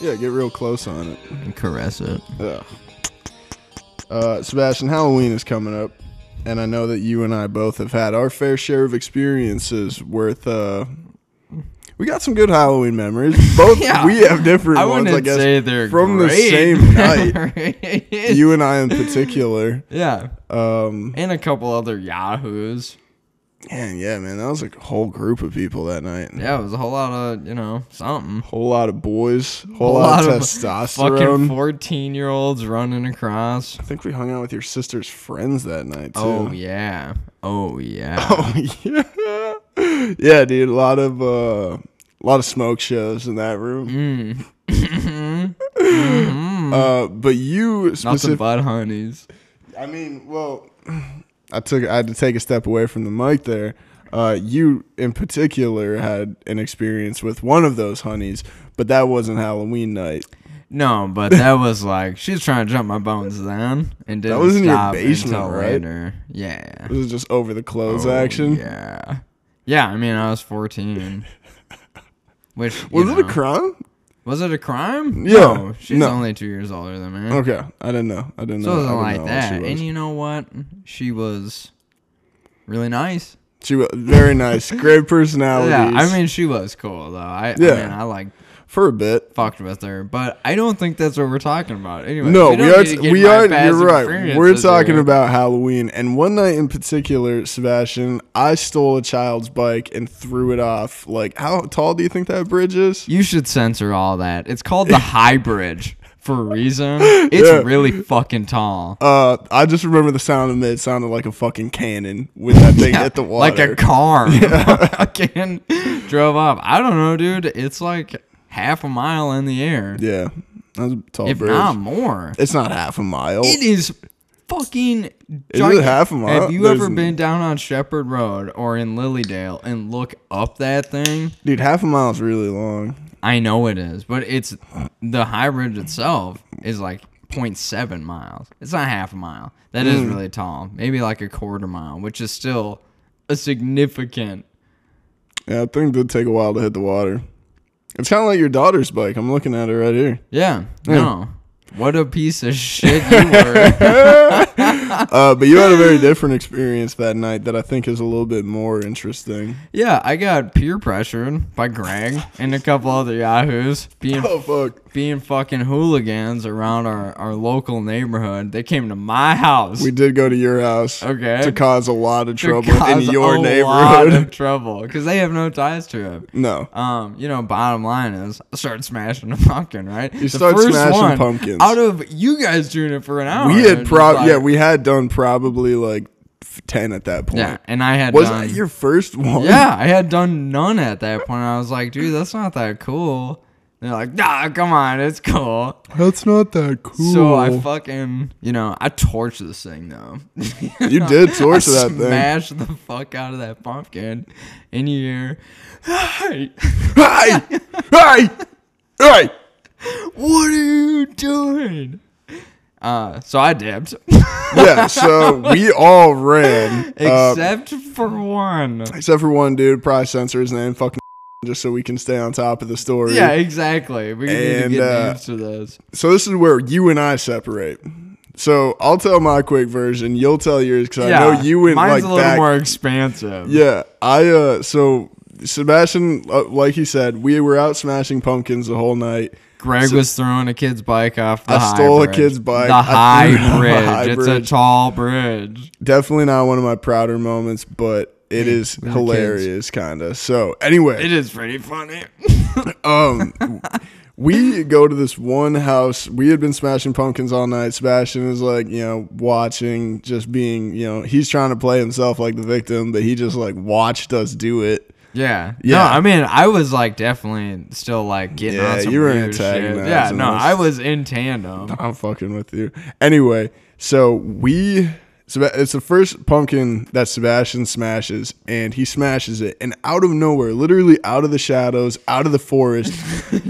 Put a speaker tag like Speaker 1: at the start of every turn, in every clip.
Speaker 1: Yeah, get real close on it.
Speaker 2: and caress it.
Speaker 1: Ugh. Uh, Sebastian, Halloween is coming up, and I know that you and I both have had our fair share of experiences worth. Uh, we got some good Halloween memories. Both
Speaker 2: Yeah.
Speaker 1: we have different
Speaker 2: I
Speaker 1: ones,
Speaker 2: wouldn't
Speaker 1: I guess,
Speaker 2: say they're
Speaker 1: from the
Speaker 2: great.
Speaker 1: same night.
Speaker 2: Right?
Speaker 1: You and I in particular.
Speaker 2: yeah,
Speaker 1: Um,
Speaker 2: and a couple other yahoos.
Speaker 1: man, yeah, man, that was a whole group of people that night.
Speaker 2: Yeah, it was a whole lot of you know something.
Speaker 1: Whole lot of boys, whole lot, of testosterone.
Speaker 2: fucking fourteen year olds running across.
Speaker 1: I think we hung out with your sister's friends that night too.
Speaker 2: Oh yeah, oh yeah.
Speaker 1: Oh yeah, yeah, dude. A lot of uh, a lot of smoke shows in that room.
Speaker 2: Mm.
Speaker 1: uh, but you
Speaker 2: Nothing
Speaker 1: specific.
Speaker 2: but honeys.
Speaker 1: I mean, well, I took I had to take a step away from the mic there. Uh, you in particular had an experience with one of those honeys, but that wasn't Halloween night.
Speaker 2: No, but that was like she's trying to jump my bones then, and didn't
Speaker 1: was in your
Speaker 2: stop
Speaker 1: basement,
Speaker 2: until
Speaker 1: right?
Speaker 2: later. Yeah.
Speaker 1: This is just over the clothes
Speaker 2: Oh,
Speaker 1: action.
Speaker 2: Yeah. Yeah, I mean, I was 14. Which you
Speaker 1: Was it a
Speaker 2: know-
Speaker 1: crime?
Speaker 2: Was it a crime?
Speaker 1: Yeah,
Speaker 2: No, she's
Speaker 1: no.
Speaker 2: only two years older than me.
Speaker 1: Okay, I didn't know. I didn't
Speaker 2: so
Speaker 1: know.
Speaker 2: it wasn't
Speaker 1: I
Speaker 2: like
Speaker 1: didn't know what
Speaker 2: that.
Speaker 1: She was.
Speaker 2: And you know what? She was really nice.
Speaker 1: She was very nice, great personality.
Speaker 2: Yeah, I mean, she was cool though. I,
Speaker 1: Yeah.
Speaker 2: I mean, I like
Speaker 1: for a bit.
Speaker 2: fucked with her, but I don't think that's what we're talking about. Anyway,
Speaker 1: No,
Speaker 2: we,
Speaker 1: we,
Speaker 2: don't
Speaker 1: are.
Speaker 2: need to get
Speaker 1: we
Speaker 2: my
Speaker 1: are.
Speaker 2: past
Speaker 1: You're right. We're
Speaker 2: experiences
Speaker 1: talking
Speaker 2: here.
Speaker 1: about Halloween, and one night in particular, Sebastian, I stole a child's bike and threw it off. Like, how tall do you think that bridge is?
Speaker 2: You should censor all that. It's called the high bridge for a reason. It's
Speaker 1: Yeah.
Speaker 2: really fucking tall.
Speaker 1: Uh, I just remember the sound of it. It sounded like a fucking cannon when that thing hit the water.
Speaker 2: Like a car. fucking drove up. I don't know, dude. It's like half a mile in the air.
Speaker 1: yeah, that's a tall
Speaker 2: if
Speaker 1: bridge.
Speaker 2: not more.
Speaker 1: it's not half a mile.
Speaker 2: It is fucking
Speaker 1: it
Speaker 2: gigan-
Speaker 1: half a mile?
Speaker 2: Have you
Speaker 1: There's
Speaker 2: ever
Speaker 1: n-
Speaker 2: been down on Shepherd Road or in Lilydale and look up that thing?
Speaker 1: Dude, half a mile is really long.
Speaker 2: I know it is, but it's the high bridge itself is like 0.7 miles. It's not half a mile. That
Speaker 1: Hmm.
Speaker 2: is really tall. Maybe like a quarter mile, which is still a significant.
Speaker 1: Yeah, that thing did take a while to hit the water. It's kind of like your daughter's bike. I'm looking at it right here.
Speaker 2: Yeah. No. What a piece of shit you were.
Speaker 1: Uh, but you had a very different experience that night that I think is a little bit more interesting.
Speaker 2: yeah, I got peer pressured by Greg and a couple other yahoos being
Speaker 1: Oh fuck!
Speaker 2: being fucking hooligans around our, our local neighborhood. They came to my house.
Speaker 1: We did go to your house,
Speaker 2: Okay.
Speaker 1: to cause a lot of
Speaker 2: to
Speaker 1: trouble
Speaker 2: cause
Speaker 1: in your
Speaker 2: a lot of
Speaker 1: neighborhood.
Speaker 2: trouble because they have no ties to it.
Speaker 1: no,
Speaker 2: um, you know, bottom line is I started smashing a pumpkin, right? You
Speaker 1: start smashing pumpkins.
Speaker 2: Out of you guys doing it for an hour.
Speaker 1: we
Speaker 2: and
Speaker 1: had
Speaker 2: it's
Speaker 1: prob
Speaker 2: like-
Speaker 1: yeah we had done probably like f- ten at that point.
Speaker 2: Yeah, and I had
Speaker 1: was
Speaker 2: done,
Speaker 1: that your first one?
Speaker 2: Yeah, I had done none at that point. I was like, dude, that's not that cool. And they're like, nah, come on, it's cool.
Speaker 1: that's not that cool.
Speaker 2: So I fucking, you know, I torched this thing though.
Speaker 1: you did torture
Speaker 2: I
Speaker 1: that thing.
Speaker 2: smashed the fuck out of that pumpkin, and you hear, "Hey,
Speaker 1: Hey, hey, hey!
Speaker 2: what are you doing?" Uh, so I dipped.
Speaker 1: Yeah, so we all ran. uh,
Speaker 2: Except for one.
Speaker 1: except for one dude, probably censor his name, fucking, just so we can stay on top of the story.
Speaker 2: Yeah, exactly. We need to
Speaker 1: And,
Speaker 2: get
Speaker 1: uh,
Speaker 2: names to those.
Speaker 1: So this is where you and I separate. So I'll tell my quick version. You'll tell yours because
Speaker 2: yeah,
Speaker 1: I know you went
Speaker 2: mine's
Speaker 1: like
Speaker 2: a little
Speaker 1: back.
Speaker 2: more expansive.
Speaker 1: Yeah, I uh. So Sebastian, uh, like he said, we were out smashing pumpkins the whole night.
Speaker 2: Greg was throwing a kid's bike off the
Speaker 1: I
Speaker 2: high
Speaker 1: stole a
Speaker 2: bridge.
Speaker 1: kid's bike.
Speaker 2: The
Speaker 1: I
Speaker 2: high,
Speaker 1: threw it off a
Speaker 2: bridge.
Speaker 1: high
Speaker 2: It's
Speaker 1: bridge.
Speaker 2: a tall bridge.
Speaker 1: Definitely not one of my prouder moments, but
Speaker 2: Mm,
Speaker 1: it is hilarious, kind of. So anyway,
Speaker 2: It is pretty funny.
Speaker 1: um we go to this one house we had been smashing pumpkins all night sebastian is like you know watching just being you know he's trying to play himself like the victim but he just like watched us do it
Speaker 2: Yeah. No,
Speaker 1: Yeah.
Speaker 2: I mean, I was like definitely still like getting
Speaker 1: Yeah,
Speaker 2: on some
Speaker 1: you were
Speaker 2: weird shit.
Speaker 1: antagonizing
Speaker 2: Yeah, no,
Speaker 1: us.
Speaker 2: I was in tandem.
Speaker 1: i'm fucking with you anyway so we Seb- it's the first pumpkin that Sebastian smashes, and he smashes it. And out of nowhere, literally out of the shadows, out of the forest,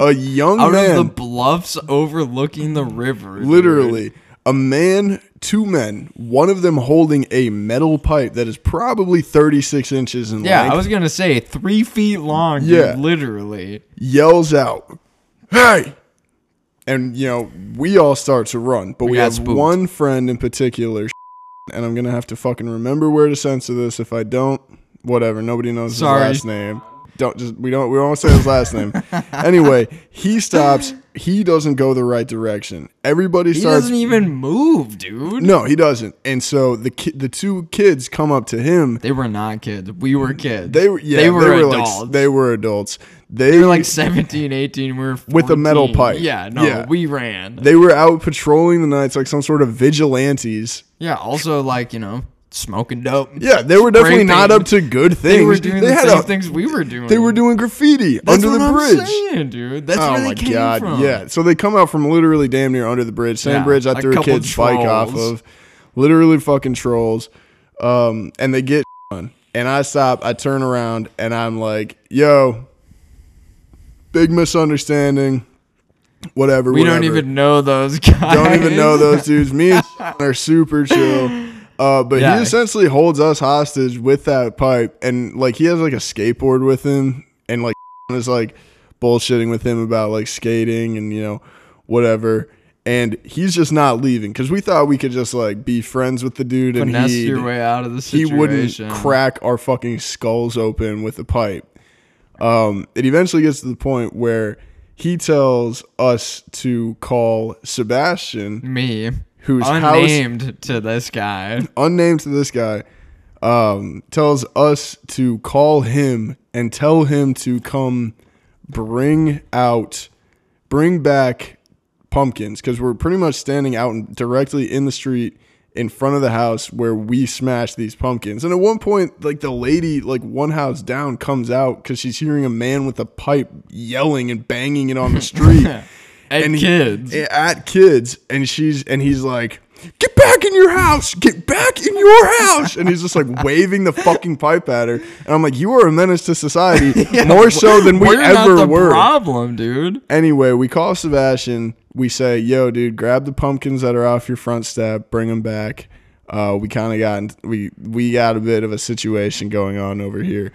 Speaker 1: a young
Speaker 2: Out
Speaker 1: Oh, man
Speaker 2: of the bluffs overlooking the river. dude.
Speaker 1: Literally, a man, two men, one of them holding a metal pipe that is probably 36 inches in
Speaker 2: Yeah, I
Speaker 1: length,
Speaker 2: was gonna say three feet long.
Speaker 1: Yeah.
Speaker 2: dude, literally.
Speaker 1: yells out, Hey, and you know we all start to run, but we,
Speaker 2: got
Speaker 1: have
Speaker 2: spooked.
Speaker 1: one friend in particular, and I'm gonna have to fucking remember where to censor this. If I don't, whatever. Nobody knows
Speaker 2: Sorry.
Speaker 1: his last name. Don't just we don't we won't say his last name. anyway, he stops. He doesn't go the right direction. Everybody
Speaker 2: He
Speaker 1: starts
Speaker 2: doesn't even move, dude.
Speaker 1: no, he doesn't. And so the ki- the two kids come up to him.
Speaker 2: They were not kids. We were kids.
Speaker 1: They were yeah,
Speaker 2: they were
Speaker 1: like,
Speaker 2: adults.
Speaker 1: s- they were adults. They,
Speaker 2: were like 17, 18. We were
Speaker 1: With a metal
Speaker 2: 14.
Speaker 1: pipe.
Speaker 2: Yeah, no,
Speaker 1: Yeah.
Speaker 2: we ran.
Speaker 1: they were out patrolling the nights like some sort of vigilantes.
Speaker 2: yeah, also like you know, smoking dope.
Speaker 1: Yeah, they were definitely not
Speaker 2: paint.
Speaker 1: up to good things.
Speaker 2: they were doing
Speaker 1: They
Speaker 2: the
Speaker 1: had
Speaker 2: same
Speaker 1: a-
Speaker 2: things we were doing.
Speaker 1: They were doing graffiti
Speaker 2: That's
Speaker 1: under
Speaker 2: what
Speaker 1: the
Speaker 2: I'm
Speaker 1: bridge.
Speaker 2: saying, dude. That's
Speaker 1: oh
Speaker 2: where they
Speaker 1: my
Speaker 2: came
Speaker 1: god!
Speaker 2: from.
Speaker 1: Yeah, so they come out from literally damn near under the bridge, same
Speaker 2: Yeah,
Speaker 1: bridge I
Speaker 2: a
Speaker 1: threw a
Speaker 2: couple
Speaker 1: kid's bike off
Speaker 2: trolls.
Speaker 1: of. Literally fucking trolls, um, and they get on. And I stop. I turn around, and I'm like, "Yo, big misunderstanding. Whatever.
Speaker 2: we don't
Speaker 1: whatever.
Speaker 2: even know those guys.
Speaker 1: don't even know those dudes. Me and are super chill." Uh, but
Speaker 2: Yeah.
Speaker 1: he essentially holds us hostage with that pipe, and like he has like a skateboard with him, and like is like bullshitting with him about like skating and you know whatever, and he's just not leaving because we thought we could just like be friends with the dude and
Speaker 2: Finesse
Speaker 1: he
Speaker 2: your way out of the
Speaker 1: he
Speaker 2: situation.
Speaker 1: wouldn't crack our fucking skulls open with a pipe. Um, it eventually gets to the point where he tells us to call Sebastian,
Speaker 2: me.
Speaker 1: whose house
Speaker 2: unnamed to this guy.
Speaker 1: unnamed to this guy, um, tells us to call him and tell him to come bring out, bring back pumpkins because we're pretty much standing out and directly in the street in front of the house where we smashed these pumpkins. And at one point, like the lady, like one house down, comes out because she's hearing a man with a pipe yelling and banging it on the street.
Speaker 2: And,
Speaker 1: he-
Speaker 2: kids.
Speaker 1: at kids and she's and he's like get back in your house get back in your house and he's just like waving the fucking pipe at her and i'm like you are a menace to society more so than we
Speaker 2: We're
Speaker 1: ever
Speaker 2: not the
Speaker 1: were
Speaker 2: problem, dude.
Speaker 1: anyway we call sebastian we say yo dude grab the pumpkins that are off your front step bring them back uh, we kind of got in- we we got a bit of a situation going on over here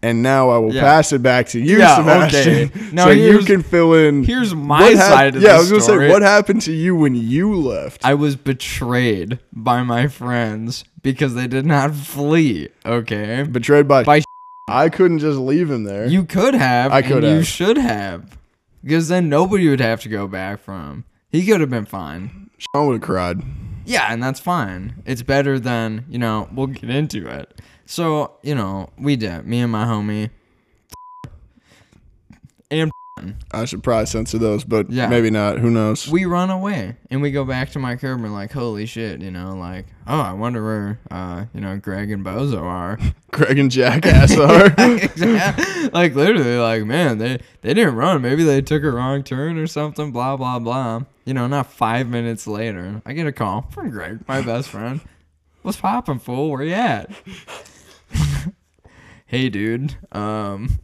Speaker 1: and now I will
Speaker 2: Yeah.
Speaker 1: pass it back to you,
Speaker 2: Yeah,
Speaker 1: Sebastian.
Speaker 2: okay. Now
Speaker 1: so you
Speaker 2: here's-
Speaker 1: can fill in
Speaker 2: Here's my
Speaker 1: hap-
Speaker 2: side of
Speaker 1: yeah, I
Speaker 2: the
Speaker 1: was gonna
Speaker 2: story.
Speaker 1: say, what happened to you when you left?
Speaker 2: I was betrayed by my friends because they did not flee. Okay.
Speaker 1: Betrayed by.
Speaker 2: By
Speaker 1: I couldn't just leave him there.
Speaker 2: You could have.
Speaker 1: I could
Speaker 2: and You
Speaker 1: have.
Speaker 2: should have. Because then nobody would have to go back from him. He could have been fine.
Speaker 1: Sean would have cried.
Speaker 2: Yeah, and that's fine. It's better than, you know, we'll get into it. So, you know, we did. Me and my homie. And
Speaker 1: I should probably censor those, but
Speaker 2: Yeah.
Speaker 1: maybe not. Who knows?
Speaker 2: we run away and we go back to my curb and we're like, holy shit, you know, like, oh, I wonder where, uh, you know, Greg and Bozo are.
Speaker 1: Greg and Jackass are.
Speaker 2: Exact- like literally, like man, they they didn't run. Maybe they took a wrong turn or something. Blah blah blah. You know, not five minutes later, I get a call from Greg, my best friend. What's poppin', fool? Where you at? hey, dude. Um,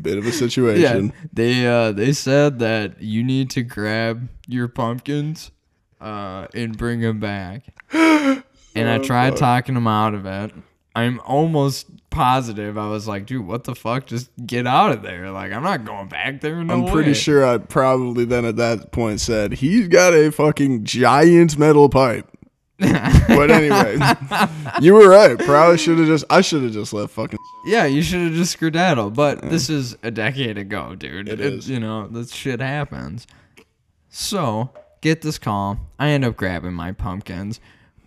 Speaker 1: Bit of a
Speaker 2: yeah,
Speaker 1: situation.
Speaker 2: they uh they said that you need to grab your pumpkins, uh, and bring them back. And
Speaker 1: Oh,
Speaker 2: I tried talking him out of it. I'm almost positive I was like, dude, what the fuck? Just get out of there. Like, I'm not going back there. No
Speaker 1: I'm pretty
Speaker 2: way.
Speaker 1: sure I probably then at that point said he's got a fucking giant metal pipe. but anyway, you were right. Probably should have just. I should have just left. Fucking.
Speaker 2: Yeah, you should have just skedaddled. But this is a decade ago, dude. It
Speaker 1: is.
Speaker 2: You know, this shit happens. So, get this call. I end up grabbing my pumpkins.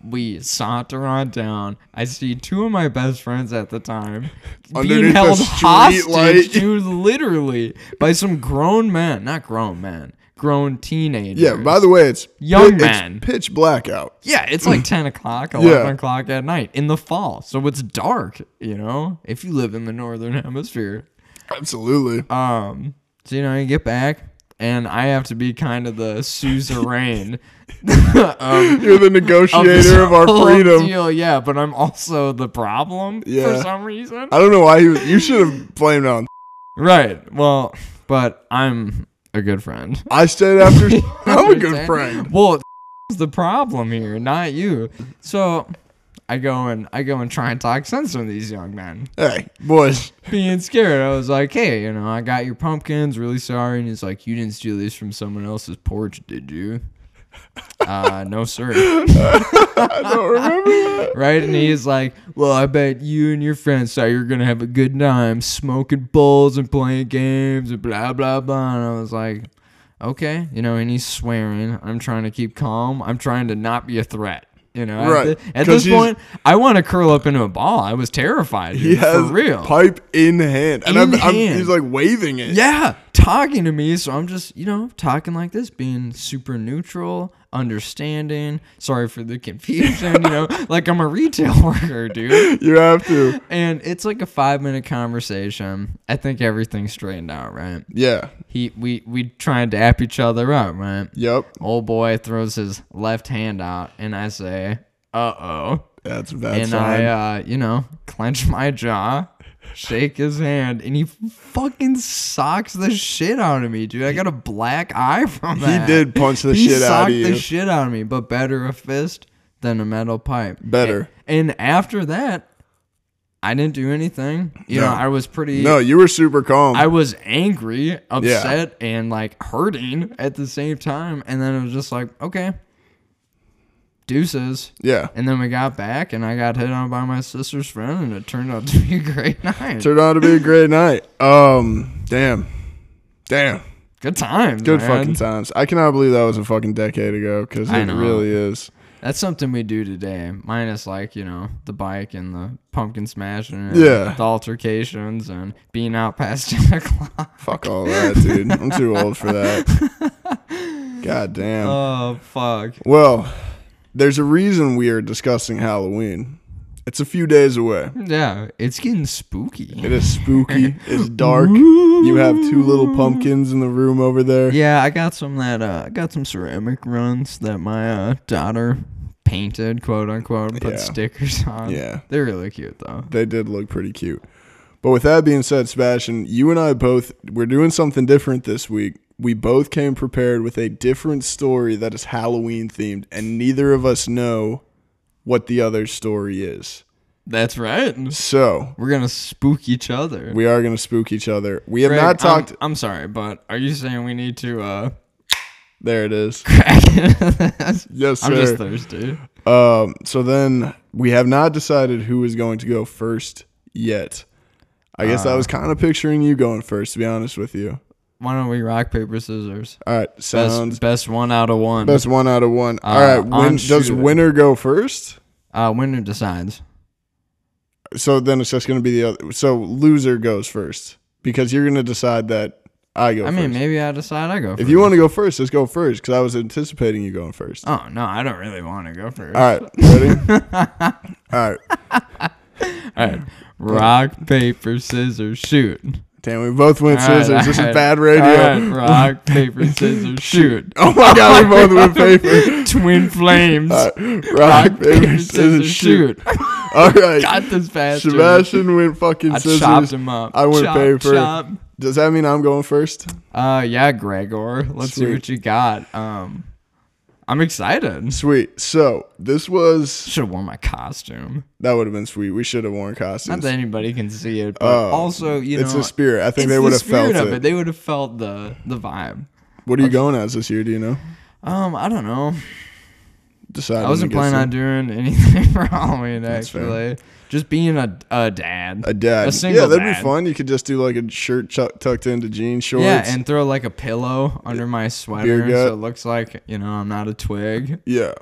Speaker 2: We saunter on down. I see two of my best friends at the time
Speaker 1: Underneath
Speaker 2: being
Speaker 1: the
Speaker 2: held
Speaker 1: street
Speaker 2: hostage,
Speaker 1: light.
Speaker 2: dude, literally by some grown men. Not grown men, grown teenagers.
Speaker 1: Yeah. By the way, it's
Speaker 2: Young
Speaker 1: it's
Speaker 2: man.
Speaker 1: pitch blackout.
Speaker 2: Yeah, it's like 10 o'clock, 11 o'clock at night in the fall. So it's dark, you know, if you live in the northern hemisphere.
Speaker 1: Absolutely.
Speaker 2: Um, so you know, you get back, and I have to be kind of the suzerain of,
Speaker 1: You're the
Speaker 2: of this
Speaker 1: negotiator of our
Speaker 2: whole
Speaker 1: freedom.
Speaker 2: Deal. Yeah, but I'm also the problem
Speaker 1: Yeah.
Speaker 2: for some reason.
Speaker 1: I don't know why he was. You should have blamed it on.
Speaker 2: right. Well, but I'm a good friend.
Speaker 1: I stayed after. I'm a good
Speaker 2: Understand?
Speaker 1: friend.
Speaker 2: Well, is the problem here, not you. So I go and I go and try and talk sense to these young men,
Speaker 1: Hey, boys.
Speaker 2: being scared. I was like, "Hey, you know, I got your pumpkins. Really sorry." And he's like, "You didn't steal these from someone else's porch, did you?" uh, no, sir.
Speaker 1: I don't remember.
Speaker 2: Right? And he's like, "Well, I bet you and your friends thought you're gonna have a good time smoking bowls and playing games and blah blah blah." And I was like, "Okay, you know." And he's swearing. I'm trying to keep calm. I'm trying to not be a threat. You know,
Speaker 1: Right.
Speaker 2: at, thi- at
Speaker 1: 'Cause
Speaker 2: this
Speaker 1: he's-
Speaker 2: point, I want to curl up into a ball. I was terrified.
Speaker 1: He
Speaker 2: Dude,
Speaker 1: has
Speaker 2: for real.
Speaker 1: pipe in hand. And
Speaker 2: In
Speaker 1: I'm, I'm,
Speaker 2: hand.
Speaker 1: he's like waving it.
Speaker 2: Yeah, talking to me. So I'm just, you know, talking like this, being super neutral, understanding. Sorry for the confusion, you know, like I'm a retail worker, dude.
Speaker 1: You have to.
Speaker 2: And it's like a five minute conversation. I think everything's straightened out, right?
Speaker 1: Yeah.
Speaker 2: He, we, we try and dap each other up, right?
Speaker 1: Yep.
Speaker 2: Old boy throws his left hand out, and I say, "Uh oh."
Speaker 1: That's a bad
Speaker 2: and
Speaker 1: sign.
Speaker 2: I, uh, you know, clench my jaw, shake his hand, and he fucking socks the shit out of me, dude. I got a black eye from
Speaker 1: he
Speaker 2: that.
Speaker 1: did punch the
Speaker 2: uh, He
Speaker 1: shit out
Speaker 2: socked
Speaker 1: of you.
Speaker 2: the shit out of me, but better a fist than a metal pipe.
Speaker 1: Better.
Speaker 2: And, and after that, I didn't do anything. You know,
Speaker 1: No.
Speaker 2: I was pretty.
Speaker 1: no, you were super calm.
Speaker 2: I was angry, upset, and like hurting at the same time. And then it was just like, okay, deuces.
Speaker 1: yeah.
Speaker 2: And then we got back, and I got hit on by my sister's friend, and it turned out to be a great night.
Speaker 1: Turned out to be a great night. Um, damn. Damn.
Speaker 2: Good times.
Speaker 1: Good
Speaker 2: man.
Speaker 1: fucking times. I cannot believe that was a fucking decade ago because
Speaker 2: I
Speaker 1: it
Speaker 2: know.
Speaker 1: really is.
Speaker 2: That's something we do today, minus like you know the bike and the pumpkin smash and
Speaker 1: Yeah.
Speaker 2: the altercations and being out past ten o'clock.
Speaker 1: Fuck all that, dude. I'm too old for that. God damn.
Speaker 2: Oh fuck.
Speaker 1: well, there's a reason we are discussing Halloween. It's a few days away.
Speaker 2: Yeah, it's getting spooky.
Speaker 1: It is spooky. It's dark. You have two little pumpkins in the room over there.
Speaker 2: Yeah, I got some that uh, I got some ceramic runs that my uh, daughter painted, quote unquote, and put
Speaker 1: Yeah.
Speaker 2: stickers on.
Speaker 1: Yeah.
Speaker 2: they're really cute though.
Speaker 1: They did look pretty cute. But with that being said, Sebastian, you and I both we're doing something different this week. We both came prepared with a different story that is Halloween themed, and neither of us know what the other story is.
Speaker 2: That's right.
Speaker 1: So
Speaker 2: We're gonna spook each other.
Speaker 1: we are gonna spook each other. We have
Speaker 2: Greg,
Speaker 1: not talked
Speaker 2: I'm, I'm sorry, but are you saying we need to uh
Speaker 1: there it is.
Speaker 2: crack into this?
Speaker 1: Yes, sir.
Speaker 2: I'm just thirsty.
Speaker 1: Um, so then we have not decided who is going to go first yet. I guess
Speaker 2: Uh.
Speaker 1: I was kind of picturing you going first, to be honest with you.
Speaker 2: Why don't we rock paper scissors?
Speaker 1: All right,
Speaker 2: Best Uh,
Speaker 1: sounds
Speaker 2: best one out of one.
Speaker 1: best one out of one. All right,
Speaker 2: on
Speaker 1: win, does
Speaker 2: shooter.
Speaker 1: winner go first?
Speaker 2: Uh, winner decides.
Speaker 1: So then it's just going to be the other. So loser goes first because you're going to decide that I go.
Speaker 2: I mean,
Speaker 1: first.
Speaker 2: maybe I decide I go.
Speaker 1: if you want to go first, let's go first because I was anticipating you going first.
Speaker 2: Oh no, I don't really want to go first.
Speaker 1: All right, ready? All right,
Speaker 2: All right. Rock paper scissors shoot.
Speaker 1: damn, we both went
Speaker 2: All right,
Speaker 1: scissors. this
Speaker 2: all
Speaker 1: is
Speaker 2: right.
Speaker 1: bad radio.
Speaker 2: All right, rock paper scissors shoot.
Speaker 1: Oh my god, we both went paper.
Speaker 2: Twin flames.
Speaker 1: All right, rock, paper, scissors, shoot. All right.
Speaker 2: Got this bastard.
Speaker 1: Sebastian went fucking
Speaker 2: I chopped
Speaker 1: scissors.
Speaker 2: him up.
Speaker 1: I went
Speaker 2: Chop,
Speaker 1: paper.
Speaker 2: chop.
Speaker 1: Does that mean I'm going first?
Speaker 2: Uh, yeah, Gregor. Let's see
Speaker 1: Sweet.
Speaker 2: what you got. Um, I'm excited.
Speaker 1: Sweet. So this was
Speaker 2: Should have worn my costume.
Speaker 1: that would have been sweet. We should have worn
Speaker 2: Not
Speaker 1: costumes.
Speaker 2: that anybody can see it, but
Speaker 1: Oh,
Speaker 2: also you
Speaker 1: it's
Speaker 2: know,
Speaker 1: a spirit. I think
Speaker 2: it's
Speaker 1: they
Speaker 2: the
Speaker 1: would have felt
Speaker 2: spirit of
Speaker 1: it.
Speaker 2: it. They would have felt the the vibe.
Speaker 1: What are you going as this year? Do you know?
Speaker 2: Um, I don't know.
Speaker 1: Decide. when
Speaker 2: I
Speaker 1: we
Speaker 2: wasn't
Speaker 1: get
Speaker 2: planning
Speaker 1: to-
Speaker 2: on doing anything for Halloween
Speaker 1: fair.
Speaker 2: actually. Just being a, a dad.
Speaker 1: a dad.
Speaker 2: A single
Speaker 1: yeah, that'd be
Speaker 2: dad.
Speaker 1: fun. You could just do like a shirt chuck tucked into jean shorts.
Speaker 2: Yeah, and throw like a pillow under my sweater
Speaker 1: gut.
Speaker 2: so it looks like, you know, I'm not a twig.
Speaker 1: yeah,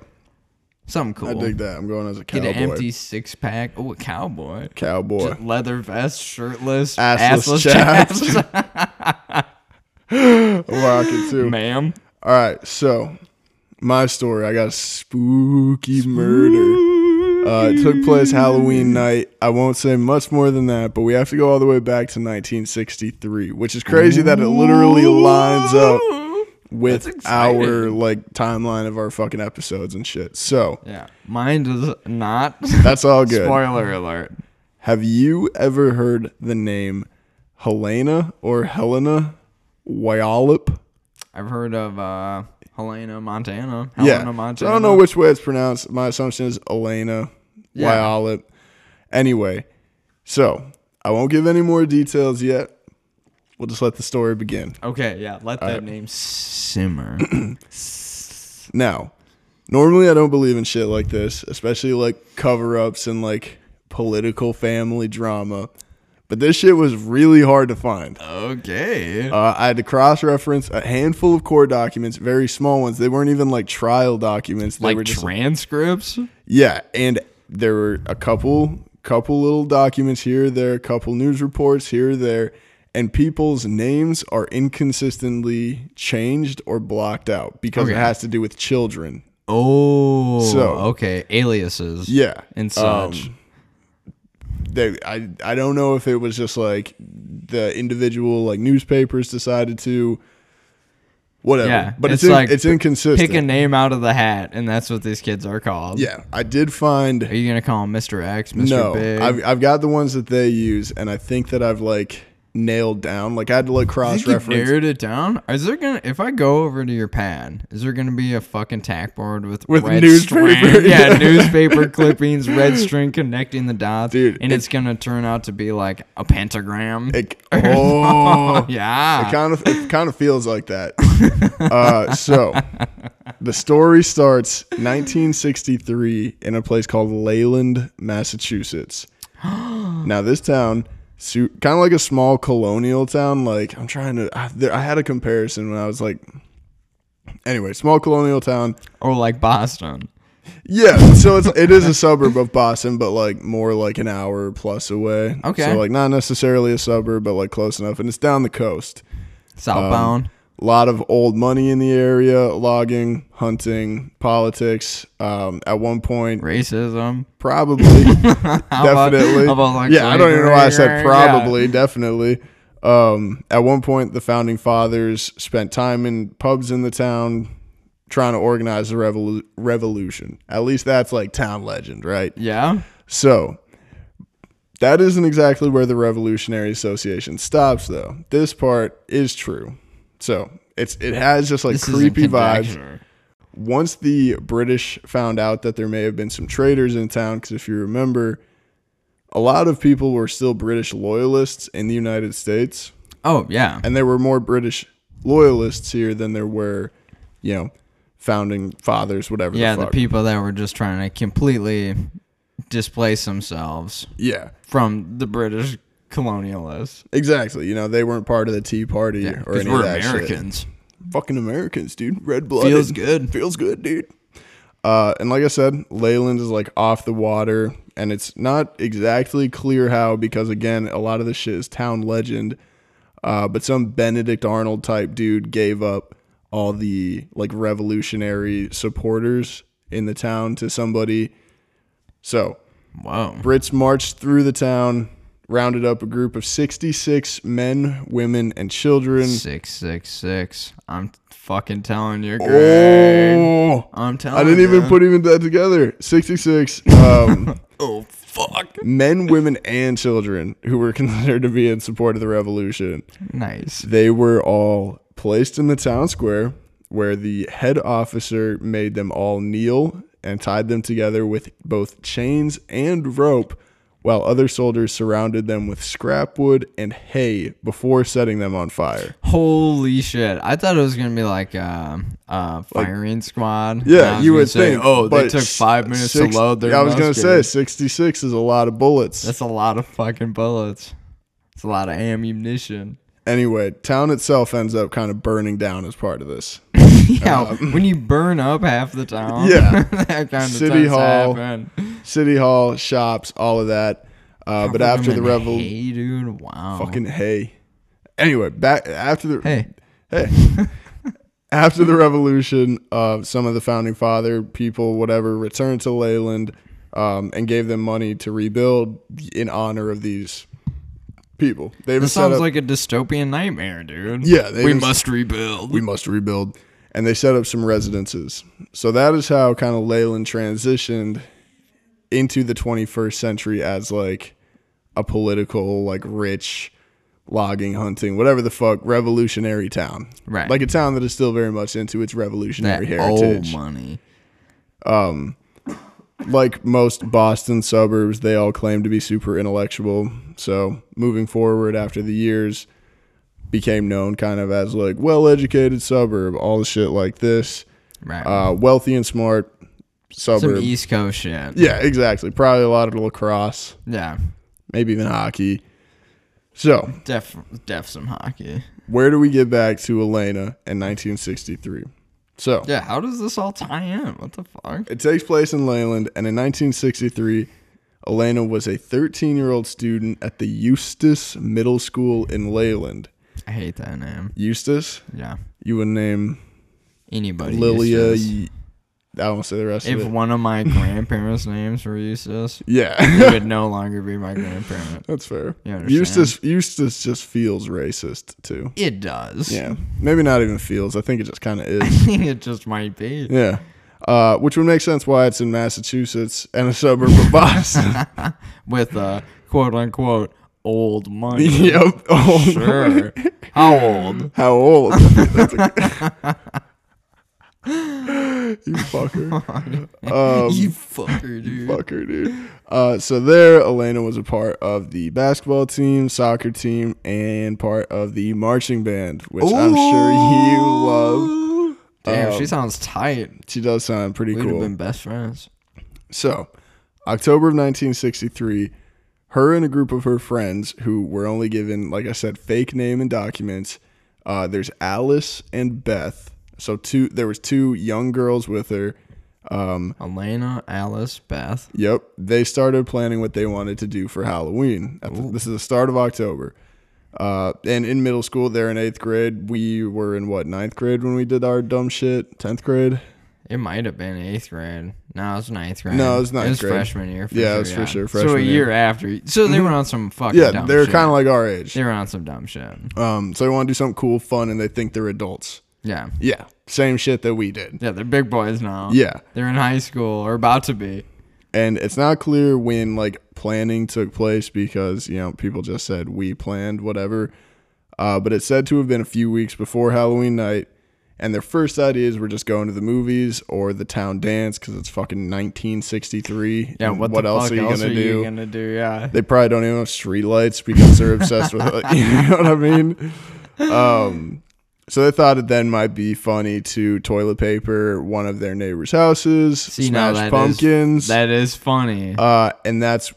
Speaker 2: Something cool.
Speaker 1: I dig that. I'm going as a
Speaker 2: Get
Speaker 1: cowboy.
Speaker 2: an empty six pack. Oh, a cowboy.
Speaker 1: cowboy.
Speaker 2: Just leather vest, shirtless,
Speaker 1: Assless
Speaker 2: assless,
Speaker 1: chaps.
Speaker 2: chaps.
Speaker 1: I'll rock it too.
Speaker 2: Ma'am.
Speaker 1: All right, so my story. I got a spooky murder. Uh, it took place Halloween night. I won't say much more than that, but we have to go all the way back to 1963, which is crazy that it literally lines up with
Speaker 2: That's exciting.
Speaker 1: our like timeline of our fucking episodes and shit. So
Speaker 2: Yeah. Mine does not.
Speaker 1: that's all good.
Speaker 2: Spoiler alert.
Speaker 1: Have you ever heard the name Helena or Helena Wyallop?
Speaker 2: I've heard of uh, Helena Montana. Helena
Speaker 1: Yeah,
Speaker 2: Montana.
Speaker 1: So I don't know which way it's pronounced. My assumption is Elena. why
Speaker 2: Yeah.
Speaker 1: Olive. Anyway, so I won't give any more details yet. We'll just let the story begin.
Speaker 2: Okay, yeah. Let that name simmer.
Speaker 1: Now, normally I don't believe in shit like this, especially like cover ups and like political family drama. But this shit was really hard to find.
Speaker 2: Uh. okay.
Speaker 1: Uh, I had to cross reference a handful of core documents, very small ones. They weren't even like trial documents. They were
Speaker 2: like
Speaker 1: just
Speaker 2: transcripts?
Speaker 1: Yeah, and there were a couple couple little documents here or there, a couple news reports here or there, and people's names are inconsistently changed or blocked out because it
Speaker 2: Okay.
Speaker 1: has to do with children.
Speaker 2: Oh.
Speaker 1: So-
Speaker 2: okay, aliases.
Speaker 1: Yeah.
Speaker 2: And such.
Speaker 1: Um, they I I don't know if it was just like the individual like newspapers decided to whatever.
Speaker 2: Yeah,
Speaker 1: but it's
Speaker 2: it's
Speaker 1: in-
Speaker 2: like
Speaker 1: it's inconsistent.
Speaker 2: Pick a name out of the hat, and that's what these kids are called.
Speaker 1: yeah, I did find
Speaker 2: Are you gonna call him Mr. X, Mr.
Speaker 1: No,
Speaker 2: Big?
Speaker 1: I've, I've got the ones that they use, and I think that I've like nailed down. Like I had to like cross
Speaker 2: think you
Speaker 1: reference
Speaker 2: narrowed it down. Is there gonna if I go over to your pad, is there gonna be a fucking tack board with
Speaker 1: With
Speaker 2: red
Speaker 1: newspaper,
Speaker 2: string?
Speaker 1: yeah.
Speaker 2: Yeah, newspaper clippings, red string connecting the dots,
Speaker 1: Dude,
Speaker 2: and it's gonna turn out to be like a pentagram.
Speaker 1: Like, oh, it
Speaker 2: yeah,
Speaker 1: kind of it kind of feels like that. uh, so the story starts 1963 in a place called Leyland, Massachusetts. now this town. kind of like a small colonial town. Like I'm trying to, I, there, I had a comparison when I was like, anyway, small colonial town.
Speaker 2: or like Boston.
Speaker 1: Yeah, so it's it is a suburb of Boston, but like more like an hour plus away.
Speaker 2: Okay.
Speaker 1: so like not necessarily a suburb, but like close enough, and it's down the coast. Um,
Speaker 2: Southbound.
Speaker 1: A lot of old money in the area, logging, hunting, politics. Um, at one point,
Speaker 2: racism.
Speaker 1: probably,
Speaker 2: about-
Speaker 1: definitely.
Speaker 2: how about, like,
Speaker 1: yeah, I don't even know why I said
Speaker 2: slavery? Yeah.
Speaker 1: probably, definitely. Um, at one point, the founding fathers spent time in pubs in the town trying to organize the revolu- revolution. At least that's like town legend, right?
Speaker 2: Yeah.
Speaker 1: So that isn't exactly where the Revolutionary Association stops, though. This part is true. So it's it has just like
Speaker 2: This isn't
Speaker 1: creepy vibes.
Speaker 2: conjecture.
Speaker 1: Once the British found out that there may have been some traitors in town, because if you remember, a lot of people were still British loyalists in the United States,
Speaker 2: Oh yeah.
Speaker 1: and there were more British loyalists here than there were, you know, founding fathers, whatever.
Speaker 2: Yeah,
Speaker 1: the,
Speaker 2: the
Speaker 1: fuck.
Speaker 2: people that were just trying to completely displace themselves
Speaker 1: Yeah,
Speaker 2: from the British colonialists.
Speaker 1: exactly. You know, they weren't part of the Tea Party or
Speaker 2: Because
Speaker 1: any of
Speaker 2: we're
Speaker 1: that shit.
Speaker 2: Americans.
Speaker 1: fucking Americans, dude. Red blood
Speaker 2: Feels good.
Speaker 1: Feels good, dude. Uh, and like I said, Leyland is like off the water, and it's not exactly clear how because again, a lot of this shit is town legend. Uh, but some Benedict Arnold type dude gave up all the like revolutionary supporters in the town to somebody. So
Speaker 2: Whoa.
Speaker 1: Brits marched through the town, rounded up a group of 66 men, women, and children.
Speaker 2: Six six six. I'm fucking telling you, Greg.
Speaker 1: Oh,
Speaker 2: I'm telling.
Speaker 1: I didn't even
Speaker 2: ya.
Speaker 1: put even that together. 66 um,
Speaker 2: Oh fuck.
Speaker 1: men, women, and children who were considered to be in support of the revolution.
Speaker 2: Nice.
Speaker 1: They were all placed in the town square where the head officer made them all kneel and tied them together with both chains and rope while other soldiers surrounded them with scrap wood and hay before setting them on fire.
Speaker 2: Holy shit! I thought it was gonna be like uh, uh, firing squad. And I
Speaker 1: Yeah,
Speaker 2: was
Speaker 1: you
Speaker 2: gonna
Speaker 1: would
Speaker 2: say,
Speaker 1: think.
Speaker 2: Oh, they
Speaker 1: but
Speaker 2: took five minutes
Speaker 1: six-
Speaker 2: to load their.
Speaker 1: Yeah, I was going to
Speaker 2: muskets.
Speaker 1: say 66 is a lot of bullets.
Speaker 2: That's a lot of fucking bullets. It's a lot of ammunition.
Speaker 1: Anyway, town itself ends up kind of burning down as part of this.
Speaker 2: yeah, when you burn up half the town.
Speaker 1: Yeah.
Speaker 2: that kind of
Speaker 1: City
Speaker 2: City
Speaker 1: Hall,
Speaker 2: Hall.
Speaker 1: City hall, shops, all of that. Uh, but after the revel,
Speaker 2: hey, dude, wow.
Speaker 1: fucking hey. Anyway, back after the
Speaker 2: hey,
Speaker 1: after the revolution, uh, some of the founding father people, whatever, returned to Leyland um, and gave them money to rebuild in honor of these people. They even
Speaker 2: this
Speaker 1: set
Speaker 2: sounds
Speaker 1: up,
Speaker 2: like a dystopian nightmare, dude.
Speaker 1: Yeah, they
Speaker 2: we
Speaker 1: just-
Speaker 2: must rebuild.
Speaker 1: we must rebuild. And they set up some residences. So that is how kind of Leyland transitioned into the 21st century as like a political, like rich, logging, hunting, whatever the fuck, revolutionary town.
Speaker 2: Right.
Speaker 1: Like a town that is still very much into its
Speaker 2: that oh
Speaker 1: revolutionary
Speaker 2: old
Speaker 1: heritage.
Speaker 2: money.
Speaker 1: like most Boston suburbs, they all claim to be super intellectual. So moving forward after the years became known kind of as like well educated suburb, all the shit like this.
Speaker 2: Right.
Speaker 1: Uh, wealthy and smart
Speaker 2: Some
Speaker 1: suburb.
Speaker 2: East Coast shit.
Speaker 1: yeah, exactly. Probably a lot of lacrosse,
Speaker 2: Yeah.
Speaker 1: maybe even hockey. So
Speaker 2: Def def some hockey.
Speaker 1: where do we get back to Elena in nineteen sixty three? So
Speaker 2: Yeah, how does this all tie in? What the fuck?
Speaker 1: It takes place in Leyland, and in 1963, Elena was a 13 year old student at the Eustis Middle School in Leyland.
Speaker 2: I hate that name.
Speaker 1: Eustis,
Speaker 2: Yeah.
Speaker 1: you would name
Speaker 2: Anybody.
Speaker 1: Lilia.
Speaker 2: Eustace.
Speaker 1: Ye- I won't say the rest
Speaker 2: If
Speaker 1: of it.
Speaker 2: one of my grandparents' names were Eustace,
Speaker 1: Yeah,
Speaker 2: it would no longer be my grandparent.
Speaker 1: that's fair.
Speaker 2: You understand?
Speaker 1: Eustis, Eustis just feels racist too.
Speaker 2: It does.
Speaker 1: Yeah, maybe not even feels. I think it just kind of is.
Speaker 2: it just might be.
Speaker 1: Yeah. Uh, which would make sense why it's in Massachusetts and a suburb of Boston.
Speaker 2: With uh quote unquote old money.
Speaker 1: yep. Oh,
Speaker 2: Sure. How old?
Speaker 1: How old? That's a- you fucker.
Speaker 2: Oh,
Speaker 1: Oh,
Speaker 2: you fucker, dude.
Speaker 1: Fucker, dude. Uh, so there, Elena was a part of the basketball team, soccer team, and part of the marching band, which I'm sure you love.
Speaker 2: Ooh. Damn,
Speaker 1: Um,
Speaker 2: she sounds tight.
Speaker 1: She does sound pretty
Speaker 2: We'd
Speaker 1: cool.
Speaker 2: have been best friends.
Speaker 1: So, October of 1963, her and a group of her friends, who were only given, like I said, fake name and documents. Uh, there's Alice and Beth. So two, there was two young girls with her. Um,
Speaker 2: Elena, Alice, Beth.
Speaker 1: yep, they started planning what they wanted to do for Halloween. At the, this is the start of October. Uh, and in middle school, they're in eighth grade. We were in what ninth grade when we did our dumb shit. Tenth grade.
Speaker 2: It might have been eighth grade. No, it was ninth grade.
Speaker 1: No, it was ninth
Speaker 2: It was
Speaker 1: grade.
Speaker 2: freshman year. For
Speaker 1: Yeah,
Speaker 2: sure,
Speaker 1: it was for sure
Speaker 2: so a
Speaker 1: freshman Mm-hmm.
Speaker 2: year after. So they were on some fucking.
Speaker 1: Yeah,
Speaker 2: dumb
Speaker 1: they're
Speaker 2: shit.
Speaker 1: kind of like our age.
Speaker 2: They were on some dumb shit.
Speaker 1: Um, so they want to do something cool, fun, and they think they're adults.
Speaker 2: Yeah.
Speaker 1: Yeah, same shit that we did.
Speaker 2: Yeah, they're big boys now.
Speaker 1: Yeah,
Speaker 2: They're in high school or about to be.
Speaker 1: and it's not clear when like planning took place because you know people just said we planned whatever, uh, but it's said to have been a few weeks before Halloween night, and their first ideas were just going to the movies or the town dance because it's fucking 1963.
Speaker 2: Yeah,
Speaker 1: and
Speaker 2: what, the fuck else are you gonna do? Yeah.
Speaker 1: they probably don't even have streetlights because they're obsessed with it. You know what I mean? Um, so they thought it then might be funny to toilet paper one of their neighbors' houses,
Speaker 2: See, now
Speaker 1: smash
Speaker 2: that is-
Speaker 1: pumpkins,
Speaker 2: That is funny.
Speaker 1: uh, and that's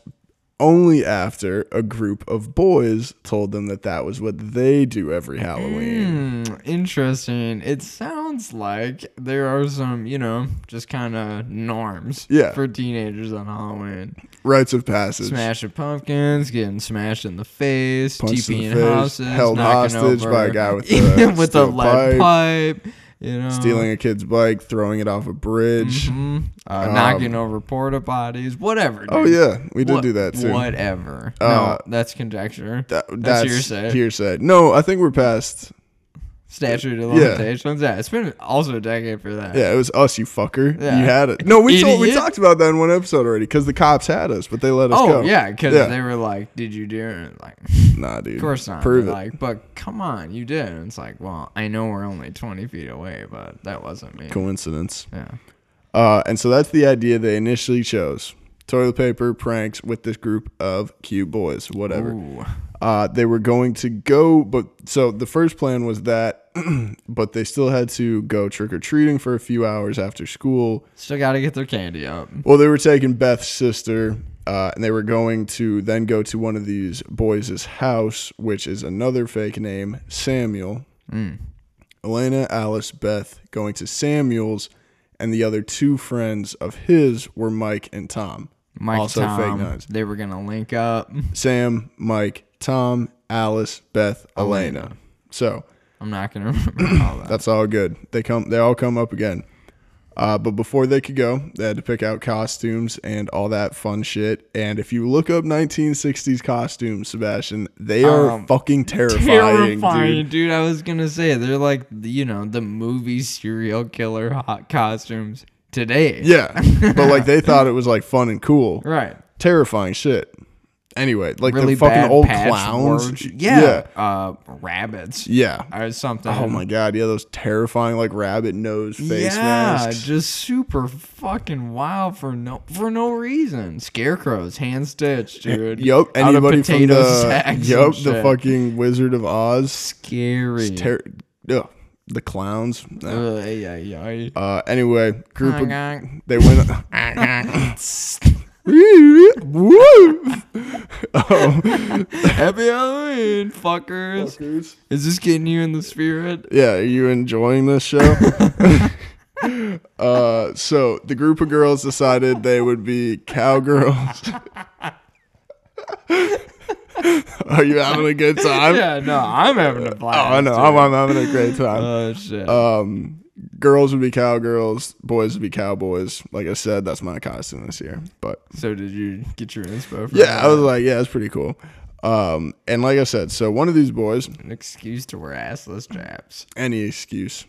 Speaker 1: only after a group of boys told them that that was what they do every
Speaker 2: Mm.
Speaker 1: Halloween.
Speaker 2: Hmm, interesting. It sounds like there are some, you know, just kind of norms
Speaker 1: Yeah.
Speaker 2: for teenagers on Halloween.
Speaker 1: Rites of passage.
Speaker 2: Smashing pumpkins, getting smashed in the face,
Speaker 1: Punched in
Speaker 2: TPing
Speaker 1: the face,
Speaker 2: houses,
Speaker 1: held
Speaker 2: knocking
Speaker 1: hostage by a
Speaker 2: over-
Speaker 1: guy with a
Speaker 2: with a
Speaker 1: steel
Speaker 2: lead pipe, you know,
Speaker 1: Stealing a kid's bike, throwing it off a bridge.
Speaker 2: mhm, uh, knocking over porta potties, whatever. Dude.
Speaker 1: Um, Oh yeah, we did do that too.
Speaker 2: Whatever.
Speaker 1: Uh,
Speaker 2: no, that's conjecture.
Speaker 1: That,
Speaker 2: That's
Speaker 1: that's,
Speaker 2: hearsay.
Speaker 1: Hearsay. No, I think we're past.
Speaker 2: Statute of
Speaker 1: yeah.
Speaker 2: limitations. Yeah. it's been also a decade for that.
Speaker 1: Yeah, it was us, you fucker.
Speaker 2: Yeah.
Speaker 1: You had it. No, we told, we
Speaker 2: Idiot.
Speaker 1: talked about that in one episode already because the cops had us, but they let us
Speaker 2: Oh
Speaker 1: go.
Speaker 2: yeah, because
Speaker 1: Yeah.
Speaker 2: they were like, "Did you do it?" Like,
Speaker 1: Nah, dude.
Speaker 2: of course not.
Speaker 1: Prove
Speaker 2: They're
Speaker 1: it.
Speaker 2: Like, but come on, you did. And it's like, well, I know we're only twenty feet away, but that wasn't me.
Speaker 1: Coincidence.
Speaker 2: Yeah.
Speaker 1: Uh, and so that's the idea they initially chose: toilet paper pranks with this group of cute boys. Whatever.
Speaker 2: Ooh.
Speaker 1: Uh, they were going to go, but so the first plan was that, but they still had to go trick or treating for a few hours after school.
Speaker 2: Still got to get their candy up.
Speaker 1: Well, they were taking Beth's sister, uh, and they were going to then go to one of these boys' house, which is another fake name, Samuel. Elena, Alice, Beth going to Samuel's, and the other two friends of his were Mike and Tom.
Speaker 2: Mike
Speaker 1: also
Speaker 2: Tom,
Speaker 1: fake nuts.
Speaker 2: They were gonna link up.
Speaker 1: Sam, Mike, Tom, Alice, Beth, Elena. So
Speaker 2: I'm not gonna remember all that.
Speaker 1: that's all good. They come, they all come up again. Uh, but before they could go, they had to pick out costumes and all that fun shit. And if you look up 1960s costumes, Sebastian, they are
Speaker 2: Um,
Speaker 1: fucking terrifying.
Speaker 2: Terrifying,
Speaker 1: Dude.
Speaker 2: dude. I was gonna say they're like the- you know the movie serial killer hot costumes today.
Speaker 1: Yeah, but like they thought it was like fun and cool.
Speaker 2: Right.
Speaker 1: Terrifying shit. anyway, like
Speaker 2: really
Speaker 1: the fucking
Speaker 2: bad
Speaker 1: old
Speaker 2: patchwork.
Speaker 1: clowns.
Speaker 2: Yeah. Uh, rabbits.
Speaker 1: Yeah.
Speaker 2: Or something.
Speaker 1: Oh my god, yeah, those terrifying like rabbit nose face
Speaker 2: yeah,
Speaker 1: masks.
Speaker 2: just super fucking wild for no for no reason. Scarecrows, hand stitched, dude.
Speaker 1: Yup,
Speaker 2: Out of
Speaker 1: anybody from
Speaker 2: potato
Speaker 1: the
Speaker 2: sacks
Speaker 1: yup
Speaker 2: and
Speaker 1: the
Speaker 2: shit.
Speaker 1: fucking Wizard of Oz.
Speaker 2: scary.
Speaker 1: Ter- ugh, the clowns. Nah.
Speaker 2: Ugh, yeah, yeah.
Speaker 1: Uh, anyway,
Speaker 2: Oh
Speaker 1: group of,
Speaker 2: Honk,
Speaker 1: they went. oh.
Speaker 2: Happy Halloween, fuckers. Is this getting you in the spirit?
Speaker 1: Yeah, are you enjoying this show? uh, so the group of girls decided they would be cowgirls. are you having a good time?
Speaker 2: yeah, no, I'm having a blast.
Speaker 1: Oh, I know. I'm, I'm having a great time.
Speaker 2: Oh shit.
Speaker 1: Um, girls would be cowgirls, boys would be cowboys. Like I said, that's my costume this year. But
Speaker 2: so did you get your inspo? From
Speaker 1: yeah, I was
Speaker 2: that?
Speaker 1: like, yeah, that's pretty cool. Um, and like I said, so one of these boys,
Speaker 2: an excuse to wear assless straps.
Speaker 1: any excuse,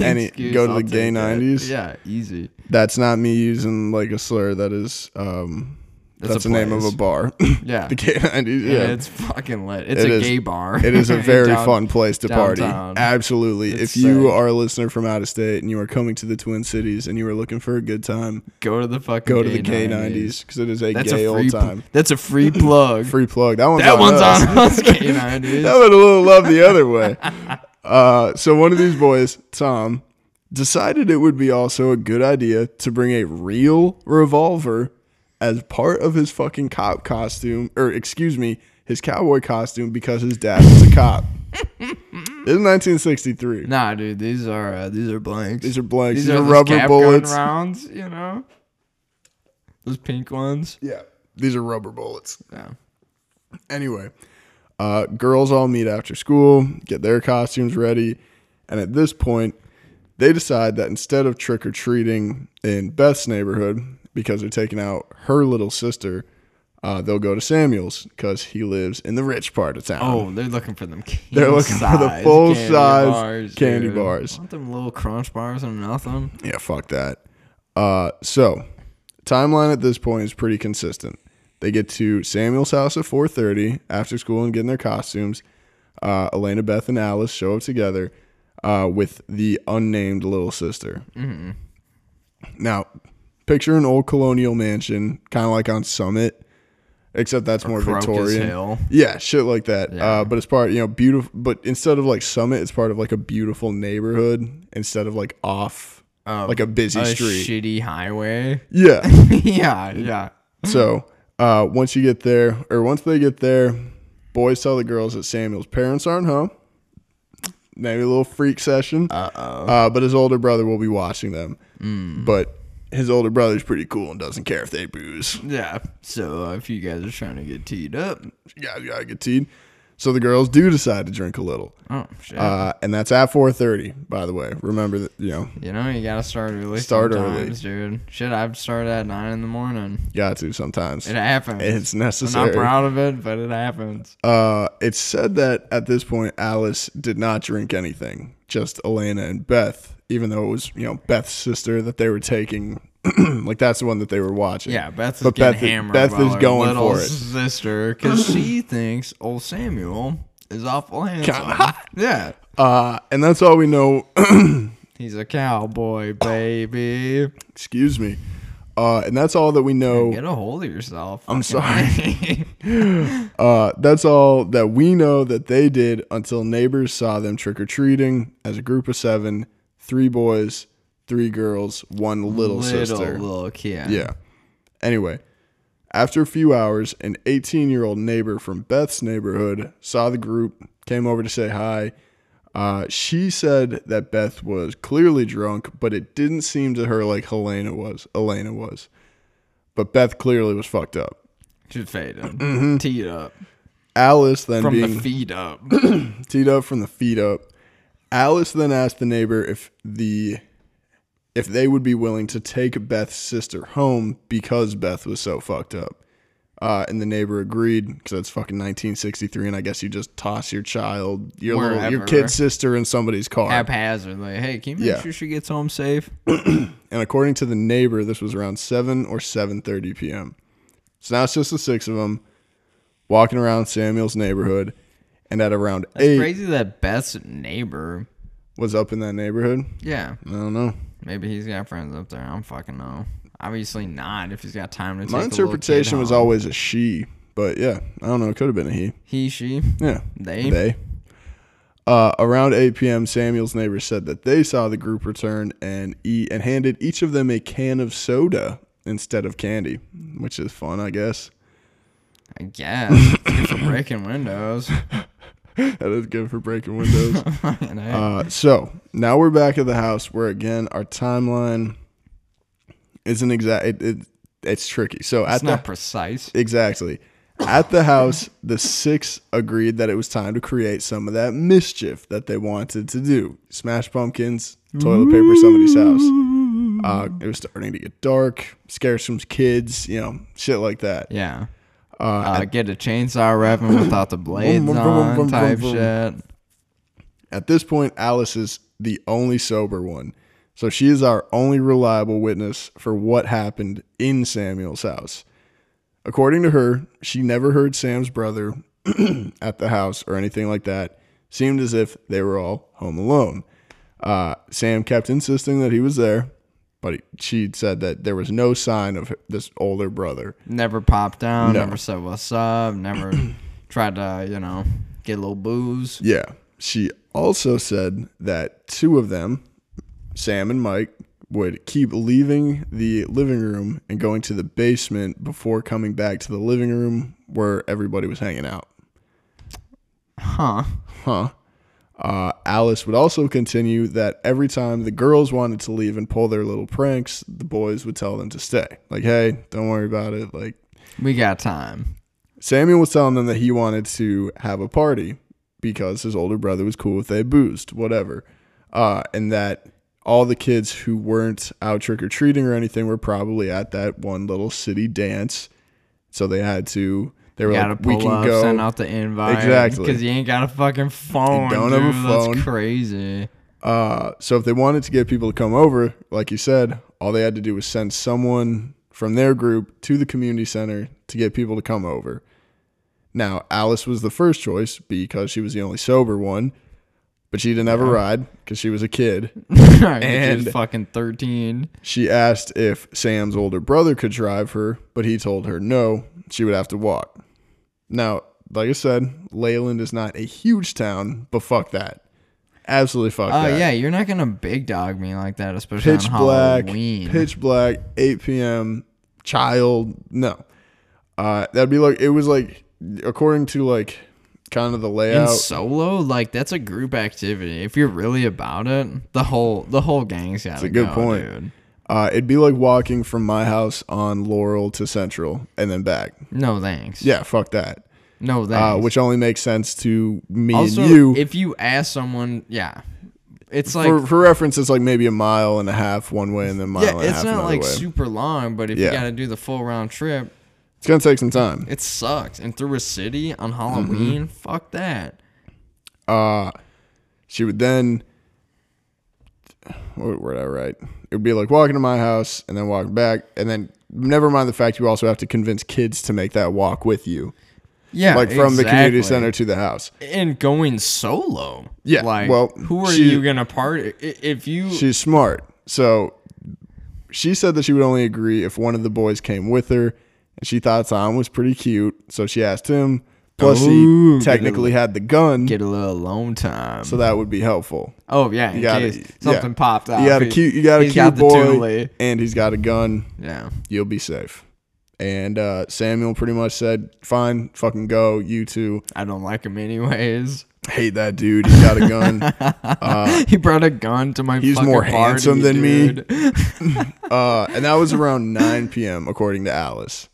Speaker 1: any
Speaker 2: Any
Speaker 1: go to the gay nineties.
Speaker 2: Yeah, easy.
Speaker 1: That's not me using like a slur. That is, um,
Speaker 2: That's
Speaker 1: that's,
Speaker 2: a
Speaker 1: the name of a
Speaker 2: place.
Speaker 1: bar.
Speaker 2: Yeah.
Speaker 1: the gay nineties.
Speaker 2: Yeah,
Speaker 1: Yeah.
Speaker 2: it's fucking lit. It's
Speaker 1: It
Speaker 2: a
Speaker 1: is.
Speaker 2: gay bar.
Speaker 1: it is a
Speaker 2: in
Speaker 1: very
Speaker 2: down-
Speaker 1: fun place to party.
Speaker 2: downtown.
Speaker 1: Absolutely.
Speaker 2: It's
Speaker 1: if you
Speaker 2: sick.
Speaker 1: are a listener from out of state and you are coming to the Twin Cities and you are looking for a good time,
Speaker 2: Go to the fucking.
Speaker 1: go to the
Speaker 2: gay
Speaker 1: K nineties because it is a
Speaker 2: That's
Speaker 1: gay
Speaker 2: a free.
Speaker 1: old
Speaker 2: pl-
Speaker 1: time.
Speaker 2: that's a free plug.
Speaker 1: Free plug. That one's
Speaker 2: that
Speaker 1: on
Speaker 2: one's
Speaker 1: us.
Speaker 2: on us. K
Speaker 1: that
Speaker 2: nineties.
Speaker 1: would a little love the other way. Uh, so one of these boys, Tom, decided it would be also a good idea to bring a real revolver as part of his fucking cop costume, or excuse me, his cowboy costume, because his dad was a cop. This is 1963.
Speaker 2: Nah, dude, these are uh, these are blanks.
Speaker 1: These are blanks. These,
Speaker 2: these
Speaker 1: are,
Speaker 2: those
Speaker 1: rubber
Speaker 2: cap gun
Speaker 1: bullets.
Speaker 2: rounds. You know, those pink ones.
Speaker 1: Yeah, these are rubber bullets.
Speaker 2: Yeah.
Speaker 1: Anyway, uh, girls all meet after school, get their costumes ready, and at this point, they decide that instead of trick or treating in Beth's neighborhood because they're taking out her little sister, uh, they'll go to Samuel's because he lives in the rich part of town.
Speaker 2: Oh, they're looking for them.
Speaker 1: Um, They're looking for the
Speaker 2: king-size
Speaker 1: full
Speaker 2: candy
Speaker 1: size
Speaker 2: bars,
Speaker 1: candy
Speaker 2: dude.
Speaker 1: bars.
Speaker 2: Want them little crunch bars and nothing?
Speaker 1: Yeah, fuck that. Uh, so timeline at this point is pretty consistent. They get to Samuel's house at 4:30 after school and get in their costumes. Uh, Elena, Beth, and Alice show up together uh, with the unnamed little sister.
Speaker 2: Mm-hmm.
Speaker 1: Now, picture an old colonial mansion, kind of like on Summit, except that's more
Speaker 2: Crocus
Speaker 1: Victorian.
Speaker 2: Hill.
Speaker 1: Yeah, shit like that. Uh, but it's part, you know, beautiful. But instead of like Summit, it's part of like a beautiful neighborhood instead of like off,
Speaker 2: Oh,
Speaker 1: like a busy
Speaker 2: A
Speaker 1: street.
Speaker 2: shitty highway.
Speaker 1: yeah.
Speaker 2: yeah, yeah.
Speaker 1: so uh, once you get there, or once they get there, boys tell the girls that Samuel's parents aren't home. Maybe a little freak session. Uh-oh. but his older brother will be watching them.
Speaker 2: Mm.
Speaker 1: But his older brother's pretty cool and doesn't care if they booze.
Speaker 2: Yeah. So uh, if you guys are trying to get teed up,
Speaker 1: Yeah, you gotta get teed. So the girls do decide to drink a little.
Speaker 2: oh shit.
Speaker 1: Uh, and that's at 4:30, by the way. Remember that, you know,
Speaker 2: you know you gotta start early. Start
Speaker 1: Start early.
Speaker 2: sometimes, early, dude. Shit, I've started at nine in the morning.
Speaker 1: got to sometimes.
Speaker 2: It happens.
Speaker 1: It's
Speaker 2: I'm not
Speaker 1: necessary.
Speaker 2: proud of it, but it happens.
Speaker 1: Uh, it's said that at this point, Alice did not drink anything, just Elena and Beth, even though it was, you know, Beth's sister that they were taking. like, that's the one that they were watching.
Speaker 2: Yeah, Beth is
Speaker 1: But
Speaker 2: getting
Speaker 1: Beth-
Speaker 2: hammered.
Speaker 1: Beth
Speaker 2: by
Speaker 1: is
Speaker 2: her
Speaker 1: going
Speaker 2: little
Speaker 1: for it.
Speaker 2: sister because she thinks old Samuel is awful handsome. Yeah,
Speaker 1: Uh, and that's all we know.
Speaker 2: he's a cowboy, baby.
Speaker 1: Excuse me. Uh, and that's all that we know.
Speaker 2: Get a hold of yourself.
Speaker 1: I'm
Speaker 2: sorry.
Speaker 1: Uh, that's all that we know that they did until neighbors saw them trick or treating as a group of seven, three boys, three girls, one little, sister.
Speaker 2: little kid.
Speaker 1: Yeah. Anyway, after a few hours, an 18 year old neighbor from Beth's neighborhood saw the group, came over to say hi. Uh, she said that Beth was clearly drunk, but it didn't seem to her like Helena was. Elena was. But Beth clearly was fucked up.
Speaker 2: She's faded.
Speaker 1: Mm-hmm.
Speaker 2: Teed up.
Speaker 1: Alice then
Speaker 2: From
Speaker 1: being
Speaker 2: the feet up.
Speaker 1: teed up from the feet up. Alice then asked the neighbor if the if they would be willing to take Beth's sister home because Beth was so fucked up. Uh, and the neighbor agreed because that's fucking 1963, and I guess you just toss your child, your little, your
Speaker 2: Wherever.
Speaker 1: kid sister, in somebody's car.
Speaker 2: Haphazardly. Hey, can you make
Speaker 1: Yeah.
Speaker 2: sure she gets home safe?
Speaker 1: And according to the neighbor, this was around 7 or 7:30 p.m. So now it's just the six of them. walking around Samuel's neighborhood, and at around
Speaker 2: That's
Speaker 1: eight
Speaker 2: crazy that Beth's neighbor.
Speaker 1: was up in that neighborhood.
Speaker 2: Yeah,
Speaker 1: I don't know.
Speaker 2: maybe he's got friends up there. I don't fucking know. Obviously not. If he's got time to.
Speaker 1: My
Speaker 2: take the little kid
Speaker 1: interpretation was
Speaker 2: home.
Speaker 1: always a she, but yeah, I don't know. It could have been a he.
Speaker 2: he, she,
Speaker 1: Yeah.
Speaker 2: they.
Speaker 1: They. Uh, around 8 p.m., Samuel's neighbors said that they saw the group return and eat and handed each of them a can of soda instead of candy, which is fun, I guess.
Speaker 2: I guess It's good for breaking windows.
Speaker 1: That is good for breaking windows.
Speaker 2: Fucking A.
Speaker 1: uh, so now we're back at the house where again our timeline isn't exact. It, it, it's tricky. So at
Speaker 2: it's
Speaker 1: the
Speaker 2: not precise.
Speaker 1: Exactly. At the house, the six agreed that it was time to create some of that mischief that they wanted to do. Smash pumpkins, toilet paper somebody's house. Uh, it was starting to get dark, scare some kids, you know, shit like that.
Speaker 2: Yeah. Uh, get a chainsaw revving without the blades
Speaker 1: vroom,
Speaker 2: on
Speaker 1: vroom,
Speaker 2: type
Speaker 1: vroom,
Speaker 2: shit.
Speaker 1: At this point, Alice is the only sober one. So she is our only reliable witness for what happened in Samuel's house. According to her, she never heard Sam's brother at the house or anything like that. Seemed as if they were all home alone. Uh, Sam kept insisting that he was there, but he, she said that there was no sign of this older brother.
Speaker 2: Never popped down.
Speaker 1: No.
Speaker 2: Never said what's up. Never tried to, you know, get a little booze.
Speaker 1: Yeah. She also said that two of them, Sam and Mike, would keep leaving the living room and going to the basement before coming back to the living room where everybody was hanging out.
Speaker 2: Huh.
Speaker 1: Huh. Uh, Alice would also continue that every time the girls wanted to leave and pull their little pranks, the boys would tell them to stay. Like, hey, don't worry about it. Like,
Speaker 2: We got time.
Speaker 1: Samuel was telling them that he wanted to have a party because his older brother was cool if they boozed, whatever. Uh, and that all the kids who weren't out trick or treating or anything were probably at that one little city dance. So they had to, they were
Speaker 2: gotta
Speaker 1: like, we
Speaker 2: pull
Speaker 1: can
Speaker 2: up,
Speaker 1: go.
Speaker 2: send out the invite.
Speaker 1: Exactly.
Speaker 2: Because you ain't got a fucking phone.
Speaker 1: don't have a
Speaker 2: dude.
Speaker 1: phone.
Speaker 2: That's crazy.
Speaker 1: Uh, so if they wanted to get people to come over, like you said, all they had to do was send someone from their group to the community center to get people to come over. Now, Alice was the first choice because she was the only sober one, but she didn't have a ride because she was a kid.
Speaker 2: and
Speaker 1: And-
Speaker 2: fucking 13.
Speaker 1: She asked if Sam's older brother could drive her, but he told her no, she would have to walk. Now, like I said, Leyland is not a huge town, but fuck that. Absolutely fuck
Speaker 2: Oh,
Speaker 1: that.
Speaker 2: yeah. You're not going to big dog me like that, especially
Speaker 1: pitch
Speaker 2: on
Speaker 1: black,
Speaker 2: Halloween.
Speaker 1: pitch black, 8 p.m. Child, no. Uh, that'd be like it was like according to like kind of the
Speaker 2: in
Speaker 1: layout.
Speaker 2: solo like that's a group activity if you're really about it the whole the whole gang's got
Speaker 1: a good point.
Speaker 2: dude.
Speaker 1: Uh, it'd be like walking from my house on Laurel to Central and then back.
Speaker 2: no thanks
Speaker 1: Yeah, fuck that.
Speaker 2: no
Speaker 1: Uh,
Speaker 2: thanks
Speaker 1: which only makes sense to me
Speaker 2: also
Speaker 1: and you.
Speaker 2: if you ask someone yeah it's like
Speaker 1: for, for reference, it's like maybe a mile and a half one way and then a mile
Speaker 2: yeah
Speaker 1: and a half
Speaker 2: it's not
Speaker 1: another
Speaker 2: like
Speaker 1: way.
Speaker 2: super long but if
Speaker 1: Yeah.
Speaker 2: you gotta do the full round trip
Speaker 1: it's gonna take some time.
Speaker 2: it sucks and through a city
Speaker 1: Mm-hmm.
Speaker 2: on halloween fuck that
Speaker 1: she would then what word I write? It would be like walking to my house and then walking back, and then never mind the fact you also have to convince kids to make that walk with you,
Speaker 2: yeah
Speaker 1: like from the community
Speaker 2: exactly.
Speaker 1: center to the house.
Speaker 2: and going solo
Speaker 1: Yeah,
Speaker 2: like
Speaker 1: well,
Speaker 2: who are
Speaker 1: she-
Speaker 2: you gonna party i- if you
Speaker 1: She's smart, so she said that she would only agree if one of the boys came with her, and she thought Tom was pretty cute, so she asked him. Plus,
Speaker 2: Ooh,
Speaker 1: he
Speaker 2: get a-
Speaker 1: technically had the gun,
Speaker 2: get a little alone time
Speaker 1: so that would be helpful.
Speaker 2: Oh yeah, in
Speaker 1: gotta-
Speaker 2: case something
Speaker 1: yeah.
Speaker 2: popped out.
Speaker 1: You got a
Speaker 2: He-
Speaker 1: cute, you got a
Speaker 2: he's
Speaker 1: cute
Speaker 2: got the
Speaker 1: boy,
Speaker 2: Thule.
Speaker 1: and he's got a gun.
Speaker 2: Yeah,
Speaker 1: you'll be safe. And uh, Samuel pretty much said, fine, fucking go, you two.
Speaker 2: I don't like him anyways.
Speaker 1: Hate that dude. He's got a gun.
Speaker 2: he brought a gun to my.
Speaker 1: He's
Speaker 2: fucking
Speaker 1: more
Speaker 2: party,
Speaker 1: handsome than me.
Speaker 2: dude.
Speaker 1: uh, and that was around 9 p.m., according to Alice.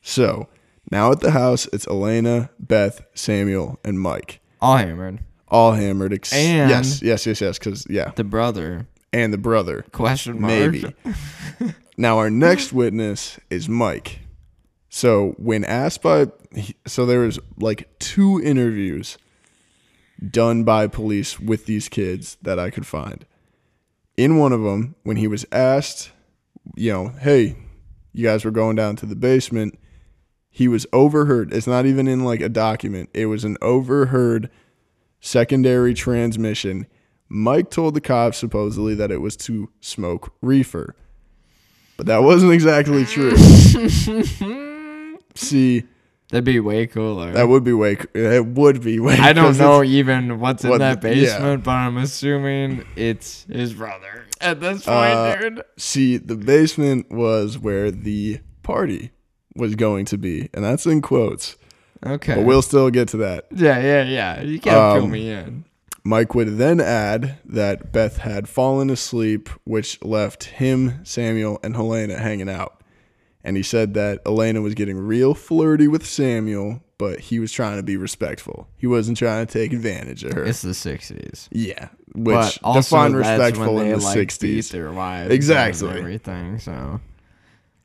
Speaker 1: So now at the house, it's Elena, Beth, Samuel, and Mike.
Speaker 2: All hammered.
Speaker 1: All hammered. Ex-
Speaker 2: And-
Speaker 1: yes, yes, yes, yes. Because, yeah.
Speaker 2: The brother?
Speaker 1: And the brother.
Speaker 2: Question mark.
Speaker 1: Maybe. now our next witness is Mike. So when asked by, he- so there was like two interviews done by police with these kids that I could find. In one of them, when he was asked, you know, hey, you guys were going down to the basement, He was overheard. It's not even in like a document. It was an overheard secondary transmission. Mike told the cops supposedly that it was to smoke reefer. But that wasn't exactly true. See,
Speaker 2: That'd be way cooler.
Speaker 1: that would be way. c- It would be way.
Speaker 2: I don't
Speaker 1: 'cause
Speaker 2: know even what's in
Speaker 1: what
Speaker 2: that
Speaker 1: the- yeah.
Speaker 2: basement, but I'm assuming it's his brother at this point,
Speaker 1: Uh,
Speaker 2: dude.
Speaker 1: See, the basement was where the party was going to be, and that's in quotes.
Speaker 2: Okay.
Speaker 1: But we'll still get to that.
Speaker 2: yeah, yeah, yeah. You can't fill
Speaker 1: Um,
Speaker 2: me in.
Speaker 1: Mike would then add that Beth had fallen asleep, which left him, Samuel, and Helena hanging out. And he said that Elena was getting real flirty with Samuel, but he was trying to be respectful. He wasn't trying to take advantage of her.
Speaker 2: It's the 60s.
Speaker 1: yeah,
Speaker 2: But
Speaker 1: which
Speaker 2: also,
Speaker 1: define
Speaker 2: that's
Speaker 1: respectful
Speaker 2: when
Speaker 1: in
Speaker 2: they,
Speaker 1: the
Speaker 2: like, beat
Speaker 1: 60s.
Speaker 2: their wives and
Speaker 1: Exactly.
Speaker 2: everything, so.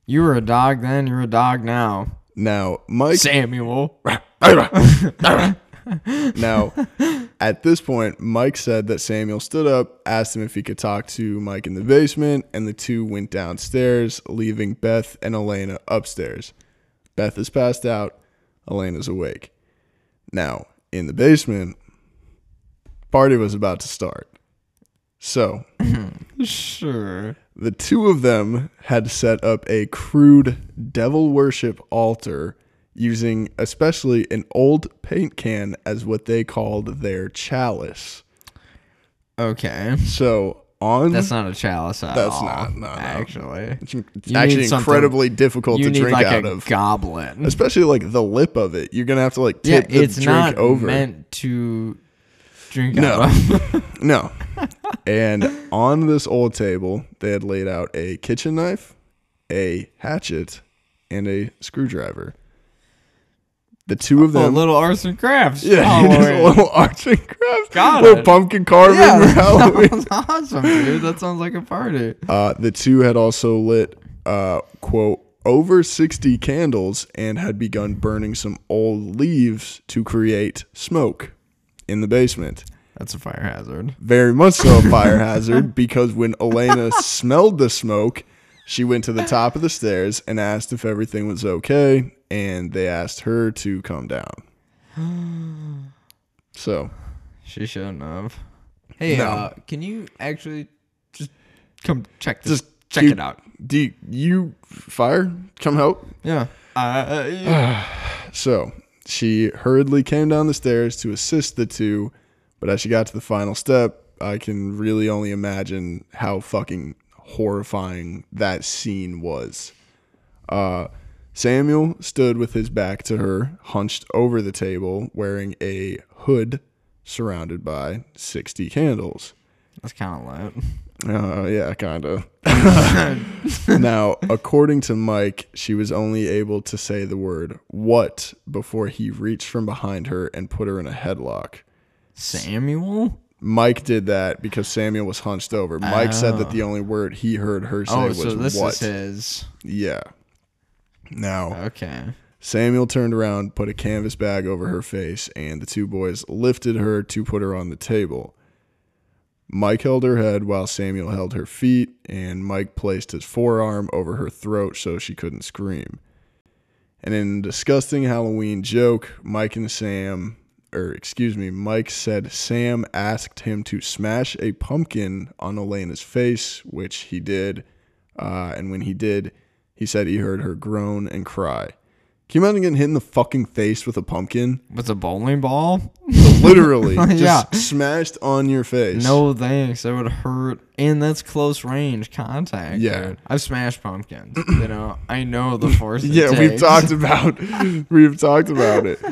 Speaker 2: You were a dog then, you're a dog now.
Speaker 1: Now, Mike
Speaker 2: Samuel.
Speaker 1: Now, at this point, Mike said that Samuel stood up, asked him if he could talk to Mike in the basement, and the two went downstairs, leaving Beth and Elena upstairs. Beth is passed out, Elena's awake. Now, in the basement, party was about to start. So,
Speaker 2: Sure.
Speaker 1: the two of them had set up a crude devil worship altar using especially an old paint can as what they called their chalice.
Speaker 2: Okay.
Speaker 1: So on
Speaker 2: That's not a chalice at
Speaker 1: That's
Speaker 2: all.
Speaker 1: not- no, no.
Speaker 2: Actually.
Speaker 1: it's
Speaker 2: need
Speaker 1: actually
Speaker 2: something-
Speaker 1: incredibly difficult
Speaker 2: You
Speaker 1: to
Speaker 2: need
Speaker 1: drink
Speaker 2: like
Speaker 1: out
Speaker 2: a
Speaker 1: of.
Speaker 2: goblet.
Speaker 1: Especially like the lip of it. You're gonna have to like
Speaker 2: Yeah,
Speaker 1: tip the
Speaker 2: it's
Speaker 1: drink
Speaker 2: not
Speaker 1: over.
Speaker 2: meant to drink
Speaker 1: No.
Speaker 2: out of.
Speaker 1: No. and on this old table, they had laid out a kitchen knife, a hatchet, and a screwdriver. The two of
Speaker 2: Well,
Speaker 1: them.
Speaker 2: little arts and crafts.
Speaker 1: yeah,
Speaker 2: following.
Speaker 1: just a little arts and crafts.
Speaker 2: Oh, Got
Speaker 1: little
Speaker 2: it.
Speaker 1: pumpkin carving
Speaker 2: Yeah,
Speaker 1: for
Speaker 2: that
Speaker 1: Halloween.
Speaker 2: sounds awesome, dude. That sounds like a party.
Speaker 1: Uh, the two had also lit, uh, quote, over 60 candles and had begun burning some old leaves to create smoke in the basement.
Speaker 2: That's a fire hazard.
Speaker 1: very much so a fire hazard because when Elena smelled the smoke, she went to the top of the stairs and asked if everything was okay, and they asked her to come down. So,
Speaker 2: She shouldn't have. Hey,
Speaker 1: No.
Speaker 2: uh, can you actually just come check this?
Speaker 1: Just
Speaker 2: check
Speaker 1: keep-
Speaker 2: it out.
Speaker 1: do you, you fire? Come help.
Speaker 2: Yeah. Uh,
Speaker 1: So she hurriedly came down the stairs to assist the two, but as she got to the final step, I can really only imagine how fucking horrifying that scene was. Uh, Samuel stood with his back to her, hunched over the table, wearing a hood surrounded by 60 candles.
Speaker 2: that's kind of loud.
Speaker 1: Uh, yeah, kind of. now, according to Mike, she was only able to say the word what before he reached from behind her and put her in a headlock.
Speaker 2: Samuel?
Speaker 1: Mike did that because Samuel was hunched over. Mike said that the only word he heard her say
Speaker 2: Oh,
Speaker 1: was
Speaker 2: so this
Speaker 1: what.
Speaker 2: is his.
Speaker 1: Yeah. Now,
Speaker 2: Okay.
Speaker 1: Samuel turned around, put a canvas bag over her face, and the two boys lifted her to put her on the table. Mike held her head while Samuel held her feet, and Mike placed his forearm over her throat so she couldn't scream. And in a disgusting Halloween joke, Mike and Sam, or excuse me, Mike said Sam asked him to smash a pumpkin on Elena's face, which he did. Uh, and when he did, he said he heard her groan and cry. Can you imagine getting hit in the fucking face with a pumpkin?
Speaker 2: With a bowling ball?
Speaker 1: Literally, just
Speaker 2: Yeah.
Speaker 1: smashed on your face.
Speaker 2: No thanks. That would hurt. And that's close range contact.
Speaker 1: Yeah.
Speaker 2: dude. I've smashed pumpkins. you know, I know the force. it
Speaker 1: yeah, we've
Speaker 2: takes.
Speaker 1: talked about we've talked about it.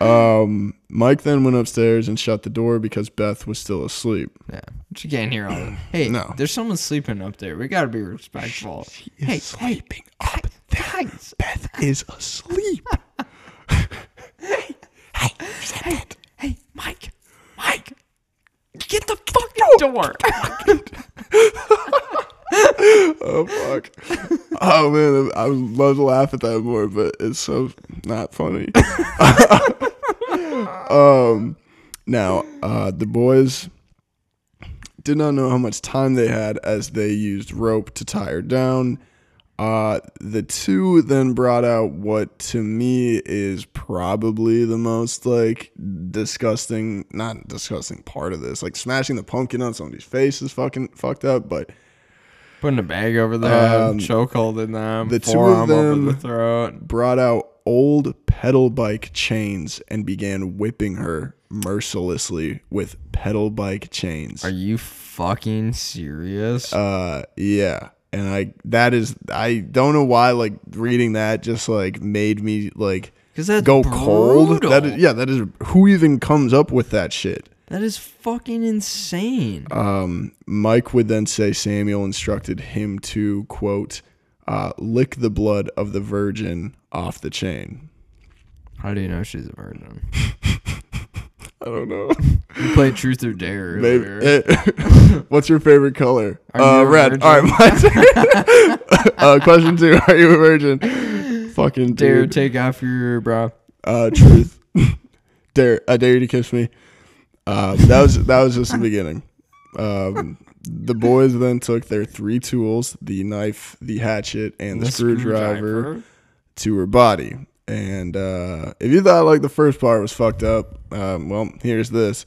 Speaker 1: Um, Mike then went upstairs and shut the door because Beth was still asleep.
Speaker 2: Yeah, but you can't hear all that. Hey,
Speaker 1: No.
Speaker 2: there's someone sleeping up there. We gotta be respectful. hey, sleeping up there. Guys,
Speaker 1: Beth is asleep.
Speaker 2: hey, hey, Mike, Mike, get the fucking door.
Speaker 1: Oh fuck. Oh man, I would love to laugh at that more, but it's so not funny. um, now uh, the boys did not know how much time they had as they used rope to tie her down. Uh, the two then brought out what to me is probably the most like disgusting, not disgusting part of this. Like smashing the pumpkin on somebody's face is fucking fucked up, but
Speaker 2: Putting a bag over them,
Speaker 1: Um,
Speaker 2: chokehold in them,
Speaker 1: the two of
Speaker 2: forearm over
Speaker 1: them-
Speaker 2: the throat.
Speaker 1: brought out old pedal bike chains and began whipping her mercilessly with pedal bike chains.
Speaker 2: Are you fucking serious?
Speaker 1: Uh, yeah. And I that is I don't know why like reading that just like made me like
Speaker 2: Because that's
Speaker 1: go cold.
Speaker 2: brutal.
Speaker 1: That is yeah, that is who even comes up with that shit.
Speaker 2: That is fucking insane.
Speaker 1: Um, Mike would then say Samuel instructed him to quote uh, lick the blood of the virgin off the chain.
Speaker 2: How do you know she's a virgin?
Speaker 1: I don't know.
Speaker 2: You played Truth or Dare.
Speaker 1: Maybe.
Speaker 2: earlier.
Speaker 1: eh, what's your favorite color?
Speaker 2: Are
Speaker 1: uh,
Speaker 2: you a
Speaker 1: red.
Speaker 2: virgin?
Speaker 1: All right, my turn. uh, question two: Are you a virgin? Fucking
Speaker 2: Dare
Speaker 1: dude.
Speaker 2: take off your bra.
Speaker 1: uh, truth. dare I dare you to kiss me. Uh, that was that was just the beginning. Um, the boys then took their three tools, the knife, the hatchet, and the, screwdriver, to her body. And uh, if you thought like the first part was fucked up, um, well, here's this.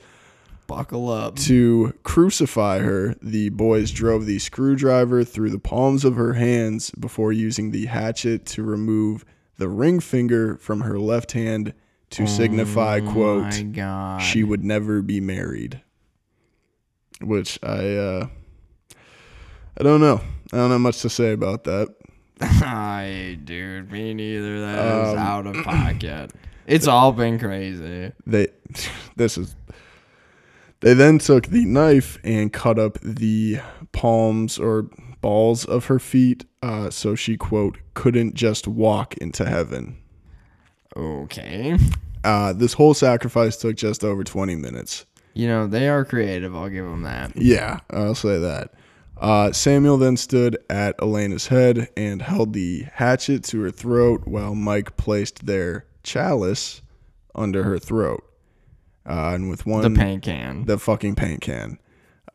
Speaker 2: Buckle up.
Speaker 1: To crucify her, the boys drove the screwdriver through the palms of her hands before using the hatchet to remove the ring finger from her left hand to signify,
Speaker 2: Oh My
Speaker 1: quote,
Speaker 2: God.
Speaker 1: she would never be married. Which I uh I don't know. I don't have much to say about that.
Speaker 2: Ay, dude, me neither. That
Speaker 1: Um,
Speaker 2: is out of pocket. It's all been crazy.
Speaker 1: They this is they then took the knife and cut up the palms or balls of her feet uh, so she quote couldn't just walk into heaven
Speaker 2: Okay.
Speaker 1: uh, this whole sacrifice took just over 20 minutes
Speaker 2: You know, they are creative. I'll give them that.
Speaker 1: Yeah, I'll say that. Uh, Samuel then stood at Elena's head and held the hatchet to her throat while Mike placed their chalice under her throat. Uh, and with
Speaker 2: The
Speaker 1: one,
Speaker 2: paint can.
Speaker 1: the fucking paint can.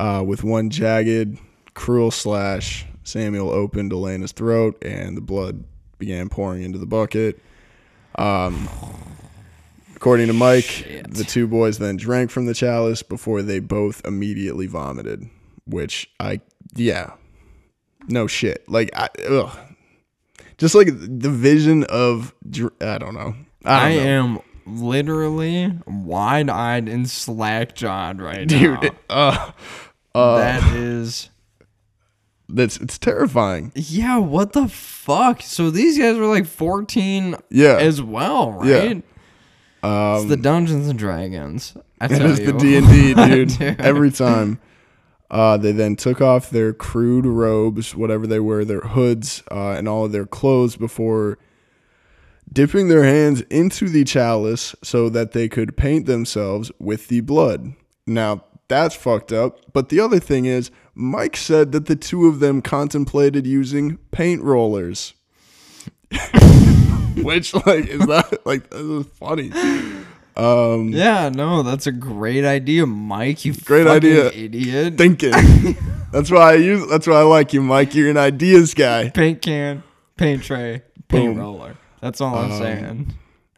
Speaker 1: Uh, with one jagged, cruel slash, Samuel opened Elena's throat and the blood began pouring into the bucket. Um, according to Mike, the two boys then drank from the chalice before they both immediately vomited, which I, yeah, no shit. Like, I, ugh. just like the vision of, dr- I don't know.
Speaker 2: I,
Speaker 1: I don't know.
Speaker 2: am literally wide eyed and slack jawed right now.
Speaker 1: Dude, uh,
Speaker 2: that is.
Speaker 1: that's it's terrifying.
Speaker 2: Yeah, what the fuck? So these guys were like 14
Speaker 1: Yeah.
Speaker 2: as well,
Speaker 1: Yeah.
Speaker 2: right? it's the Dungeons and Dragons. I
Speaker 1: That
Speaker 2: tell
Speaker 1: is the
Speaker 2: you.
Speaker 1: D and D, dude.
Speaker 2: Dude.
Speaker 1: Every time. Uh, they then took off their crude robes, whatever they were, their hoods, uh, and all of their clothes before dipping their hands into the chalice so that they could paint themselves with the blood. Now, that's fucked up. But the other thing is, Mike said that the two of them contemplated using paint rollers. Which, like, is that, like, this is funny.
Speaker 2: Yeah, no, that's a great idea, Mike. You
Speaker 1: Great
Speaker 2: fucking
Speaker 1: idea.
Speaker 2: idiot.
Speaker 1: thinking. that's why I use. That's why I like you, Mike. You're an ideas guy.
Speaker 2: paint can, paint tray, paint
Speaker 1: Boom. Um,
Speaker 2: roller. That's all I'm saying.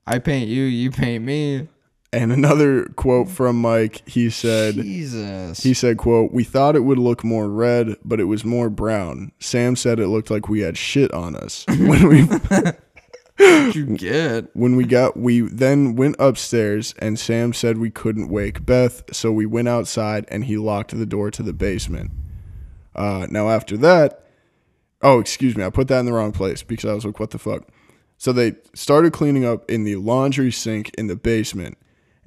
Speaker 2: I paint you, you paint me.
Speaker 1: And another quote from Mike. He said.
Speaker 2: Jesus.
Speaker 1: He said, "quote We thought it would look more red, but it was more brown." Sam said it looked like we had shit on us when we
Speaker 2: what you get?
Speaker 1: when we got. We then went upstairs, and Sam said we couldn't wake Beth, so we went outside, and he locked the door to the basement. Uh, now after that, oh excuse me, I put that in the wrong place because I was like, what the fuck. So they started cleaning up in the laundry sink in the basement,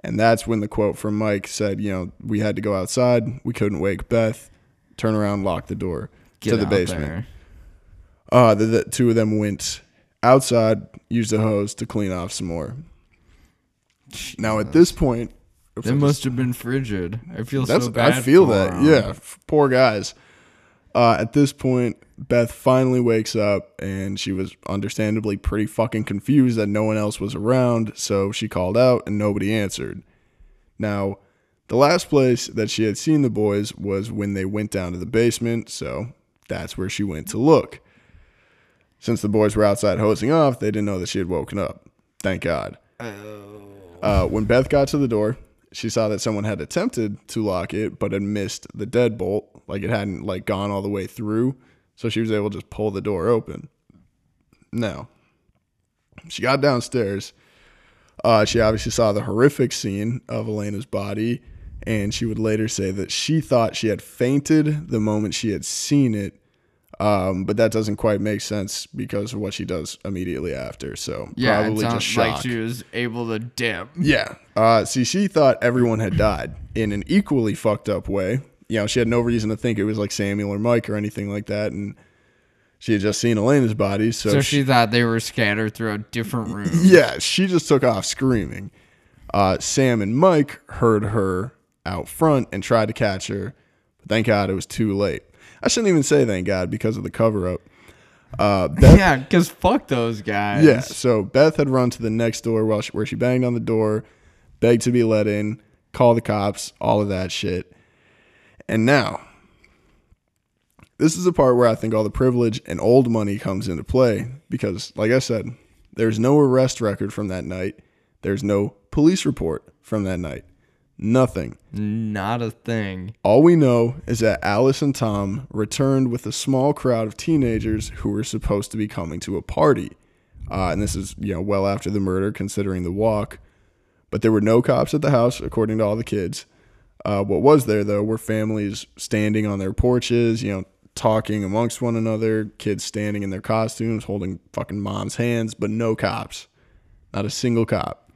Speaker 1: and that's when the quote from Mike said, you know, we had to go outside, we couldn't wake Beth, turn around, lock the door
Speaker 2: Get
Speaker 1: to the
Speaker 2: out
Speaker 1: basement.
Speaker 2: there.
Speaker 1: Uh, the, the two of them went outside, used a hose to clean off some more. Now at this point, oops,
Speaker 2: They
Speaker 1: I just-
Speaker 2: must have been frigid. I feel
Speaker 1: that's
Speaker 2: so bad.
Speaker 1: I feel
Speaker 2: for
Speaker 1: that.
Speaker 2: 'em.
Speaker 1: Yeah, f- poor guys. Uh, at this point, Beth finally wakes up, and she was understandably pretty fucking confused that no one else was around. So she called out, and nobody answered. Now, the last place that she had seen the boys was when they went down to the basement. So that's where she went to look. Since the boys were outside hosing off, they didn't know that she had woken up. Thank God. Uh, when Beth got to the door, she saw that someone had attempted to lock it, but had missed the deadbolt. Like it hadn't like gone all the way through, so she was able to just pull the door open. Now, she got downstairs. Uh, she obviously saw the horrific scene of Elena's body, and she would later say that she thought she had fainted the moment she had seen it. Um, but that doesn't quite make sense because of what she does immediately after. So
Speaker 2: Yeah, it
Speaker 1: probably
Speaker 2: sounds
Speaker 1: just shock.
Speaker 2: like she was able to dip.
Speaker 1: Yeah. Uh, see, she thought everyone had died in an equally fucked up way. You know, she had no reason to think it was like Samuel or Mike or anything like that, and she had just seen Elena's body. So,
Speaker 2: So
Speaker 1: she,
Speaker 2: she thought they were scattered throughout different rooms.
Speaker 1: yeah, she just took off screaming. Uh, Sam and Mike heard her out front and tried to catch her, but thank God it was too late. I shouldn't even say thank God because of the cover up. Uh, Beth
Speaker 2: Yeah, because fuck those guys.
Speaker 1: Yeah. So Beth had run to the next door while she, where she banged on the door, begged to be let in, call the cops, all of that shit. And now, this is the part where I think all the privilege and old money comes into play because, like I said, there's no arrest record from that night. There's no police report from that night. Nothing.
Speaker 2: Not a thing.
Speaker 1: All we know is that Alice and Tom returned with a small crowd of teenagers who were supposed to be coming to a party. Uh, and this is, you know, well after the murder, considering the walk. But there were no cops at the house, according to all the kids. Uh, what was there, though, were families standing on their porches, you know, talking amongst one another, kids standing in their costumes, holding fucking mom's hands, but no cops. Not a single cop.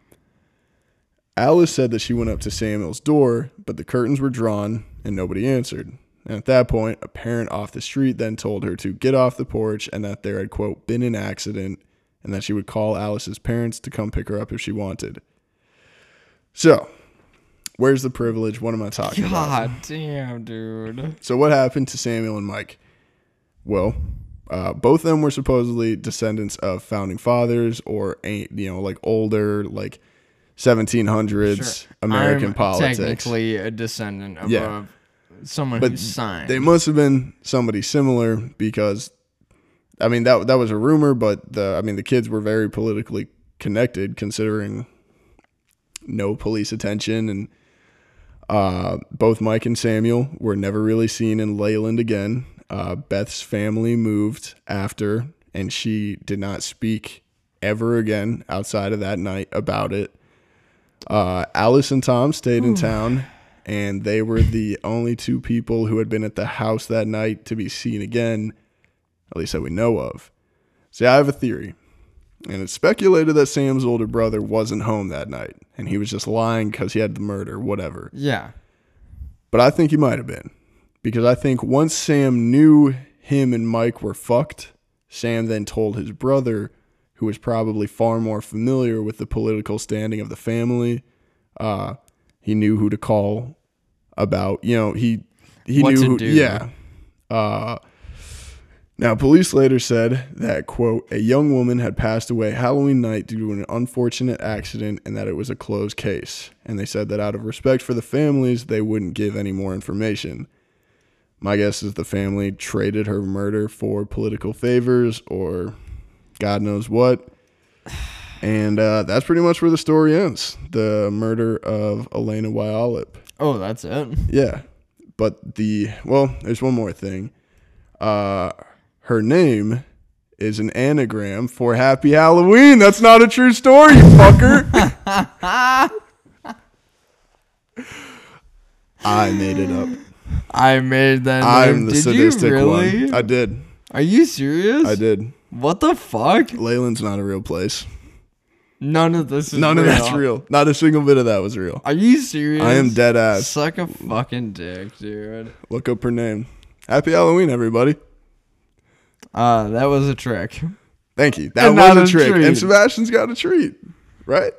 Speaker 1: Alice said that she went up to Samuel's door, but the curtains were drawn and nobody answered. And at that point, a parent off the street then told her to get off the porch and that there had, quote, been an accident and that she would call Alice's parents to come pick her up if she wanted. So, where's the privilege? What am I talking about?
Speaker 2: God damn, dude.
Speaker 1: So what happened to Samuel and Mike? Well, uh, both of them were supposedly descendants of founding fathers or ain't you know like older like 1700s American
Speaker 2: I'm
Speaker 1: politics.
Speaker 2: Technically a descendant of
Speaker 1: Yeah.
Speaker 2: a, someone
Speaker 1: But
Speaker 2: who signed.
Speaker 1: They must have been somebody similar because, I mean that that was a rumor, but the I mean the kids were very politically connected considering no police attention and uh, both Mike and Samuel were never really seen in Leyland again. Uh, Beth's family moved after, and she did not speak ever again outside of that night about it. Uh, Alice and Tom stayed in town, and they were the only two people who had been at the house that night to be seen again, at least that we know of. See, I have a theory, and it's speculated that Sam's older brother wasn't home that night, and he was just lying because he had the murder, whatever.
Speaker 2: yeah.
Speaker 1: But I think he might have been. Because I think once Sam knew him and Mike were fucked, Sam then told his brother, who was probably far more familiar with the political standing of the family. Uh, he knew who to call about, you know, he he
Speaker 2: What
Speaker 1: knew
Speaker 2: to
Speaker 1: who,
Speaker 2: do.
Speaker 1: yeah. Uh, now, police later said that, quote, a young woman had passed away Halloween night due to an unfortunate accident and that it was a closed case. And they said that out of respect for the families, they wouldn't give any more information. My guess is the family traded her murder for political favors or God knows what. And uh, that's pretty much where the story ends the murder of Elena Wyolip.
Speaker 2: Oh, that's it.
Speaker 1: Yeah. But the well, there's one more thing. Uh her name is an anagram for Happy Halloween. That's not a true story, you fucker. I made it up.
Speaker 2: I made that.
Speaker 1: I'm
Speaker 2: move.
Speaker 1: the
Speaker 2: Did
Speaker 1: sadistic
Speaker 2: you really?
Speaker 1: one. I did.
Speaker 2: Are you serious?
Speaker 1: I did.
Speaker 2: What the fuck?
Speaker 1: Leyland's not a real place.
Speaker 2: None of this is
Speaker 1: None
Speaker 2: real.
Speaker 1: of that's real. Not a single bit of that was real.
Speaker 2: Are you serious?
Speaker 1: I am dead ass.
Speaker 2: Suck a fucking dick, dude.
Speaker 1: Look up her name. Happy Halloween, everybody.
Speaker 2: Uh, that was a trick.
Speaker 1: Thank you. That
Speaker 2: And
Speaker 1: was
Speaker 2: not
Speaker 1: a
Speaker 2: a
Speaker 1: trick.
Speaker 2: treat.
Speaker 1: And Sebastian's got a treat, right?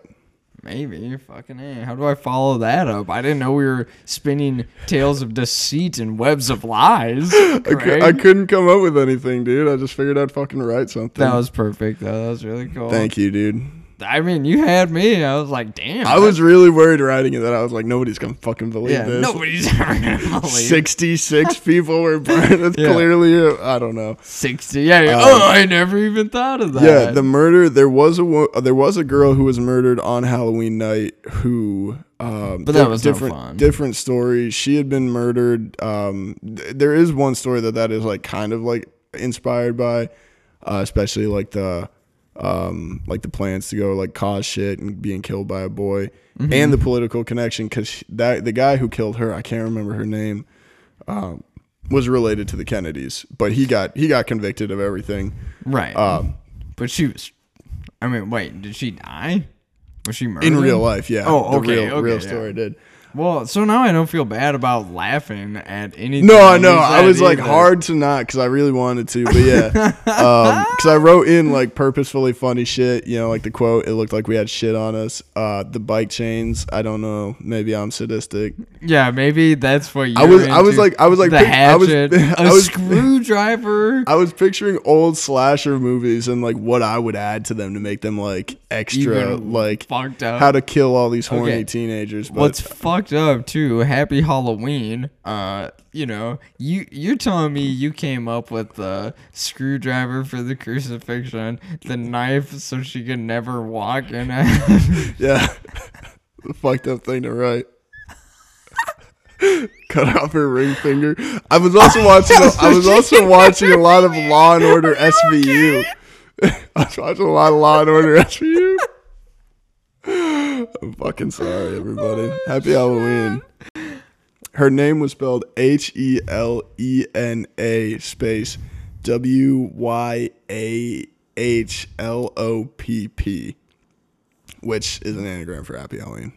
Speaker 2: Maybe fucking a. How do I follow that up? I didn't know we were spinning tales of deceit and webs of lies.
Speaker 1: I, cou-
Speaker 2: Craig.
Speaker 1: I couldn't come up with anything, dude. I just figured I'd fucking write something.
Speaker 2: that was perfect though. That was really cool.
Speaker 1: Thank you, dude.
Speaker 2: I mean, you had me. I was like, damn.
Speaker 1: I was really worried writing it that I was like, nobody's gonna fucking believe
Speaker 2: Yeah,
Speaker 1: this.
Speaker 2: nobody's ever gonna believe Six.
Speaker 1: 66 people were burned. That's
Speaker 2: Yeah.
Speaker 1: clearly it. I don't know.
Speaker 2: sixty. Yeah. you're- oh, I never even thought of that.
Speaker 1: Yeah, the murder. There was a wo- there was a girl who was murdered on Halloween night. Who, um,
Speaker 2: But that
Speaker 1: di-
Speaker 2: was no
Speaker 1: different.
Speaker 2: fun.
Speaker 1: Different story. She had been murdered. Um, th- there is one story that that is like kind of like inspired by, uh, especially like the, um, like the plans to go like cause shit and being killed by a boy,
Speaker 2: Mm-hmm.
Speaker 1: and the political connection because that the guy who killed her, I can't remember her name. Um, was related to the Kennedys, but he got he got convicted of everything.
Speaker 2: right.
Speaker 1: Um,
Speaker 2: but she was. I mean, wait. Did she die? Was she murdered
Speaker 1: in real life. Yeah.
Speaker 2: Oh,
Speaker 1: The
Speaker 2: okay,
Speaker 1: real,
Speaker 2: okay,
Speaker 1: real
Speaker 2: yeah.
Speaker 1: story did.
Speaker 2: Well, so now I don't feel bad about laughing at anything.
Speaker 1: No, I
Speaker 2: you
Speaker 1: know. I
Speaker 2: said
Speaker 1: was like
Speaker 2: either.
Speaker 1: hard to not because I really wanted to, but yeah, because I wrote in like purposefully funny shit. You know, like the quote. It looked like we had shit on us. Uh, the bike chains. I don't know. Maybe I'm sadistic.
Speaker 2: Yeah, maybe that's what you.
Speaker 1: was- I was like- I was like
Speaker 2: the
Speaker 1: pic- I was-
Speaker 2: hatchet,
Speaker 1: I
Speaker 2: a
Speaker 1: was-
Speaker 2: screwdriver.
Speaker 1: I was picturing old slasher movies and like what I would add to them to make them like extra,
Speaker 2: Even
Speaker 1: like
Speaker 2: fucked up.
Speaker 1: how to kill all these horny
Speaker 2: Okay.
Speaker 1: teenagers. But
Speaker 2: What's fucked up too? Happy Halloween. Uh, you know, you you're telling me you came up with the screwdriver for the crucifixion, the knife so she could never walk, and a-
Speaker 1: yeah, the fucked up thing to write. Cut off her ring finger. I was also watching. I was also watching a lot of Law and Order SVU. I was watching a lot of Law and Order SVU. I'm fucking sorry, everybody. Happy Halloween. Her name was spelled H E L E N A space W Y A H L O P P, which is an anagram for Happy Halloween.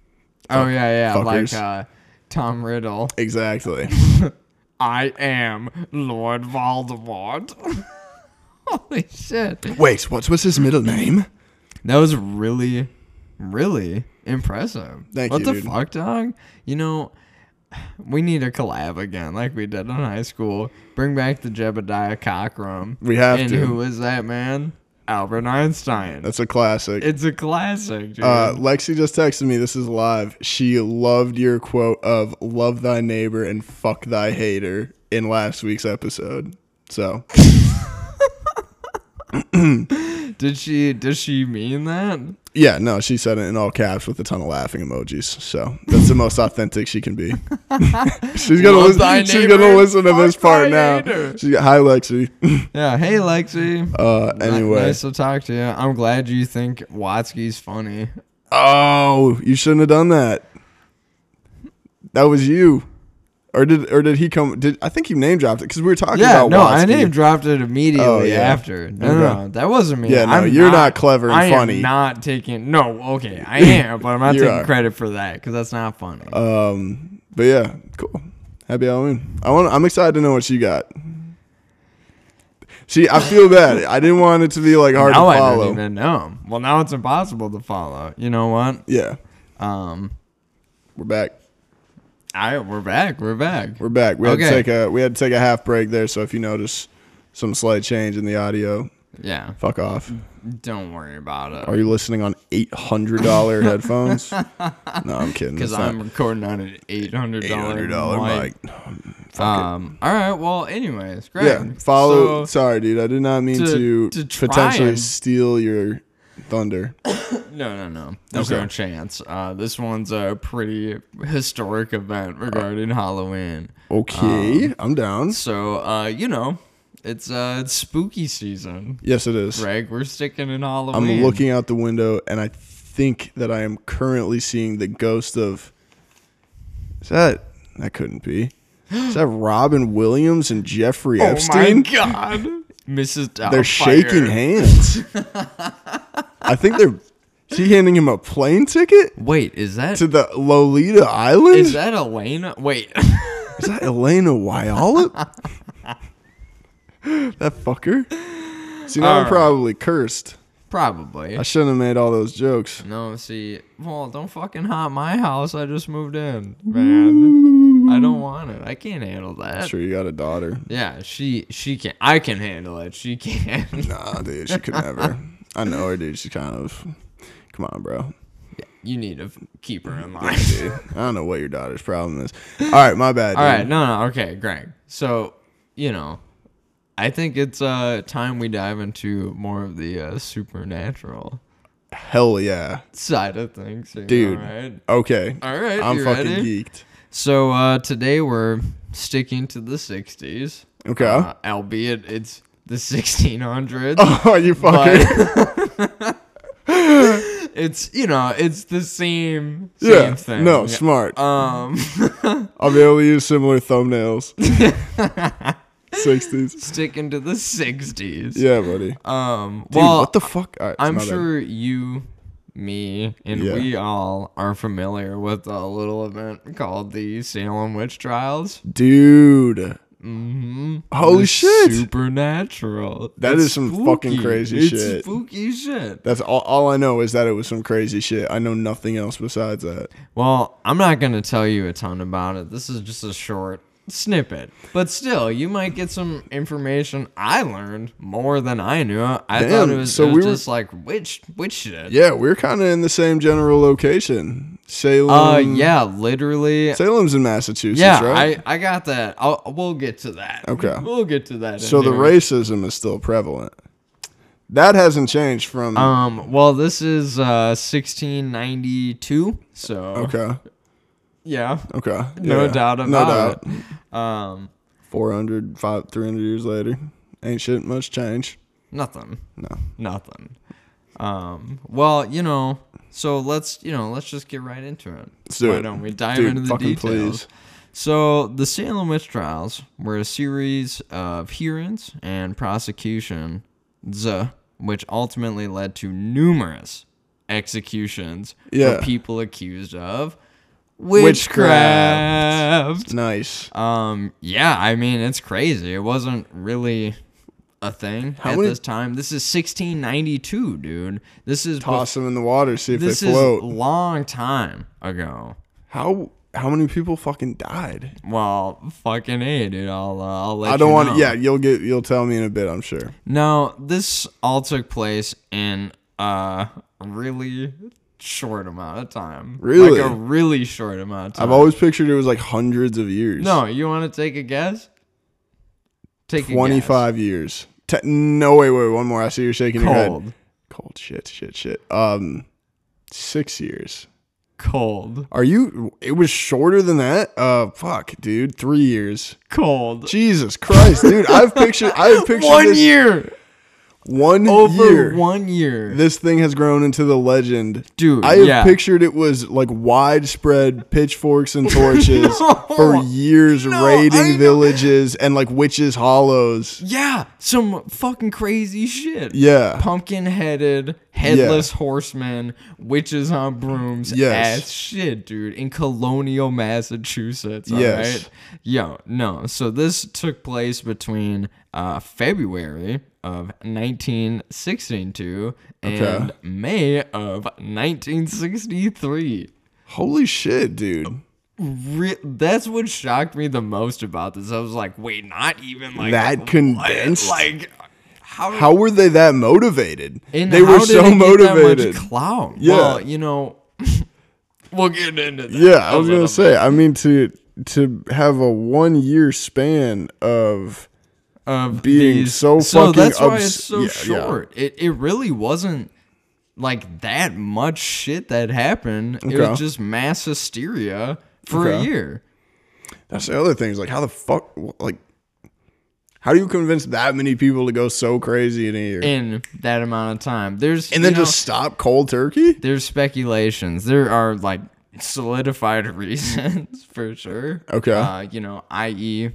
Speaker 2: oh yeah, yeah, like
Speaker 1: Fuckers.
Speaker 2: uh, Tom Riddle.
Speaker 1: Exactly.
Speaker 2: I am Lord Voldemort. Holy shit.
Speaker 1: Wait, what was his middle name?
Speaker 2: That was really, really impressive.
Speaker 1: Thank
Speaker 2: what
Speaker 1: you,
Speaker 2: the
Speaker 1: dude.
Speaker 2: fuck, dog? You know, we need a collab again, like we did in high school. Bring back the Jebediah Cockrum.
Speaker 1: We have
Speaker 2: and
Speaker 1: to.
Speaker 2: who is that man? Albert Einstein.
Speaker 1: That's a classic.
Speaker 2: it's a classic, dude.
Speaker 1: Uh, Lexi just texted me. This is live. She loved your quote of "love thy neighbor and fuck thy hater" in last week's episode. So
Speaker 2: did she? Did she mean that?
Speaker 1: yeah, no, she said it in all caps with a ton of laughing emojis. So that's the most authentic she can be. she's gonna
Speaker 2: Love thy
Speaker 1: listen. She's
Speaker 2: neighbor
Speaker 1: gonna
Speaker 2: and
Speaker 1: listen to
Speaker 2: fuck
Speaker 1: this
Speaker 2: thy
Speaker 1: part now.
Speaker 2: hater.
Speaker 1: She's got, Hi, Lexi.
Speaker 2: Yeah. Hey, Lexi.
Speaker 1: Uh,
Speaker 2: Ni-
Speaker 1: anyway,
Speaker 2: nice to talk to you. I'm glad you think Watsky's funny.
Speaker 1: oh, you shouldn't have done that. That was you. Or did or did he come? Did I think you name dropped it because we were talking
Speaker 2: Yeah,
Speaker 1: about
Speaker 2: no, I
Speaker 1: Watsky.
Speaker 2: name dropped it immediately
Speaker 1: Oh, yeah.
Speaker 2: after. No, no,
Speaker 1: Okay.
Speaker 2: no, that wasn't me.
Speaker 1: Yeah, no,
Speaker 2: I'm
Speaker 1: you're not clever and
Speaker 2: I
Speaker 1: funny.
Speaker 2: Am not taking. No, okay, I am, but I'm not
Speaker 1: You
Speaker 2: taking
Speaker 1: are.
Speaker 2: credit for that because that's not funny.
Speaker 1: Um, but yeah, cool. Happy Halloween. I want. I'm excited to know what you got. See, I feel bad. I didn't want it to be like hard
Speaker 2: now
Speaker 1: to
Speaker 2: I
Speaker 1: follow.
Speaker 2: don't even know. Well, now it's impossible to follow. You know what?
Speaker 1: yeah,
Speaker 2: Um,
Speaker 1: we're back.
Speaker 2: I we're back. We're back.
Speaker 1: We're back. We had to
Speaker 2: Okay.
Speaker 1: take a we had to take a half break there. So if you notice some slight change in the audio,
Speaker 2: yeah,
Speaker 1: fuck off.
Speaker 2: don't worry about it
Speaker 1: Are you listening on eight hundred dollar headphones? No, I'm kidding.
Speaker 2: because I'm recording on an eight hundred
Speaker 1: eight hundred dollar mic.
Speaker 2: Um. All right. Well. Anyways, great.
Speaker 1: Yeah,
Speaker 2: So-
Speaker 1: follow. sorry, dude. I did not mean
Speaker 2: To-
Speaker 1: to,
Speaker 2: to try
Speaker 1: potentially
Speaker 2: and-
Speaker 1: steal your thunder.
Speaker 2: No, no, no. There's
Speaker 1: Okay.
Speaker 2: no chance. Uh, this one's a pretty historic event regarding Halloween.
Speaker 1: Okay,
Speaker 2: Um,
Speaker 1: I'm down.
Speaker 2: So, uh, you know, it's uh, it's spooky season,
Speaker 1: Yes, it is.
Speaker 2: Greg. We're sticking in
Speaker 1: I'm
Speaker 2: Halloween.
Speaker 1: looking out the window, and I think that I am currently seeing the ghost of. Is that that couldn't be? Is that Robin Williams and Jeffrey
Speaker 2: Oh
Speaker 1: Epstein?
Speaker 2: my god, Mrs. Doubtfire.
Speaker 1: They're shaking hands. I think they're. Is he handing him a plane ticket
Speaker 2: Wait, is that
Speaker 1: to the Lolita Island?
Speaker 2: is that Elena? Wait,
Speaker 1: Is that Elena Wyolip? that fucker. See, now I'm
Speaker 2: Alright.
Speaker 1: probably cursed.
Speaker 2: probably.
Speaker 1: I shouldn't have made all those jokes.
Speaker 2: No, see, well, don't fucking haunt my house. I just moved in, man. I don't want it. I can't handle that.
Speaker 1: Mm. Sure, you got a daughter.
Speaker 2: Yeah, she she can. I can handle it. She can.
Speaker 1: Nah, dude, she could never. I know her, dude. She's kind of. Come on, bro.
Speaker 2: You need to f- keep her in mind.
Speaker 1: Dude, I don't know what your daughter's problem is. All right, my bad.
Speaker 2: All
Speaker 1: dude.
Speaker 2: right, no, no, okay, Greg. So, you know, I think it's uh time we dive into more of the uh, supernatural
Speaker 1: Hell yeah.
Speaker 2: side of things, here,
Speaker 1: Dude.
Speaker 2: All right,
Speaker 1: Okay.
Speaker 2: all right
Speaker 1: I'm
Speaker 2: you
Speaker 1: fucking
Speaker 2: ready?
Speaker 1: geeked.
Speaker 2: So uh, today we're sticking to the '60s,
Speaker 1: Okay.
Speaker 2: uh, albeit it's the 1600s.
Speaker 1: oh, you fucking.
Speaker 2: it's you know it's the same same
Speaker 1: yeah.
Speaker 2: thing.
Speaker 1: No,
Speaker 2: Yeah.
Speaker 1: smart.
Speaker 2: Um,
Speaker 1: I'll be able to use similar thumbnails. 60s.
Speaker 2: sticking to the '60s.
Speaker 1: Yeah, buddy.
Speaker 2: Um.
Speaker 1: Dude,
Speaker 2: well,
Speaker 1: what the fuck? All right,
Speaker 2: I'm
Speaker 1: my bad.
Speaker 2: sure you, me, and
Speaker 1: Yeah.
Speaker 2: we all are familiar with a little event called the Salem witch trials.
Speaker 1: Dude.
Speaker 2: Mm-hmm.
Speaker 1: Holy Oh, shit.
Speaker 2: Supernatural.
Speaker 1: That
Speaker 2: That
Speaker 1: is
Speaker 2: is
Speaker 1: some fucking crazy shit.
Speaker 2: It's spooky shit.
Speaker 1: That's all, all I know is that it was some crazy shit. I know nothing else besides that.
Speaker 2: Well, I'm not gonna tell you a ton about it. This is just a short snippet, but still, you might get some information. I learned more than I knew. I thought it
Speaker 1: Damn,
Speaker 2: was,
Speaker 1: so
Speaker 2: it was
Speaker 1: we were-
Speaker 2: just like witch witch shit.
Speaker 1: Yeah, we're kind of in the same general location. Salem.
Speaker 2: Uh, yeah, literally.
Speaker 1: Salem's in Massachusetts,
Speaker 2: Yeah,
Speaker 1: right?
Speaker 2: I, I got that. I'll, we'll get to that.
Speaker 1: Okay.
Speaker 2: We'll get to that. in
Speaker 1: so the
Speaker 2: here.
Speaker 1: racism is still prevalent. That hasn't changed from.
Speaker 2: Um. Well, this is uh 1692. So
Speaker 1: okay.
Speaker 2: yeah,
Speaker 1: Okay.
Speaker 2: no
Speaker 1: yeah,
Speaker 2: doubt about
Speaker 1: no doubt.
Speaker 2: it. Um.
Speaker 1: 400, five- 300 years later. Ain't shit much change.
Speaker 2: Nothing.
Speaker 1: No.
Speaker 2: Nothing. Um. Well, you know. So let's you know let's just get right into it.
Speaker 1: Let's do
Speaker 2: Why
Speaker 1: it.
Speaker 2: don't we dive
Speaker 1: Dude,
Speaker 2: into the
Speaker 1: fucking
Speaker 2: details?
Speaker 1: please.
Speaker 2: So the Salem witch trials were a series of hearings and prosecutions, which ultimately led to numerous executions
Speaker 1: Yeah.
Speaker 2: for people accused of
Speaker 1: Witchcraft.
Speaker 2: witchcraft.
Speaker 1: Nice.
Speaker 2: Um, yeah, I mean it's crazy. It wasn't really a thing at
Speaker 1: many-
Speaker 2: this time. This is 1692, dude. This is bef-
Speaker 1: Toss them in the water, see if they
Speaker 2: this is
Speaker 1: float.
Speaker 2: long time ago.
Speaker 1: how how many people fucking died?
Speaker 2: Well, fucking a, dude. I'll uh, I'll let
Speaker 1: I don't
Speaker 2: you
Speaker 1: want.
Speaker 2: know.
Speaker 1: Yeah, you'll get. You'll tell me in a bit. I'm sure.
Speaker 2: No, this all took place in a really short amount of time.
Speaker 1: Really?
Speaker 2: like a really short amount of time.
Speaker 1: I've always pictured it was like hundreds of years.
Speaker 2: no, you want to take a guess? Take
Speaker 1: twenty five years. Te- no, wait, wait, one more. I see you're shaking
Speaker 2: a guess.
Speaker 1: your head.
Speaker 2: cold,
Speaker 1: Cold shit, shit, shit. Um, six years.
Speaker 2: cold,
Speaker 1: Are you? It was shorter than that. Uh, fuck, dude, three years.
Speaker 2: cold.
Speaker 1: Jesus Christ, dude. I've pictured. I've pictured
Speaker 2: one
Speaker 1: this
Speaker 2: year
Speaker 1: One
Speaker 2: over
Speaker 1: year.
Speaker 2: one year
Speaker 1: This thing has grown into the legend.
Speaker 2: dude
Speaker 1: I have
Speaker 2: yeah
Speaker 1: pictured it was like widespread pitchforks and torches for years
Speaker 2: No, I know.
Speaker 1: raiding villages and like witches' hollows.
Speaker 2: yeah some fucking crazy shit
Speaker 1: Yeah.
Speaker 2: pumpkin headed headless horsemen witches on brooms
Speaker 1: Yes.
Speaker 2: ass shit dude in colonial massachusetts all right.
Speaker 1: Yes.
Speaker 2: yo no so this took place between uh february of 1962 and
Speaker 1: Okay.
Speaker 2: may of 1963
Speaker 1: Holy shit, dude.
Speaker 2: Re- that's what shocked me the most about this. I was like, wait, not even like
Speaker 1: That
Speaker 2: what?
Speaker 1: condensed?
Speaker 2: Like how,
Speaker 1: How were they that motivated?
Speaker 2: and
Speaker 1: they
Speaker 2: how
Speaker 1: were
Speaker 2: did
Speaker 1: so
Speaker 2: it get that much
Speaker 1: motivated.
Speaker 2: clout.
Speaker 1: Yeah.
Speaker 2: Well, you know, we'll get into that.
Speaker 1: yeah, I was
Speaker 2: a
Speaker 1: gonna
Speaker 2: little
Speaker 1: say. I mean, to to have a one year span of
Speaker 2: bit of
Speaker 1: being
Speaker 2: these-
Speaker 1: so fucking
Speaker 2: that's why
Speaker 1: obs-
Speaker 2: it's so
Speaker 1: yeah, yeah.
Speaker 2: short. It it really wasn't like that much shit that happened. It
Speaker 1: Okay.
Speaker 2: was just mass hysteria for a
Speaker 1: Okay.
Speaker 2: year.
Speaker 1: that's the other thing. Is like, how the fuck, like, how do you convince that many people to go so crazy in a year? And,
Speaker 2: In that amount of time, there's you
Speaker 1: then
Speaker 2: know,
Speaker 1: just stop cold turkey?
Speaker 2: there's speculations. There are like solidified reasons for sure.
Speaker 1: Okay.
Speaker 2: Uh, you know, i.e.,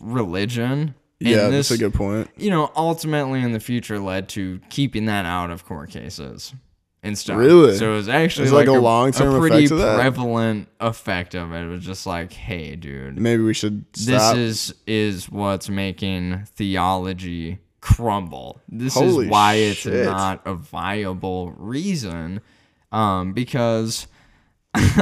Speaker 2: religion. And
Speaker 1: yeah,
Speaker 2: this,
Speaker 1: that's a good point.
Speaker 2: You know, ultimately in the future led to keeping that out of court cases and stuff.
Speaker 1: Really?
Speaker 2: So it was actually
Speaker 1: There's, like,
Speaker 2: like,
Speaker 1: a long-term
Speaker 2: a pretty
Speaker 1: effect to that?
Speaker 2: prevalent effect of it. It was just like, hey, dude,
Speaker 1: Maybe we should stop.
Speaker 2: this is is what's making theology crumble. This
Speaker 1: Holy
Speaker 2: is why it's
Speaker 1: shit.
Speaker 2: not a viable reason, um, because.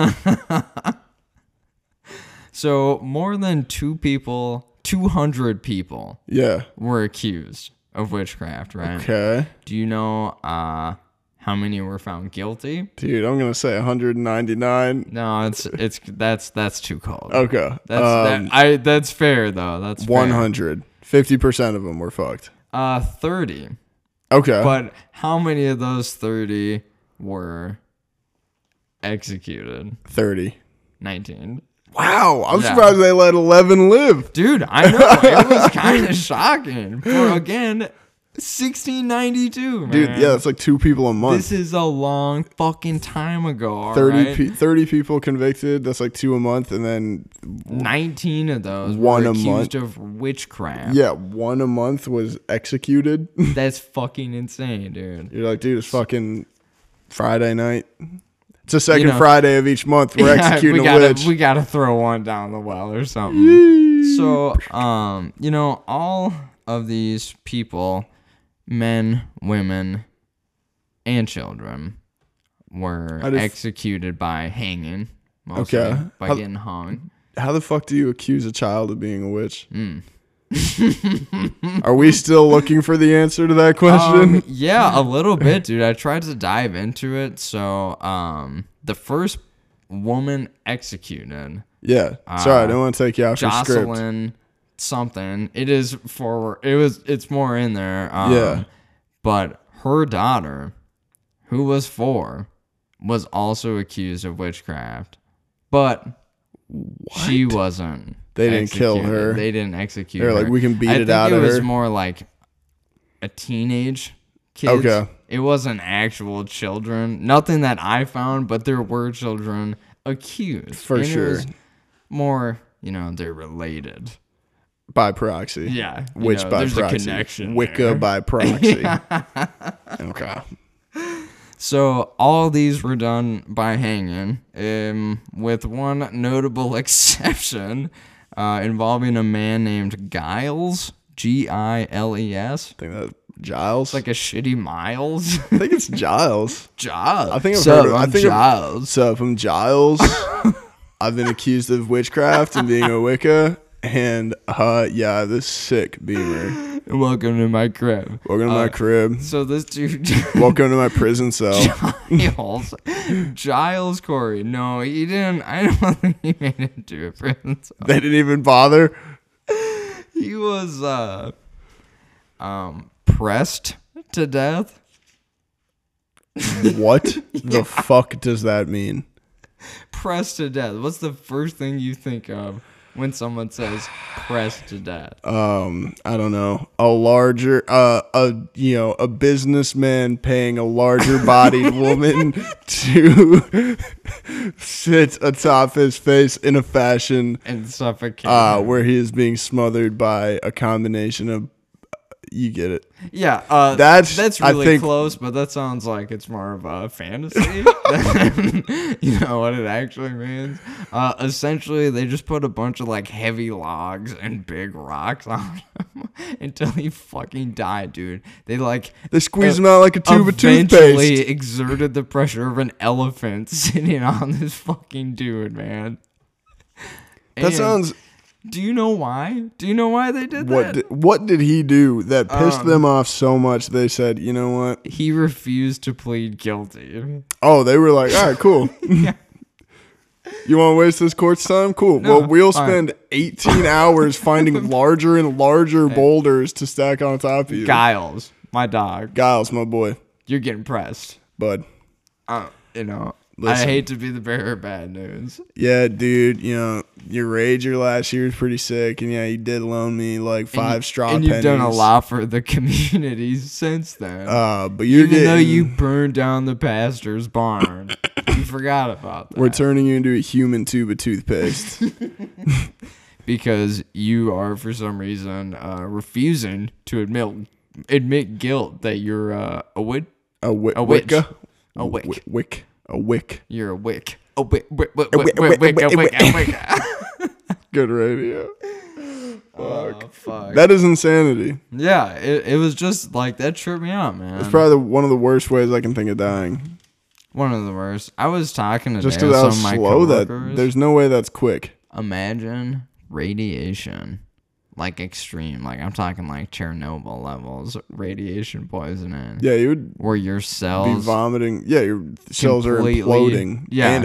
Speaker 2: so more than two people, two hundred people
Speaker 1: yeah.
Speaker 2: were accused of witchcraft, right?
Speaker 1: Okay.
Speaker 2: Do you know uh, how many were found guilty?
Speaker 1: Dude, I'm going to say 199.
Speaker 2: No, it's it's that's that's too cold.
Speaker 1: Okay.
Speaker 2: That's
Speaker 1: um,
Speaker 2: that, I that's fair though. That's fair.
Speaker 1: 100. 50% of them were fucked.
Speaker 2: Uh, thirty.
Speaker 1: Okay.
Speaker 2: But how many of those thirty were executed?
Speaker 1: 30.
Speaker 2: Nineteen.
Speaker 1: Wow. I'm
Speaker 2: Yeah.
Speaker 1: surprised they let 11 live.
Speaker 2: Dude, I know it was kind of shocking. For again, 1692, man.
Speaker 1: Dude, yeah, it's like two people a month.
Speaker 2: This is a long fucking time ago. all
Speaker 1: 30,
Speaker 2: right?
Speaker 1: pe- 30 people convicted. That's like two a month. And then,
Speaker 2: 19 of those
Speaker 1: One
Speaker 2: were
Speaker 1: a
Speaker 2: accused of witchcraft.
Speaker 1: yeah, one a month was executed.
Speaker 2: That's fucking insane, dude.
Speaker 1: You're like, dude, it's fucking Friday night. It's the second
Speaker 2: know-
Speaker 1: Friday of each month. We're
Speaker 2: Yeah,
Speaker 1: executing
Speaker 2: we
Speaker 1: a
Speaker 2: gotta,
Speaker 1: witch.
Speaker 2: We gotta throw one down the well or something. so, um, you know, all of these people, men, women, and children, were
Speaker 1: How did-
Speaker 2: executed by hanging. Mostly,
Speaker 1: Okay.
Speaker 2: By
Speaker 1: How-
Speaker 2: getting hung.
Speaker 1: How the fuck do you accuse a child of being a witch?
Speaker 2: Hmm.
Speaker 1: Are we still looking for the answer to that question?
Speaker 2: Um, yeah, a little bit, dude. I tried to dive into it. So, um, the first woman executed
Speaker 1: yeah. Sorry, I don't want to take you off your script.
Speaker 2: uh, Jocelyn something. It is for it was it's more in there. Um,
Speaker 1: Yeah.
Speaker 2: But her daughter, who was four, was also accused of witchcraft, but she wasn't.
Speaker 1: They didn't kill
Speaker 2: executed.
Speaker 1: her.
Speaker 2: They didn't execute.
Speaker 1: They're like,
Speaker 2: her.
Speaker 1: "We can beat
Speaker 2: I
Speaker 1: it
Speaker 2: think
Speaker 1: out
Speaker 2: It
Speaker 1: of
Speaker 2: was
Speaker 1: her."
Speaker 2: more like a teenage. Kids.
Speaker 1: Okay.
Speaker 2: It wasn't actual children. Nothing that I found, but there were children accused.
Speaker 1: For
Speaker 2: And it
Speaker 1: sure.
Speaker 2: was more, you know, they're related.
Speaker 1: By proxy.
Speaker 2: Yeah. you
Speaker 1: Witch
Speaker 2: know,
Speaker 1: by
Speaker 2: there's
Speaker 1: proxy.
Speaker 2: a connection.
Speaker 1: Wicca
Speaker 2: there.
Speaker 1: by proxy. okay.
Speaker 2: So all these were done by hanging, um, with one notable exception uh, involving a man named Giles. G I L E S.
Speaker 1: I think that Giles.
Speaker 2: Like a shitty Miles.
Speaker 1: I think it's Giles.
Speaker 2: Giles.
Speaker 1: I think I've
Speaker 2: so,
Speaker 1: heard of- I
Speaker 2: I'm
Speaker 1: think I've-
Speaker 2: Giles.
Speaker 1: What's up? I'm Giles. I've been accused of witchcraft and being a Wicca. And uh, yeah, this sick Beamer.
Speaker 2: Welcome to my crib.
Speaker 1: Welcome to my crib.
Speaker 2: So this dude.
Speaker 1: Welcome to my prison cell.
Speaker 2: Giles. Giles Corey. No, he didn't. I don't think he made it to a prison cell.
Speaker 1: They didn't even bother.
Speaker 2: he was uh um pressed to death
Speaker 1: What the fuck does that mean?
Speaker 2: pressed to death what's the first thing you think of when someone says pressed to death
Speaker 1: Um, I don't know. A larger, uh, a you know, a businessman paying a larger-bodied woman to sit atop his face in a fashion
Speaker 2: and suffocate
Speaker 1: uh, where he is being smothered by a combination of. uh, You get it.
Speaker 2: yeah uh
Speaker 1: that's-
Speaker 2: that's
Speaker 1: I
Speaker 2: really
Speaker 1: think-
Speaker 2: close but that sounds like it's more of a fantasy than you know what it actually means uh essentially they just put a bunch of like heavy logs and big rocks on him until he fucking died dude they like
Speaker 1: They squeeze him out like a tube of
Speaker 2: eventually
Speaker 1: toothpaste.
Speaker 2: exerted the pressure of an elephant sitting on this fucking dude, man.
Speaker 1: That
Speaker 2: And
Speaker 1: sounds.
Speaker 2: Do you know why? Do you know why they did
Speaker 1: What
Speaker 2: that?
Speaker 1: did, what did he do that pissed
Speaker 2: Um,
Speaker 1: them off so much? They said, you know what?
Speaker 2: he refused to plead guilty.
Speaker 1: Oh, they were like, all right, cool. You want to waste this court's time? Cool.
Speaker 2: No,
Speaker 1: well, we'll
Speaker 2: fine.
Speaker 1: spend 18 hours finding larger and larger boulders to stack on top of you.
Speaker 2: Giles, my dog,
Speaker 1: Giles, my boy,
Speaker 2: you're getting pressed.
Speaker 1: bud.
Speaker 2: Uh, you know,
Speaker 1: Listen.
Speaker 2: I hate to be the bearer of bad news.
Speaker 1: Yeah, dude, you know, your Rager last year was pretty sick. And yeah, you did loan me like
Speaker 2: And you-
Speaker 1: five straw
Speaker 2: and you've
Speaker 1: pennies.
Speaker 2: done a lot for the community since then.
Speaker 1: Uh, but you're
Speaker 2: Even
Speaker 1: getting,
Speaker 2: though you burned down the pastor's barn, you forgot about that.
Speaker 1: we're turning you into a human tube of toothpaste.
Speaker 2: because you are for some reason uh, refusing to admit admit guilt that you're uh, a wit
Speaker 1: a, wi-
Speaker 2: a witch
Speaker 1: Wicca?
Speaker 2: a wick
Speaker 1: Wi- wick. A wick.
Speaker 2: you're a wick a wick wick wick
Speaker 1: wi-
Speaker 2: wick wick
Speaker 1: wi-
Speaker 2: wick a
Speaker 1: wi-
Speaker 2: wick a wick
Speaker 1: Good radio.
Speaker 2: Oh, fuck
Speaker 1: That is insanity.
Speaker 2: yeah it, it was just like that tripped me out man
Speaker 1: It's probably the, one of the worst ways I can think of dying.
Speaker 2: one of the worst I was talking to
Speaker 1: Just
Speaker 2: some
Speaker 1: because how
Speaker 2: of my
Speaker 1: slow that.
Speaker 2: coworkers.
Speaker 1: There's no way that's quick.
Speaker 2: imagine radiation like extreme. Like I'm talking like Chernobyl levels radiation poisoning.
Speaker 1: Yeah, you would
Speaker 2: Where your
Speaker 1: be
Speaker 2: cells
Speaker 1: vomiting. Yeah, your cells are
Speaker 2: Completely-
Speaker 1: imploding
Speaker 2: yeah.
Speaker 1: and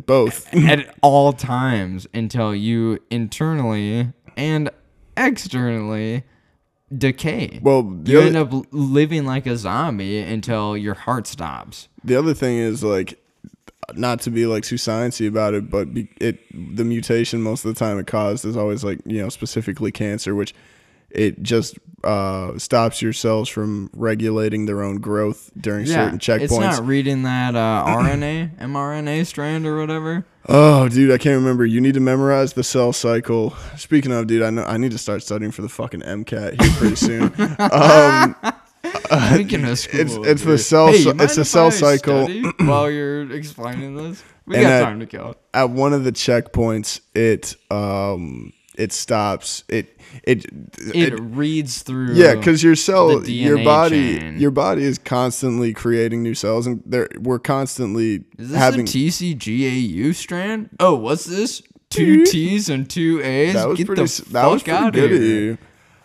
Speaker 1: both.
Speaker 2: at all times until you internally and externally decay.
Speaker 1: Well, the
Speaker 2: you
Speaker 1: other-
Speaker 2: end up l- living like a zombie until your heart stops.
Speaker 1: The other thing is like not to be like too sciencey about it, but be, it the mutation most of the time it caused is always like you know specifically cancer, which it just uh, stops your cells from regulating their own growth during certain
Speaker 2: It's
Speaker 1: checkpoints.
Speaker 2: not reading that uh, RNA, mRNA strand or whatever.
Speaker 1: oh, dude, I can't remember. You need to memorize the cell cycle. Speaking of, dude, I know I need to start studying for the fucking MCAT here pretty soon.
Speaker 2: Speaking of school,
Speaker 1: it's- it's the
Speaker 2: dude.
Speaker 1: cell
Speaker 2: Hey,
Speaker 1: cy-
Speaker 2: you
Speaker 1: it's
Speaker 2: mind
Speaker 1: the
Speaker 2: if
Speaker 1: cell
Speaker 2: I
Speaker 1: cycle.
Speaker 2: study While you're explaining this, we
Speaker 1: And
Speaker 2: got
Speaker 1: that-
Speaker 2: time to kill.
Speaker 1: at one of the checkpoints, it um it stops. it
Speaker 2: It, reads through. uh,
Speaker 1: Yeah, because your cell,
Speaker 2: the
Speaker 1: your
Speaker 2: DNA
Speaker 1: body,
Speaker 2: chain.
Speaker 1: your body is constantly creating new cells, and there we're constantly
Speaker 2: Is this
Speaker 1: having.
Speaker 2: a TCGAU strand? Oh, what's this? Two T's and two A's.
Speaker 1: that was
Speaker 2: Get
Speaker 1: pretty.
Speaker 2: the
Speaker 1: s-
Speaker 2: fuck
Speaker 1: That was pretty
Speaker 2: out
Speaker 1: good
Speaker 2: of
Speaker 1: of
Speaker 2: here.
Speaker 1: you.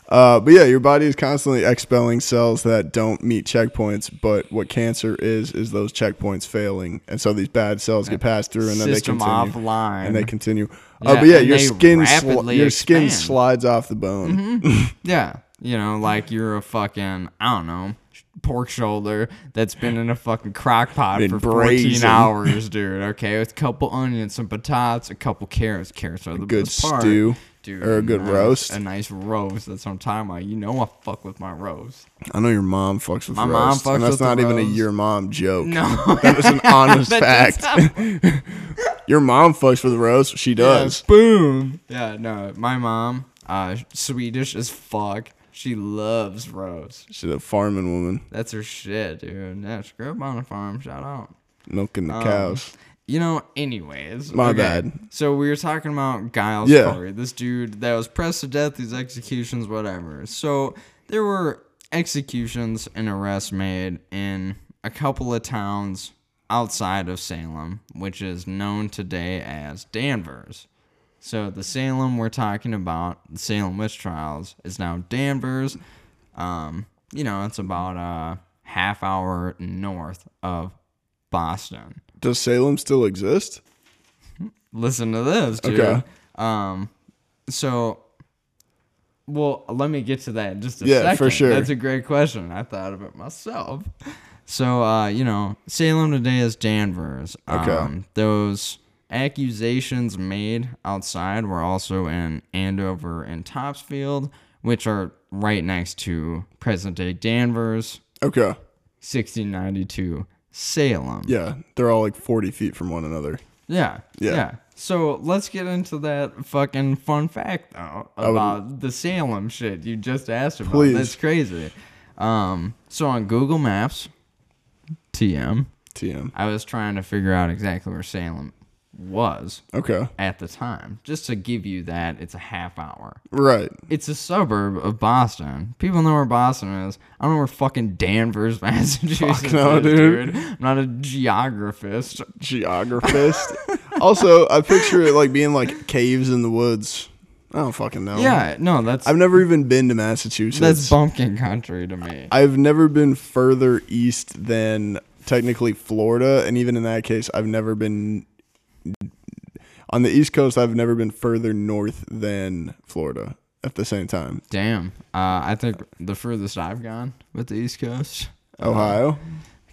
Speaker 1: Uh, but yeah, your body is constantly expelling cells that don't meet checkpoints. But what cancer is is those checkpoints failing, and so these bad cells get passed through, and then they
Speaker 2: System
Speaker 1: continue.
Speaker 2: offline.
Speaker 1: And they continue. Uh,
Speaker 2: Yeah,
Speaker 1: but yeah,
Speaker 2: and
Speaker 1: your
Speaker 2: they
Speaker 1: skin, sli-
Speaker 2: rapidly
Speaker 1: your skin
Speaker 2: expand. Mm-hmm.
Speaker 1: slides off the bone.
Speaker 2: yeah, you know, like you're a fucking I don't know pork shoulder that's been in a fucking crock pot
Speaker 1: Been
Speaker 2: for
Speaker 1: braising.
Speaker 2: 14 hours, dude. Okay, with a couple onions, some potatoes, a couple carrots. Carrots are the
Speaker 1: good
Speaker 2: best part.
Speaker 1: stew
Speaker 2: Dude,
Speaker 1: or a good
Speaker 2: nice-
Speaker 1: roast.
Speaker 2: A nice roast. That's what I'm talking about. You know I fuck with my roast.
Speaker 1: I know your mom fucks with
Speaker 2: My
Speaker 1: roast,
Speaker 2: mom fucks
Speaker 1: and that's
Speaker 2: with the
Speaker 1: not even a
Speaker 2: roast.
Speaker 1: your mom joke.
Speaker 2: No.
Speaker 1: that was an honest
Speaker 2: That's
Speaker 1: fact. your mom fucks with roast. She does.
Speaker 2: Yeah, boom. Yeah, no, my mom, uh, Swedish as fuck. She loves roast.
Speaker 1: She's a farming woman,
Speaker 2: That's her shit, dude. That's grew up on a farm. Shout out.
Speaker 1: milking
Speaker 2: Um,
Speaker 1: the cows.
Speaker 2: You know, anyways.
Speaker 1: My bad.
Speaker 2: So we were talking about Giles
Speaker 1: Yeah.
Speaker 2: Corey, this dude that was pressed to death, these executions, whatever. So there were executions and arrests made in a couple of towns outside of Salem, which is known today as Danvers. So the Salem we're talking about, the Salem witch trials, is now Danvers. Um, you know, it's about a half hour north of Boston
Speaker 1: Does Salem still exist?
Speaker 2: listen to this, dude.
Speaker 1: Okay.
Speaker 2: Um, so, well, let me get to that in just a
Speaker 1: Yeah,
Speaker 2: second.
Speaker 1: for sure.
Speaker 2: That's a great question. I thought of it myself. So, uh, you know, Salem today is Danvers.
Speaker 1: Okay.
Speaker 2: Um, those accusations made outside were also in Andover and Topsfield, which are right next to present day Danvers,
Speaker 1: Okay.
Speaker 2: 1692 Salem.
Speaker 1: Yeah, they're all like forty feet from one another.
Speaker 2: Yeah.
Speaker 1: Yeah.
Speaker 2: Yeah. So let's get into that fucking fun fact though about the Salem shit you just asked about.
Speaker 1: Please.
Speaker 2: That's crazy. Um so on Google Maps TM,
Speaker 1: Tm.
Speaker 2: I was trying to figure out exactly where Salem was
Speaker 1: Okay.
Speaker 2: at the time. Just to give you that it's a half hour.
Speaker 1: Right.
Speaker 2: It's a suburb of Boston. People know where Boston is. I don't know where fucking Danvers, Massachusetts
Speaker 1: no,
Speaker 2: is,
Speaker 1: dude.
Speaker 2: dude. I'm not a geographist.
Speaker 1: Geographist. also, I picture it like being like caves in the woods. I don't fucking know.
Speaker 2: Yeah, no, that's
Speaker 1: I've never even been to Massachusetts.
Speaker 2: That's bumpkin country to me.
Speaker 1: I've never been further east than technically Florida, and even in that case, I've never been on the East Coast. I've never been further north than Florida at the same time.
Speaker 2: Damn. Uh, I think the furthest I've gone with the East Coast,
Speaker 1: Ohio,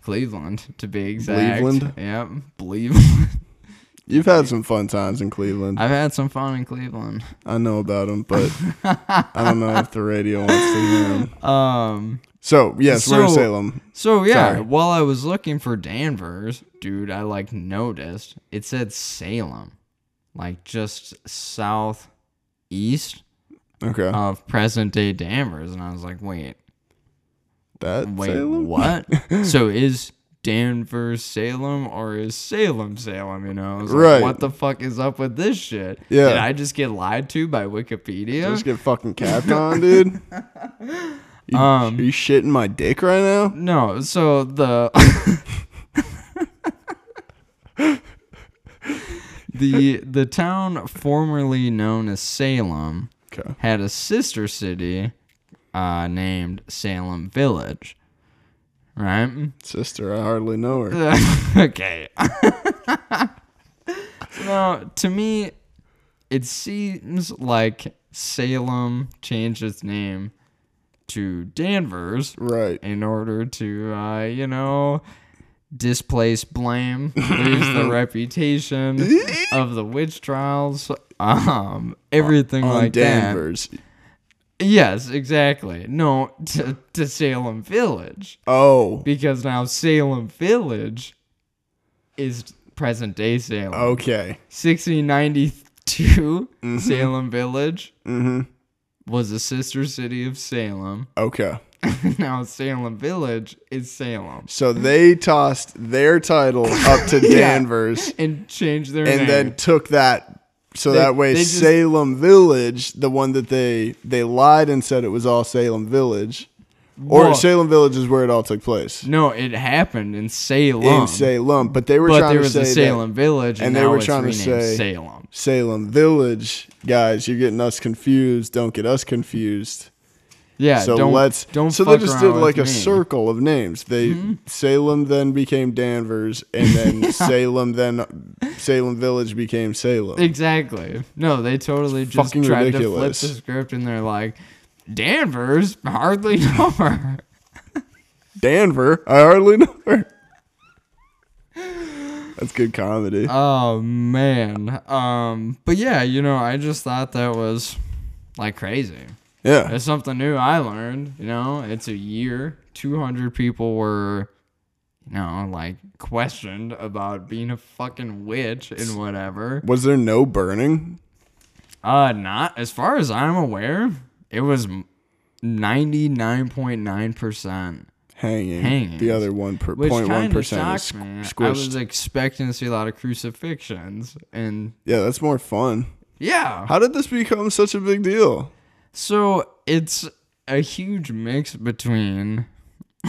Speaker 2: Cleveland, to be exact.
Speaker 1: Cleveland?
Speaker 2: Yep. Cleveland.
Speaker 1: you've had some fun times in Cleveland.
Speaker 2: I've had some fun in Cleveland.
Speaker 1: I know about them, but I don't know if the radio wants to hear them.
Speaker 2: Um.
Speaker 1: So yes, we're in
Speaker 2: So-
Speaker 1: Salem.
Speaker 2: So yeah,
Speaker 1: Sorry.
Speaker 2: while I was looking for Danvers, dude, I like noticed it said Salem, like just southeast
Speaker 1: Okay,
Speaker 2: of present day Danvers, and I was like, wait,
Speaker 1: that
Speaker 2: Wait,
Speaker 1: Salem.
Speaker 2: what? so is Danvers Salem or is Salem Salem? You know, I was like,
Speaker 1: Right.
Speaker 2: What the fuck is up with this shit?
Speaker 1: Yeah.
Speaker 2: Did I just get lied to by Wikipedia?
Speaker 1: Just get fucking capped on, dude. You,
Speaker 2: Um,
Speaker 1: are you shitting my dick right now?
Speaker 2: no. So the the the town formerly known as Salem
Speaker 1: Okay.
Speaker 2: had a sister city uh, named Salem Village. Right?
Speaker 1: Sister, I hardly know her.
Speaker 2: okay. no, to me, it seems like Salem changed its name to Danvers
Speaker 1: Right.
Speaker 2: in order to, uh, you know, displace blame, lose the reputation of the witch trials, um, everything
Speaker 1: On
Speaker 2: like that.
Speaker 1: Danvers.
Speaker 2: Yes, exactly. No, to, to Salem Village
Speaker 1: Oh.
Speaker 2: because now Salem Village is present day Salem.
Speaker 1: Oh. Okay.
Speaker 2: 1692
Speaker 1: Mm-hmm.
Speaker 2: Salem Village was a sister city of Salem.
Speaker 1: Okay.
Speaker 2: now Salem Village is Salem.
Speaker 1: So they tossed their title up to Danvers
Speaker 2: And changed their name.
Speaker 1: and then took that so
Speaker 2: They-
Speaker 1: that way
Speaker 2: they just-
Speaker 1: Salem Village, the one that they they lied and said it was all Salem Village. Or
Speaker 2: Well-
Speaker 1: Salem Village is where it all took place.
Speaker 2: no, it happened in Salem.
Speaker 1: In Salem, but they were
Speaker 2: but
Speaker 1: trying
Speaker 2: there
Speaker 1: to
Speaker 2: was
Speaker 1: say
Speaker 2: a
Speaker 1: that
Speaker 2: Salem Village, and,
Speaker 1: and they
Speaker 2: now
Speaker 1: were
Speaker 2: it's
Speaker 1: trying to
Speaker 2: renamed
Speaker 1: say-
Speaker 2: Salem.
Speaker 1: Salem Village, guys, you're getting us confused. Don't get us confused.
Speaker 2: Yeah,
Speaker 1: So
Speaker 2: don't
Speaker 1: let's
Speaker 2: don't.
Speaker 1: So they
Speaker 2: fuck
Speaker 1: just
Speaker 2: around
Speaker 1: did
Speaker 2: with
Speaker 1: like a
Speaker 2: me. Hmm?
Speaker 1: circle of names. They Salem then became Danvers, and then Salem then Salem Village became Salem.
Speaker 2: Exactly. No, they totally just
Speaker 1: fucking
Speaker 2: tried
Speaker 1: ridiculous.
Speaker 2: to flip the script, and they're like, Danvers hardly know her.
Speaker 1: Danver, I hardly know her. That's good comedy.
Speaker 2: Oh man. Um. But yeah, you know, I just thought that was like crazy.
Speaker 1: yeah,
Speaker 2: It's something new I learned. You know, it's a year. Two hundred people were, you know, like questioned about being a fucking witch and whatever.
Speaker 1: was there no burning?
Speaker 2: Uh, not as far as I'm aware. It was ninety nine point nine percent.
Speaker 1: Hanging.
Speaker 2: Hangings.
Speaker 1: The other one per,
Speaker 2: Which
Speaker 1: point one
Speaker 2: kind of
Speaker 1: percent is
Speaker 2: shocked
Speaker 1: squ-
Speaker 2: me. I
Speaker 1: squished.
Speaker 2: was expecting to see a lot of crucifixions, and
Speaker 1: yeah, that's more fun.
Speaker 2: yeah.
Speaker 1: How did this become such a big deal?
Speaker 2: So it's a huge mix between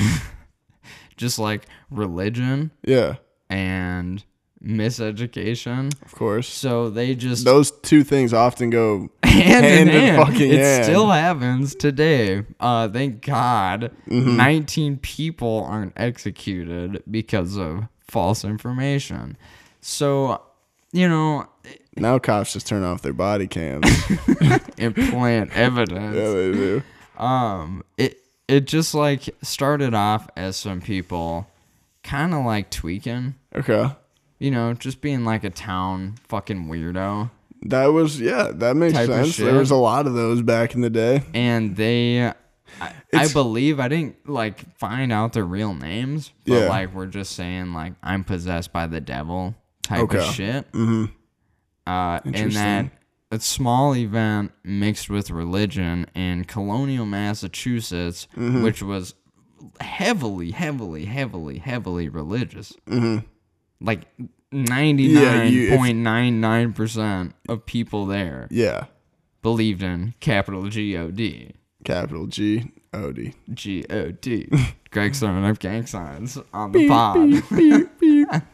Speaker 2: just like religion
Speaker 1: Yeah,
Speaker 2: and miseducation.
Speaker 1: of course.
Speaker 2: So they just
Speaker 1: Those two things often go
Speaker 2: hand,
Speaker 1: Hand
Speaker 2: in
Speaker 1: in
Speaker 2: hand.
Speaker 1: fucking
Speaker 2: it
Speaker 1: hand.
Speaker 2: still happens today. Uh, thank God,
Speaker 1: Mm-hmm.
Speaker 2: 19 people aren't executed because of false information. So, you know,
Speaker 1: Now cops just turn off their body cams.
Speaker 2: implant evidence.
Speaker 1: yeah, they do.
Speaker 2: um it it just like started off as some people kind of like tweaking
Speaker 1: Okay.
Speaker 2: you know just being like a town fucking weirdo
Speaker 1: That was yeah, that makes
Speaker 2: Type of
Speaker 1: sense. There
Speaker 2: shit.
Speaker 1: was a lot of those back in the day.
Speaker 2: and they I, I
Speaker 1: It's-
Speaker 2: believe i didn't like find out their real names but
Speaker 1: Yeah.
Speaker 2: like we're just saying like i'm possessed by the devil type of
Speaker 1: Okay.
Speaker 2: shit mm-hmm. uh and that
Speaker 1: Interesting.
Speaker 2: a small event mixed with religion in colonial massachusetts
Speaker 1: Mm-hmm.
Speaker 2: which was heavily heavily heavily heavily religious mm-hmm. like 99.99% of people there
Speaker 1: Yeah.
Speaker 2: believed in capital g-o-d
Speaker 1: Capital G O D.
Speaker 2: G O D. Greg throwing up gang signs on the pod.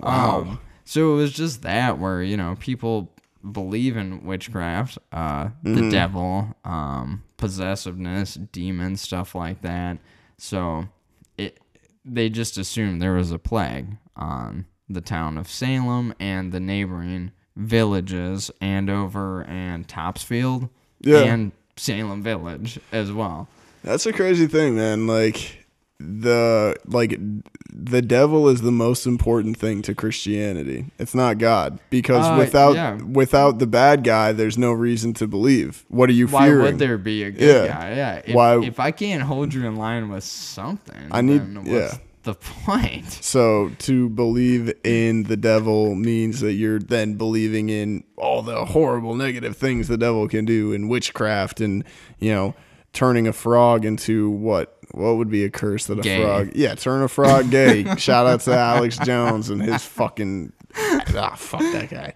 Speaker 2: Um, so it was just that where you know people believe in witchcraft, uh, the devil, um, possessiveness, demons, stuff like that. So it they just assumed there was a plague on the town of Salem and the neighboring villages, Andover and Topsfield,
Speaker 1: Yeah.
Speaker 2: and Salem Village as well.
Speaker 1: That's a crazy thing, man. Like the like the devil is the most important thing to Christianity. It's not God because
Speaker 2: Uh,
Speaker 1: without
Speaker 2: yeah.
Speaker 1: without the bad guy, there's no reason to believe. What are you
Speaker 2: Why
Speaker 1: fearing?
Speaker 2: would there be a good
Speaker 1: Yeah.
Speaker 2: guy? Yeah. If,
Speaker 1: Why-
Speaker 2: if I can't hold you in line with something,
Speaker 1: I need-
Speaker 2: Then what's
Speaker 1: yeah.
Speaker 2: The point.
Speaker 1: So to believe in the devil means that you're then believing in all the horrible negative things the devil can do and witchcraft and you know turning a frog into what what would be a curse that a
Speaker 2: Gay.
Speaker 1: frog yeah turn a frog gay shout out to Alex Jones and his fucking ah fuck that guy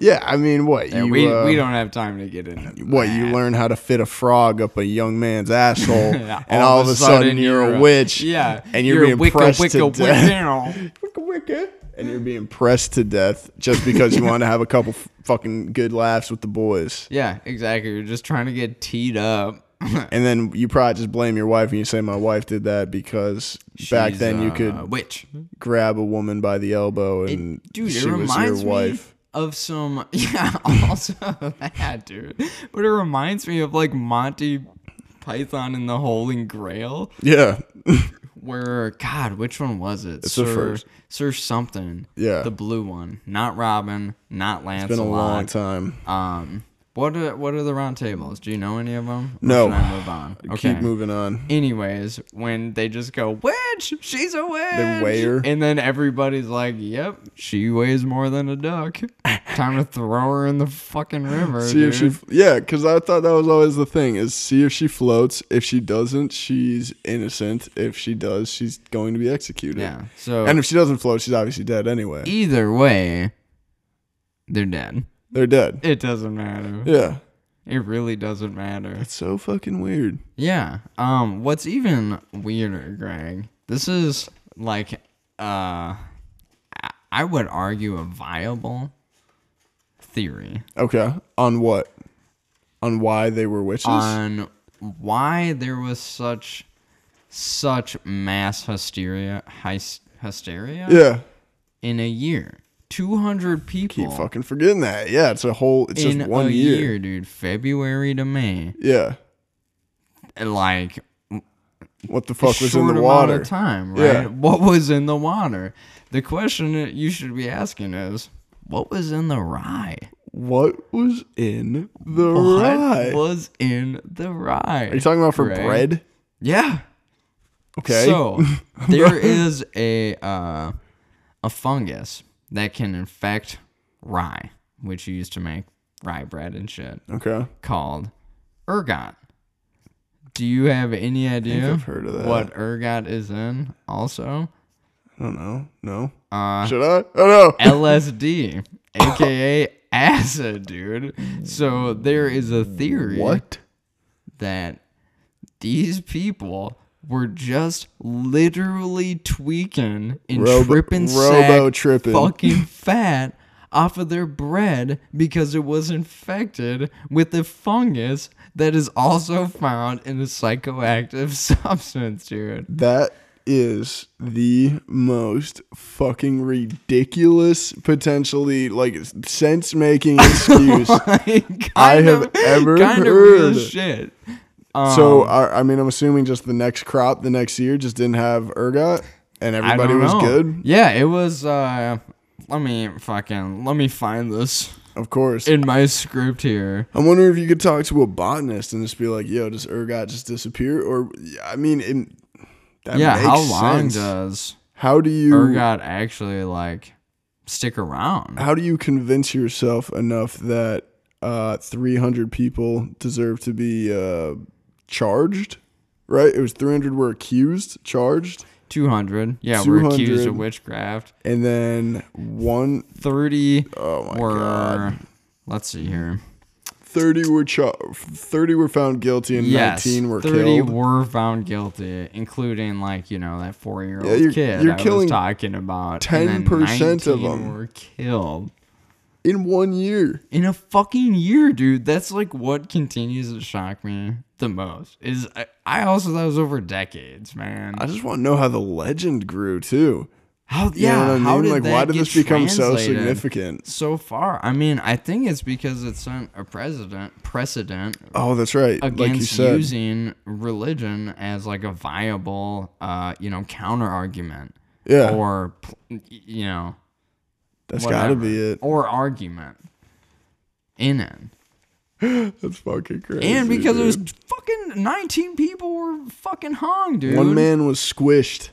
Speaker 1: yeah I mean what
Speaker 2: And
Speaker 1: you,
Speaker 2: we,
Speaker 1: uh,
Speaker 2: we don't have time to get into
Speaker 1: what you learn how to fit a frog up a young man's asshole
Speaker 2: Yeah,
Speaker 1: and Ah. all, of a sudden, you're a witch
Speaker 2: Yeah.
Speaker 1: and you're, being
Speaker 2: wicca,
Speaker 1: pressed
Speaker 2: wicca,
Speaker 1: to
Speaker 2: wicca
Speaker 1: death
Speaker 2: now.
Speaker 1: wicka wicka. And and you're being pressed to death just because you want to have a couple f- fucking good laughs with the boys.
Speaker 2: Yeah, exactly. You're just trying to get teed up.
Speaker 1: And then you probably just blame your wife and you say my wife did that because back
Speaker 2: She's,
Speaker 1: then you
Speaker 2: uh,
Speaker 1: could
Speaker 2: witch.
Speaker 1: grab a woman by the elbow and
Speaker 2: Dude,
Speaker 1: she
Speaker 2: it
Speaker 1: was
Speaker 2: reminds
Speaker 1: your wife.
Speaker 2: me of some yeah, also that dude. But it reminds me of like Monty Python and the Holy Grail.
Speaker 1: Yeah.
Speaker 2: where God, which one was it?
Speaker 1: the
Speaker 2: Sir,
Speaker 1: first.
Speaker 2: Sir something.
Speaker 1: Yeah.
Speaker 2: the blue one. Not Robin. Not Lancelot.
Speaker 1: Been a long time.
Speaker 2: Um, what are what are the round tables? Do you know any of them?
Speaker 1: No.
Speaker 2: Should I move on? Okay.
Speaker 1: Keep moving on.
Speaker 2: Anyways, when they just go, witch, she's a witch.
Speaker 1: weigh her.
Speaker 2: And then everybody's like, yep, she weighs more than a duck. Time to throw her in the fucking river.
Speaker 1: See if she,
Speaker 2: dude.
Speaker 1: f- yeah, because I thought that was always the thing: is see if she floats. If she doesn't, she's innocent. If she does, she's going to be executed.
Speaker 2: Yeah. E So
Speaker 1: And if she doesn't float, she's obviously dead anyway.
Speaker 2: either way, they're dead.
Speaker 1: They're dead.
Speaker 2: It doesn't matter.
Speaker 1: Yeah.
Speaker 2: It really doesn't matter.
Speaker 1: It's so fucking weird.
Speaker 2: Yeah. Um what's even weirder, Greg? This is like uh I- I would argue a viable theory
Speaker 1: Okay. On what? On why they were witches?
Speaker 2: on why there was such such mass hysteria hys- hysteria
Speaker 1: yeah.
Speaker 2: in a year. 200
Speaker 1: Keep
Speaker 2: people
Speaker 1: fucking forgetting that. Yeah, it's a whole. It's
Speaker 2: in
Speaker 1: just one
Speaker 2: a
Speaker 1: year.
Speaker 2: year, dude, February to May.
Speaker 1: Yeah.
Speaker 2: Like
Speaker 1: What the fuck was in
Speaker 2: short
Speaker 1: the
Speaker 2: amount
Speaker 1: water?
Speaker 2: of time, right?
Speaker 1: Yeah.
Speaker 2: What was in the water? The question that you should be asking is, what was in the rye?
Speaker 1: What was in the rye?
Speaker 2: What was in the rye?
Speaker 1: Are you talking about for
Speaker 2: Right?
Speaker 1: bread?
Speaker 2: Yeah.
Speaker 1: Okay.
Speaker 2: So there is a uh, a fungus that can infect rye, which you used to make rye bread and shit,
Speaker 1: okay.
Speaker 2: called ergot. Do you have any idea
Speaker 1: I've heard of that.
Speaker 2: what ergot is in? Also,
Speaker 1: I don't know. No.
Speaker 2: uh,
Speaker 1: Should I? Oh no.
Speaker 2: LSD, aka acid, dude. So there is a theory
Speaker 1: What?
Speaker 2: that these people were just literally tweaking and
Speaker 1: Robo-
Speaker 2: tripping
Speaker 1: robo
Speaker 2: sack
Speaker 1: tripping.
Speaker 2: fucking fat off of their bread because it was infected with a fungus that is also found in a psychoactive substance, dude.
Speaker 1: That is the most fucking ridiculous, potentially like sense making excuse.
Speaker 2: Like,
Speaker 1: I
Speaker 2: kind
Speaker 1: have
Speaker 2: of-
Speaker 1: ever
Speaker 2: kind
Speaker 1: heard.
Speaker 2: of Um, real shit.
Speaker 1: so I, I mean, I'm assuming just the next crop the next year just didn't have ergot, and
Speaker 2: I
Speaker 1: everybody
Speaker 2: don't
Speaker 1: was
Speaker 2: know.
Speaker 1: good.
Speaker 2: Yeah, it was. uh Let me fucking let me find this
Speaker 1: Of course.
Speaker 2: in my script here.
Speaker 1: I'm wondering if you could talk to a botanist and just be like, "Yo, does ergot just disappear?" Or I mean, it, that
Speaker 2: yeah,
Speaker 1: makes
Speaker 2: how long
Speaker 1: sense.
Speaker 2: does
Speaker 1: how do you
Speaker 2: ergot actually like stick around?
Speaker 1: how do you convince yourself enough that uh, 300 people deserve to be uh, charged? Right? It was 300 were accused, charged,
Speaker 2: Two hundred. Yeah, we're accused
Speaker 1: 200.
Speaker 2: of witchcraft.
Speaker 1: and then one
Speaker 2: Thirty
Speaker 1: oh my
Speaker 2: were.
Speaker 1: god,
Speaker 2: Let's see here.
Speaker 1: 30 were char- 30 were found guilty and
Speaker 2: Yes,
Speaker 1: 19 were
Speaker 2: thirty
Speaker 1: killed.
Speaker 2: were found guilty, including like you know that four-year-old
Speaker 1: Yeah, you're-
Speaker 2: kid
Speaker 1: you're
Speaker 2: I
Speaker 1: killing
Speaker 2: was talking about. and then
Speaker 1: 10% of
Speaker 2: 19
Speaker 1: them.
Speaker 2: were killed.
Speaker 1: in one year.
Speaker 2: in a fucking year, dude. That's like what continues to shock me the most. Is I, I also that was over decades, man.
Speaker 1: I just want to know how the legend grew too.
Speaker 2: How
Speaker 1: You know
Speaker 2: yeah?
Speaker 1: what I
Speaker 2: How
Speaker 1: mean?
Speaker 2: did
Speaker 1: like
Speaker 2: that
Speaker 1: why did
Speaker 2: get
Speaker 1: this become so
Speaker 2: translated
Speaker 1: significant?
Speaker 2: so far? I mean, I think it's because it sent a precedent precedent
Speaker 1: Oh, that's right. Like you
Speaker 2: against
Speaker 1: said.
Speaker 2: using religion as like a viable, uh, you know, counter argument
Speaker 1: yeah.
Speaker 2: or pl- you know
Speaker 1: that's got to
Speaker 2: whatever.
Speaker 1: be it.
Speaker 2: or argument in it.
Speaker 1: That's fucking crazy.
Speaker 2: And because it
Speaker 1: dude.
Speaker 2: was fucking 19 people were fucking hung, dude.
Speaker 1: One man was squished.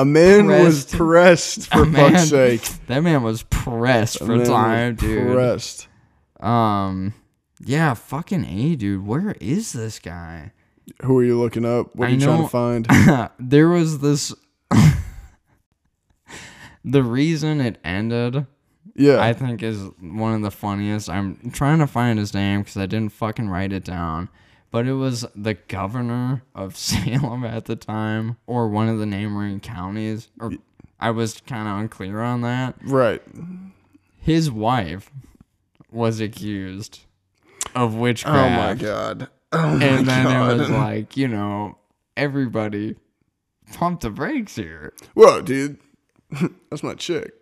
Speaker 1: A man was
Speaker 2: Pressed.
Speaker 1: pressed for
Speaker 2: A man-
Speaker 1: fuck's sake.
Speaker 2: That man was pressed
Speaker 1: A
Speaker 2: for
Speaker 1: man
Speaker 2: time,
Speaker 1: was
Speaker 2: dude.
Speaker 1: Pressed.
Speaker 2: Um, yeah, fucking A, dude. Where is this guy?
Speaker 1: Who are you looking up? What are
Speaker 2: I
Speaker 1: you trying
Speaker 2: know-
Speaker 1: to find?
Speaker 2: there was this. the reason it ended,
Speaker 1: Yeah.
Speaker 2: I think, is one of the funniest. I'm trying to find his name because I didn't fucking write it down. But it was the governor of Salem at the time, or one of the neighboring counties, or I was kind of unclear on that.
Speaker 1: Right.
Speaker 2: His wife was accused of
Speaker 1: Oh my
Speaker 2: witchcraft.
Speaker 1: god. Oh my
Speaker 2: And then
Speaker 1: god.
Speaker 2: it was like, you know, everybody pump the brakes here.
Speaker 1: Whoa, dude. That's my chick.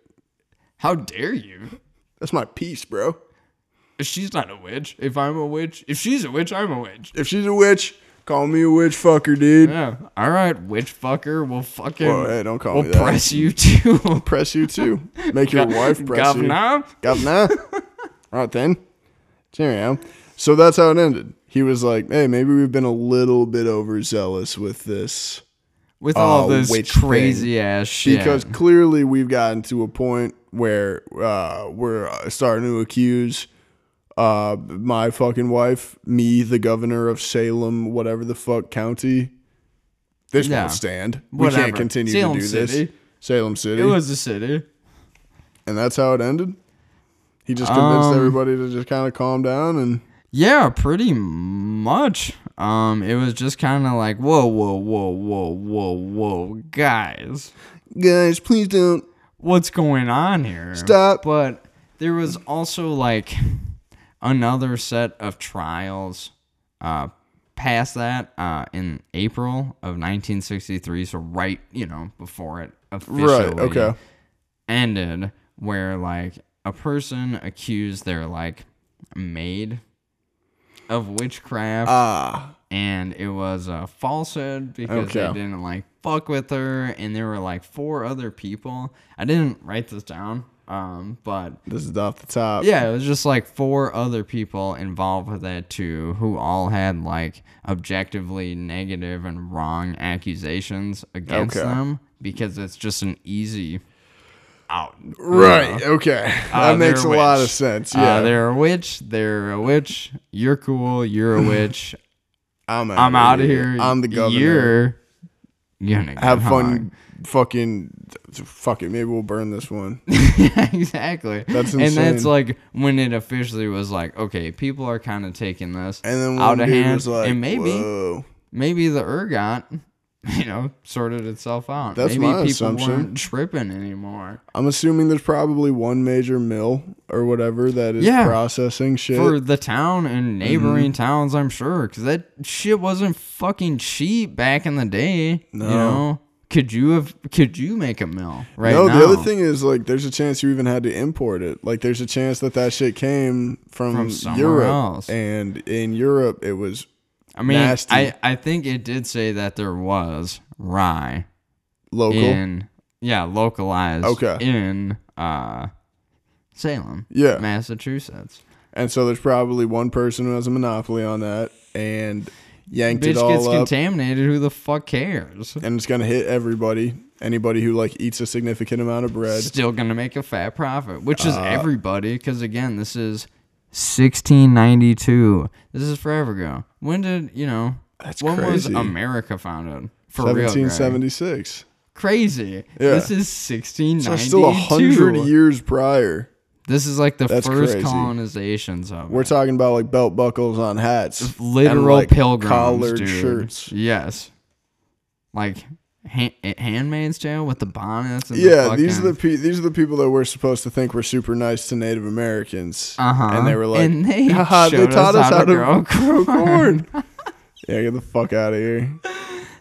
Speaker 2: How dare you?
Speaker 1: That's my piece, bro.
Speaker 2: She's not a witch. If I'm a witch, if she's a witch, I'm a witch.
Speaker 1: If she's a witch, call me a witch fucker, dude.
Speaker 2: Yeah. All right, witch fucker. We'll fucking
Speaker 1: Whoa, hey, don't call
Speaker 2: we'll
Speaker 1: me that.
Speaker 2: press you too.
Speaker 1: press you too. Make your wife press
Speaker 2: Governor.
Speaker 1: you. Governor. All right then. Cheerio. So that's how it ended. He was like, "Hey, maybe we've been a little bit overzealous with this
Speaker 2: With all
Speaker 1: Uh,
Speaker 2: this
Speaker 1: witch
Speaker 2: crazy ass shit.
Speaker 1: because clearly we've gotten to a point where uh, we're uh, starting to accuse uh, my fucking wife, me, the governor of Salem, whatever the fuck county. This
Speaker 2: Yeah.
Speaker 1: won't stand. We
Speaker 2: Whatever.
Speaker 1: can't continue
Speaker 2: Salem
Speaker 1: to do this."
Speaker 2: City.
Speaker 1: Salem City.
Speaker 2: it was a city.
Speaker 1: and that's how it ended. He just convinced
Speaker 2: Um,
Speaker 1: everybody to just kind of calm down and
Speaker 2: Yeah, pretty much. Um, it was just kind of like, whoa, whoa, whoa, whoa, whoa, whoa, guys,
Speaker 1: guys, please don't.
Speaker 2: what's going on here?
Speaker 1: Stop.
Speaker 2: But there was also like another set of trials. Uh, past that, uh, in April of 1963, so right, you know, before it officially
Speaker 1: Right. Okay.
Speaker 2: ended where like a person accused their like maid of witchcraft
Speaker 1: Ah.
Speaker 2: and it was a falsehood because they
Speaker 1: Okay.
Speaker 2: didn't like fuck with her and there were like four other people i didn't write this down um but
Speaker 1: this is off the top.
Speaker 2: yeah it was just like four other people involved with that too who all had like objectively negative and wrong accusations against
Speaker 1: Okay.
Speaker 2: them because it's just an easy out you know?
Speaker 1: Right. Okay.
Speaker 2: Uh,
Speaker 1: that makes a
Speaker 2: they're a
Speaker 1: lot
Speaker 2: witch.
Speaker 1: of sense.
Speaker 2: Yeah.
Speaker 1: Yeah.
Speaker 2: uh, they're a witch. They're a witch. You're cool. You're a witch.
Speaker 1: I'm out.
Speaker 2: I'm out of here.
Speaker 1: I'm the governor.
Speaker 2: You're, you're gonna
Speaker 1: Have
Speaker 2: get hung.
Speaker 1: fun. Fucking. Fuck it. Maybe we'll burn this one.
Speaker 2: yeah, exactly.
Speaker 1: That's
Speaker 2: And that's
Speaker 1: insane.
Speaker 2: like when it officially was like, okay, people are kind of taking this
Speaker 1: And then one
Speaker 2: out of
Speaker 1: dude
Speaker 2: hand,
Speaker 1: was like,
Speaker 2: and maybe
Speaker 1: Whoa.
Speaker 2: maybe the ergot, you know, sorted itself out.
Speaker 1: That's
Speaker 2: maybe
Speaker 1: my
Speaker 2: people
Speaker 1: assumption.
Speaker 2: weren't tripping anymore
Speaker 1: I'm assuming there's probably one major mill or whatever that is
Speaker 2: Yeah.
Speaker 1: processing shit.
Speaker 2: for the town
Speaker 1: Mm-hmm.
Speaker 2: and neighboring towns. I'm sure because that shit wasn't fucking cheap back in the day.
Speaker 1: No.
Speaker 2: You know? Could you have? Could you make a mill right
Speaker 1: no,
Speaker 2: now?
Speaker 1: the other thing is like there's a chance you even had to import it. Like there's a chance that that shit came
Speaker 2: From
Speaker 1: from,
Speaker 2: somewhere
Speaker 1: Europe,
Speaker 2: else.
Speaker 1: and in Europe it was
Speaker 2: I mean,
Speaker 1: nasty.
Speaker 2: I I think it did say that there was rye
Speaker 1: local.
Speaker 2: in yeah localized
Speaker 1: Oh, Okay.
Speaker 2: in uh Salem,
Speaker 1: Yeah.
Speaker 2: Massachusetts.
Speaker 1: And so there's probably one person who has a monopoly on that and yanked it
Speaker 2: Bitch
Speaker 1: all
Speaker 2: gets
Speaker 1: up.
Speaker 2: contaminated. Who the fuck cares?
Speaker 1: and it's gonna hit everybody. Anybody who like eats a significant amount of bread.
Speaker 2: Still gonna make a fat profit, which
Speaker 1: Uh.
Speaker 2: is everybody. Because again, this is 1692. This is forever ago. When did you know?
Speaker 1: That's
Speaker 2: when was
Speaker 1: crazy.
Speaker 2: America founded? For real, Greg.
Speaker 1: 1776.
Speaker 2: crazy.
Speaker 1: Yeah.
Speaker 2: This is 1692.
Speaker 1: So still a hundred years prior.
Speaker 2: This is like the
Speaker 1: That's
Speaker 2: first
Speaker 1: crazy.
Speaker 2: colonizations of
Speaker 1: We're
Speaker 2: it.
Speaker 1: talking about like belt buckles on hats,
Speaker 2: literal
Speaker 1: and, like,
Speaker 2: pilgrims,
Speaker 1: collared
Speaker 2: dude.
Speaker 1: shirts.
Speaker 2: Yes, like ha- Handmaid's Tale with the bonnets. And
Speaker 1: Yeah, these are the
Speaker 2: fucking-
Speaker 1: pe- these are the people that we're supposed to think were super nice to Native Americans,
Speaker 2: Uh-huh.
Speaker 1: and they were like,
Speaker 2: and they,
Speaker 1: "Haha, they
Speaker 2: showed
Speaker 1: taught us how to
Speaker 2: grow corn.
Speaker 1: grow corn." yeah, get the fuck out of here.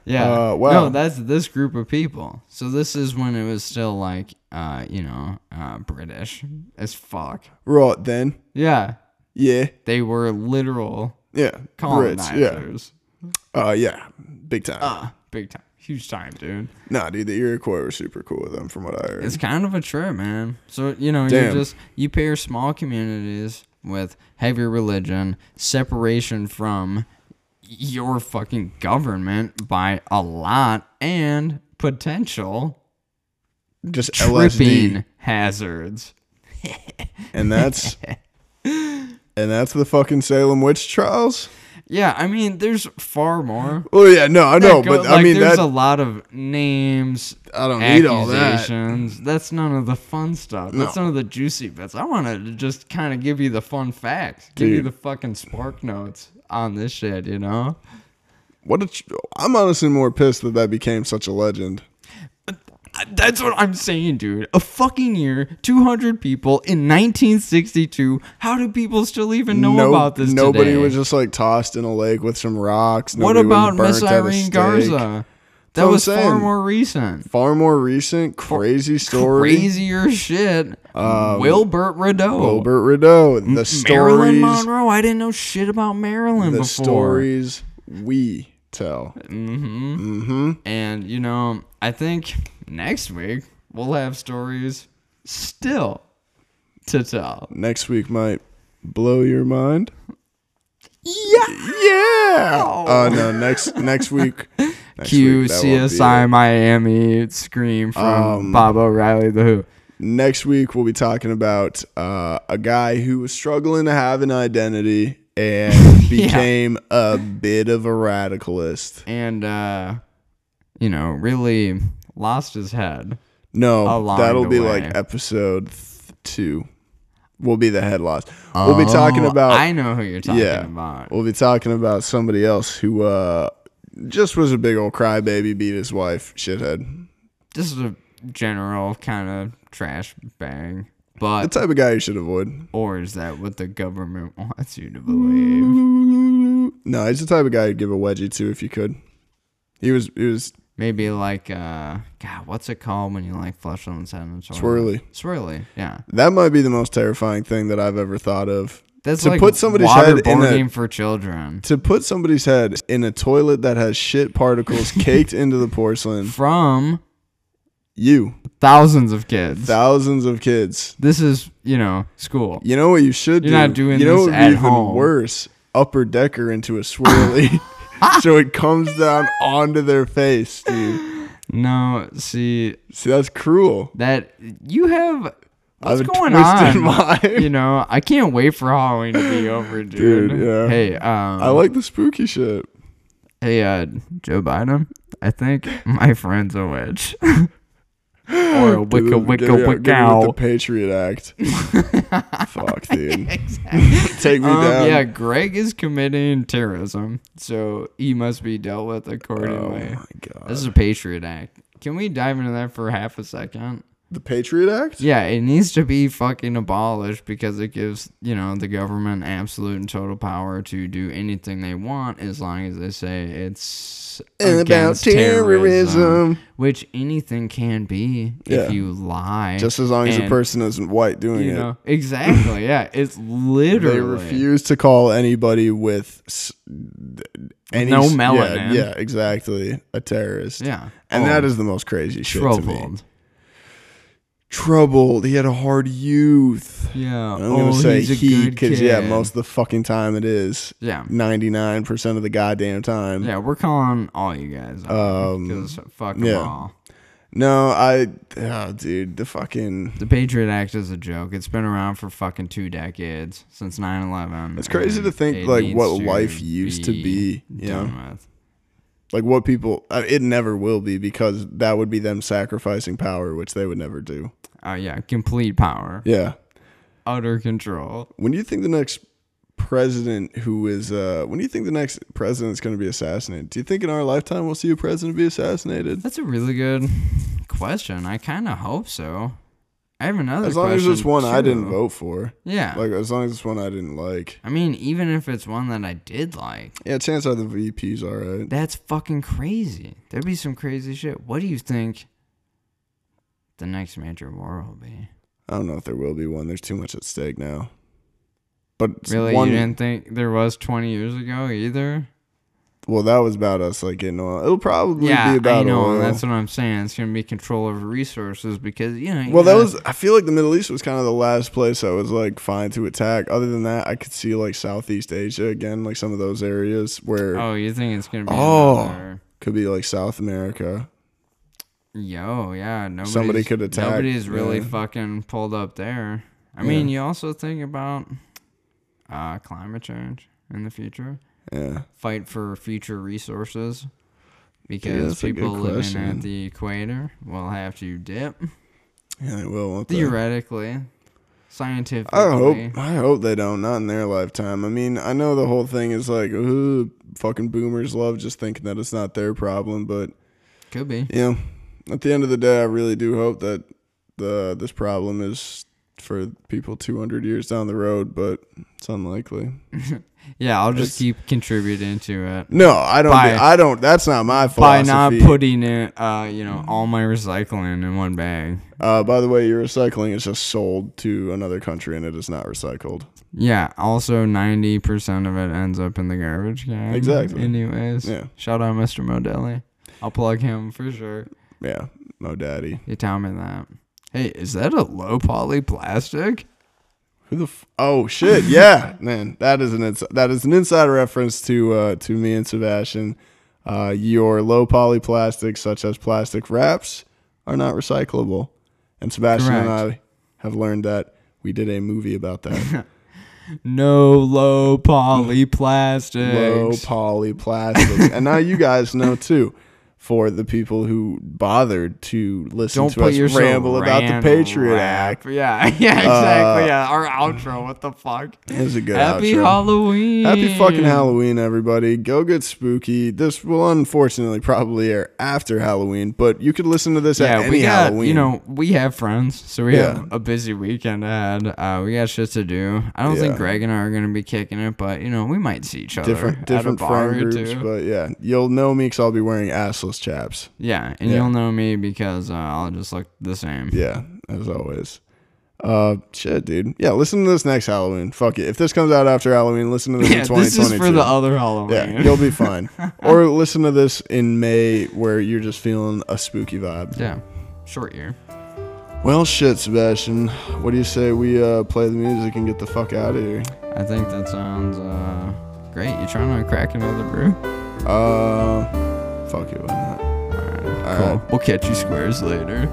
Speaker 2: yeah,
Speaker 1: Uh, wow.
Speaker 2: no, that's this group of people. So this is when it was still like, uh, you know, uh, British as fuck.
Speaker 1: Right then,
Speaker 2: Yeah,
Speaker 1: yeah,
Speaker 2: they were literal
Speaker 1: yeah, Brits,
Speaker 2: colonizers.
Speaker 1: yeah, uh, yeah, big time.
Speaker 2: Uh, big time, huge time, dude.
Speaker 1: Nah, dude, the Iroquois were super cool with them, from what I heard.
Speaker 2: It's kind of a trip, man. So you know, you
Speaker 1: Damn.
Speaker 2: just you pair small communities with heavier religion, separation from your fucking government by a lot, and potential
Speaker 1: Just LSD,
Speaker 2: tripping hazards.
Speaker 1: and that's and that's the fucking Salem witch trials.
Speaker 2: Yeah, I mean, there's far more.
Speaker 1: Oh yeah, no, I know,
Speaker 2: That go-
Speaker 1: but I
Speaker 2: like,
Speaker 1: mean
Speaker 2: there's
Speaker 1: that
Speaker 2: a lot of names.
Speaker 1: I don't need all that.
Speaker 2: Accusations. That's none of the fun stuff. That's none of the juicy bits. I wanted to just kind of give you the fun facts, give you
Speaker 1: Dude.
Speaker 2: the fucking spark notes on this shit. You know,
Speaker 1: What a tr- I'm honestly more pissed that that became such a legend.
Speaker 2: That's what I'm saying, dude. A fucking year, 200 people in 1962. How do people still even know
Speaker 1: No-
Speaker 2: about this?
Speaker 1: Nobody
Speaker 2: today?
Speaker 1: was just like tossed in a lake with some rocks.
Speaker 2: What
Speaker 1: Nobody was
Speaker 2: about Miss
Speaker 1: burnt at a
Speaker 2: Irene
Speaker 1: stake.
Speaker 2: Garza? That
Speaker 1: what I'm
Speaker 2: was far
Speaker 1: saying.
Speaker 2: more recent.
Speaker 1: Far more recent, crazy story.
Speaker 2: Crazier shit. Wilbert Rideau.
Speaker 1: Um, Wilbert Rideau. The
Speaker 2: Marilyn
Speaker 1: stories.
Speaker 2: Monroe. I didn't know shit about Marilyn
Speaker 1: The
Speaker 2: before.
Speaker 1: stories we tell.
Speaker 2: And you know, I think next week we'll have stories still to tell.
Speaker 1: Next week might blow your mind.
Speaker 2: Yeah.
Speaker 1: Yeah. Oh no. Next next week. Next
Speaker 2: Q
Speaker 1: week, that won't be
Speaker 2: CSI
Speaker 1: it. Um,
Speaker 2: Miami scream from Bob O'Reilly the Who.
Speaker 1: Next week we'll be talking about uh, a guy who was struggling to have an identity and became a bit of a radicalist.
Speaker 2: And uh you know, really lost his head.
Speaker 1: No,
Speaker 2: Along
Speaker 1: that'll
Speaker 2: the
Speaker 1: be
Speaker 2: way.
Speaker 1: like episode th- two. Will be the head loss. we'll be talking
Speaker 2: Oh,
Speaker 1: about
Speaker 2: I know who you're talking
Speaker 1: yeah.
Speaker 2: about.
Speaker 1: We'll be talking about somebody else who uh, just was a big old crybaby, beat his wife, shithead.
Speaker 2: This is a general kind of trash bag.
Speaker 1: The
Speaker 2: But
Speaker 1: type of guy you should avoid.
Speaker 2: or is that what the government wants you to
Speaker 1: Mm-hmm.
Speaker 2: believe?
Speaker 1: No, he's the type of guy you'd give a wedgie to if you could. He was he was
Speaker 2: Maybe like uh God, what's it called when you like flush someone's head in the toilet?
Speaker 1: Swirly.
Speaker 2: Swirly, yeah.
Speaker 1: that might be the most terrifying thing that I've ever thought of.
Speaker 2: That's
Speaker 1: To
Speaker 2: like
Speaker 1: put somebody's head in a-
Speaker 2: waterboarding for children.
Speaker 1: To put somebody's head in a toilet that has shit particles caked into the porcelain.
Speaker 2: From
Speaker 1: You.
Speaker 2: thousands of kids.
Speaker 1: Thousands of kids.
Speaker 2: this is, you know, school.
Speaker 1: You know what you should
Speaker 2: You're
Speaker 1: do?
Speaker 2: not doing
Speaker 1: you
Speaker 2: this
Speaker 1: know what would be
Speaker 2: at
Speaker 1: even
Speaker 2: home.
Speaker 1: worse? Upper decker into a swirly. so it comes down onto their face, dude.
Speaker 2: No, see
Speaker 1: See, that's cruel.
Speaker 2: that you have what's
Speaker 1: I've
Speaker 2: going
Speaker 1: twisted
Speaker 2: on?
Speaker 1: mine.
Speaker 2: You know, I can't wait for Halloween to be over, dude.
Speaker 1: Dude, yeah.
Speaker 2: Hey, um
Speaker 1: I like the spooky shit.
Speaker 2: Hey, uh, Joe Biden, I think my friend's a witch. or a
Speaker 1: Give
Speaker 2: wicka
Speaker 1: it- give it-
Speaker 2: wicka
Speaker 1: give it with The
Speaker 2: wickow.
Speaker 1: Patriot Act. Fuck, dude. Take me
Speaker 2: Um,
Speaker 1: down.
Speaker 2: yeah, Greg is committing terrorism, so he must be dealt with
Speaker 1: Oh
Speaker 2: accordingly.
Speaker 1: my god.
Speaker 2: this is a Patriot Act. Can we dive into that for half a second?
Speaker 1: The Patriot Act?
Speaker 2: Yeah, it needs to be fucking abolished because it gives, you know, the government absolute and total power to do anything they want as long as they say it's
Speaker 1: And about
Speaker 2: against terrorism,
Speaker 1: terrorism.
Speaker 2: which anything can be
Speaker 1: Yeah.
Speaker 2: if you lie.
Speaker 1: Just as long as the
Speaker 2: And,
Speaker 1: person isn't white doing
Speaker 2: you
Speaker 1: it.
Speaker 2: know, exactly. Yeah, it's literally
Speaker 1: They refuse to call anybody with s- th- any
Speaker 2: No
Speaker 1: s- yeah,
Speaker 2: melanin.
Speaker 1: Yeah, exactly. A terrorist.
Speaker 2: Yeah,
Speaker 1: And
Speaker 2: Oh,
Speaker 1: that is the most crazy shit to me.
Speaker 2: troubled.
Speaker 1: Troubled. He had a hard youth.
Speaker 2: Yeah, oh,
Speaker 1: I'm gonna say
Speaker 2: he's a
Speaker 1: he
Speaker 2: good
Speaker 1: because yeah,
Speaker 2: kid.
Speaker 1: most of the fucking time it is.
Speaker 2: Yeah.
Speaker 1: Ninety nine percent of the goddamn time.
Speaker 2: Yeah, we're calling all you guys.
Speaker 1: Um,
Speaker 2: Because fuck 'em
Speaker 1: yeah.
Speaker 2: all.
Speaker 1: No, I oh, dude, the fucking
Speaker 2: The Patriot Act is a joke. It's been around for fucking two decades since 9/11.
Speaker 1: It's crazy to
Speaker 2: and
Speaker 1: think,
Speaker 2: it
Speaker 1: like,
Speaker 2: needs
Speaker 1: what life used to be, you
Speaker 2: done with.
Speaker 1: like what people uh, it never will be because that would be them sacrificing power, which they would never do.
Speaker 2: Oh yeah, complete power,
Speaker 1: Yeah.
Speaker 2: utter control.
Speaker 1: When do you think the next president who is uh when do you think the next president's going to be assassinated? Do you think in our lifetime we'll see a president be assassinated?
Speaker 2: That's a really good question. I kind of hope so. I have another.
Speaker 1: As long as it's
Speaker 2: question,
Speaker 1: one I didn't
Speaker 2: too.
Speaker 1: vote for.
Speaker 2: Yeah.
Speaker 1: Like as long as it's one I didn't like.
Speaker 2: I mean, even if it's one that I did like,
Speaker 1: Yeah, chance are the VP's all right.
Speaker 2: that's fucking crazy. There'd be some crazy shit. What do you think the next major war will be?
Speaker 1: I don't know if there will be one. There's too much at stake now. But it's
Speaker 2: Really,
Speaker 1: one,
Speaker 2: you didn't think there was 20 years ago either?
Speaker 1: well, that was about us like getting oil. It'll probably
Speaker 2: Yeah,
Speaker 1: be about
Speaker 2: I know.
Speaker 1: oil.
Speaker 2: And that's what I'm saying. It's going to be control over resources because, you know. you
Speaker 1: Well, that
Speaker 2: gotta-
Speaker 1: was. I feel like the Middle East was kind of the last place I was like fine to attack. Other than that, I could see like Southeast Asia again, like some of those areas where
Speaker 2: Oh, you think it's going to be.
Speaker 1: Oh.
Speaker 2: another-
Speaker 1: could be like South America.
Speaker 2: Yo, yeah. Nobody's,
Speaker 1: could attack,
Speaker 2: Nobody's really
Speaker 1: yeah.
Speaker 2: fucking pulled up there. I mean, you also think about uh, climate change in the future,
Speaker 1: Yeah,
Speaker 2: fight for future resources.
Speaker 1: that's
Speaker 2: Because
Speaker 1: a good
Speaker 2: people living
Speaker 1: question.
Speaker 2: at the equator will have to dip,
Speaker 1: yeah, they will. Won't they?
Speaker 2: theoretically, scientifically.
Speaker 1: I hope. I hope they don't. Not in their lifetime. I mean, I know the whole thing is like, ooh, fucking boomers love just thinking that it's not their problem, but
Speaker 2: Could be.
Speaker 1: you know, at the end of the day, I really do hope that the this problem is for people 200 years down the road, but it's unlikely.
Speaker 2: Yeah, I'll just keep contributing to it
Speaker 1: No, I don't.
Speaker 2: By-
Speaker 1: I don't. That's not my
Speaker 2: by
Speaker 1: philosophy.
Speaker 2: not putting it, uh, you know, all my recycling in one bag.
Speaker 1: uh, by the way, your recycling is just sold to another country, and it is not recycled.
Speaker 2: Yeah. Also, ninety percent of it ends up in the garbage can.
Speaker 1: Exactly.
Speaker 2: Anyways.
Speaker 1: Yeah.
Speaker 2: Shout out, Mr. Modelli. I'll plug him for sure.
Speaker 1: Yeah, Mo Daddy.
Speaker 2: You tell me that. Hey, is that a low poly plastic?
Speaker 1: Who the? F- oh shit! Yeah, man, that is an ins- that is an inside reference to uh, to me and Sebastian. Uh, your low poly plastics, such as plastic wraps, are not recyclable, and Sebastian and I have learned that. We did a movie about that.
Speaker 2: No low poly plastics.
Speaker 1: low poly plastics, and now you guys know too. For the people who bothered to listen
Speaker 2: Don't
Speaker 1: to
Speaker 2: put
Speaker 1: us
Speaker 2: yourself
Speaker 1: ramble about the
Speaker 2: ran
Speaker 1: Patriot
Speaker 2: rap.
Speaker 1: Act, Uh,
Speaker 2: Yeah, yeah, exactly. yeah, our outro. What the fuck?
Speaker 1: is a good
Speaker 2: Happy
Speaker 1: outro.
Speaker 2: Halloween.
Speaker 1: Happy fucking
Speaker 2: Hmm.
Speaker 1: Halloween, everybody. Go get spooky. This will unfortunately probably air after Halloween, but you could listen to this at
Speaker 2: Yeah,
Speaker 1: any
Speaker 2: we got
Speaker 1: Halloween.
Speaker 2: you know we have friends, so we
Speaker 1: Yeah.
Speaker 2: have a busy weekend ahead. Uh, we got shit to do. I don't think
Speaker 1: Yeah.
Speaker 2: Greg and I are gonna be kicking it, but you know we might see each other
Speaker 1: different
Speaker 2: at a
Speaker 1: different
Speaker 2: bar
Speaker 1: friend
Speaker 2: or
Speaker 1: groups,
Speaker 2: two.
Speaker 1: but yeah, you'll know me because I'll be wearing assless chaps.
Speaker 2: yeah, and
Speaker 1: Yeah.
Speaker 2: you'll know me because uh, I'll just look the same.
Speaker 1: Yeah, as always. Uh, shit, dude. Yeah, listen to this next Halloween. Fuck it. If this comes out after Halloween, listen to this
Speaker 2: Yeah,
Speaker 1: in
Speaker 2: this is
Speaker 1: 2022.
Speaker 2: for the other Halloween.
Speaker 1: yeah, you'll be fine. or listen to this in May where you're just feeling a spooky vibe.
Speaker 2: yeah, short year.
Speaker 1: Well, shit, Sebastian. What do you say we uh, play the music and get the fuck out of here?
Speaker 2: I think that sounds uh, great. You trying to crack another brew?
Speaker 1: Uh, fuck it, why not?
Speaker 2: All right,
Speaker 1: All
Speaker 2: cool.
Speaker 1: right.
Speaker 2: We'll catch you squares later.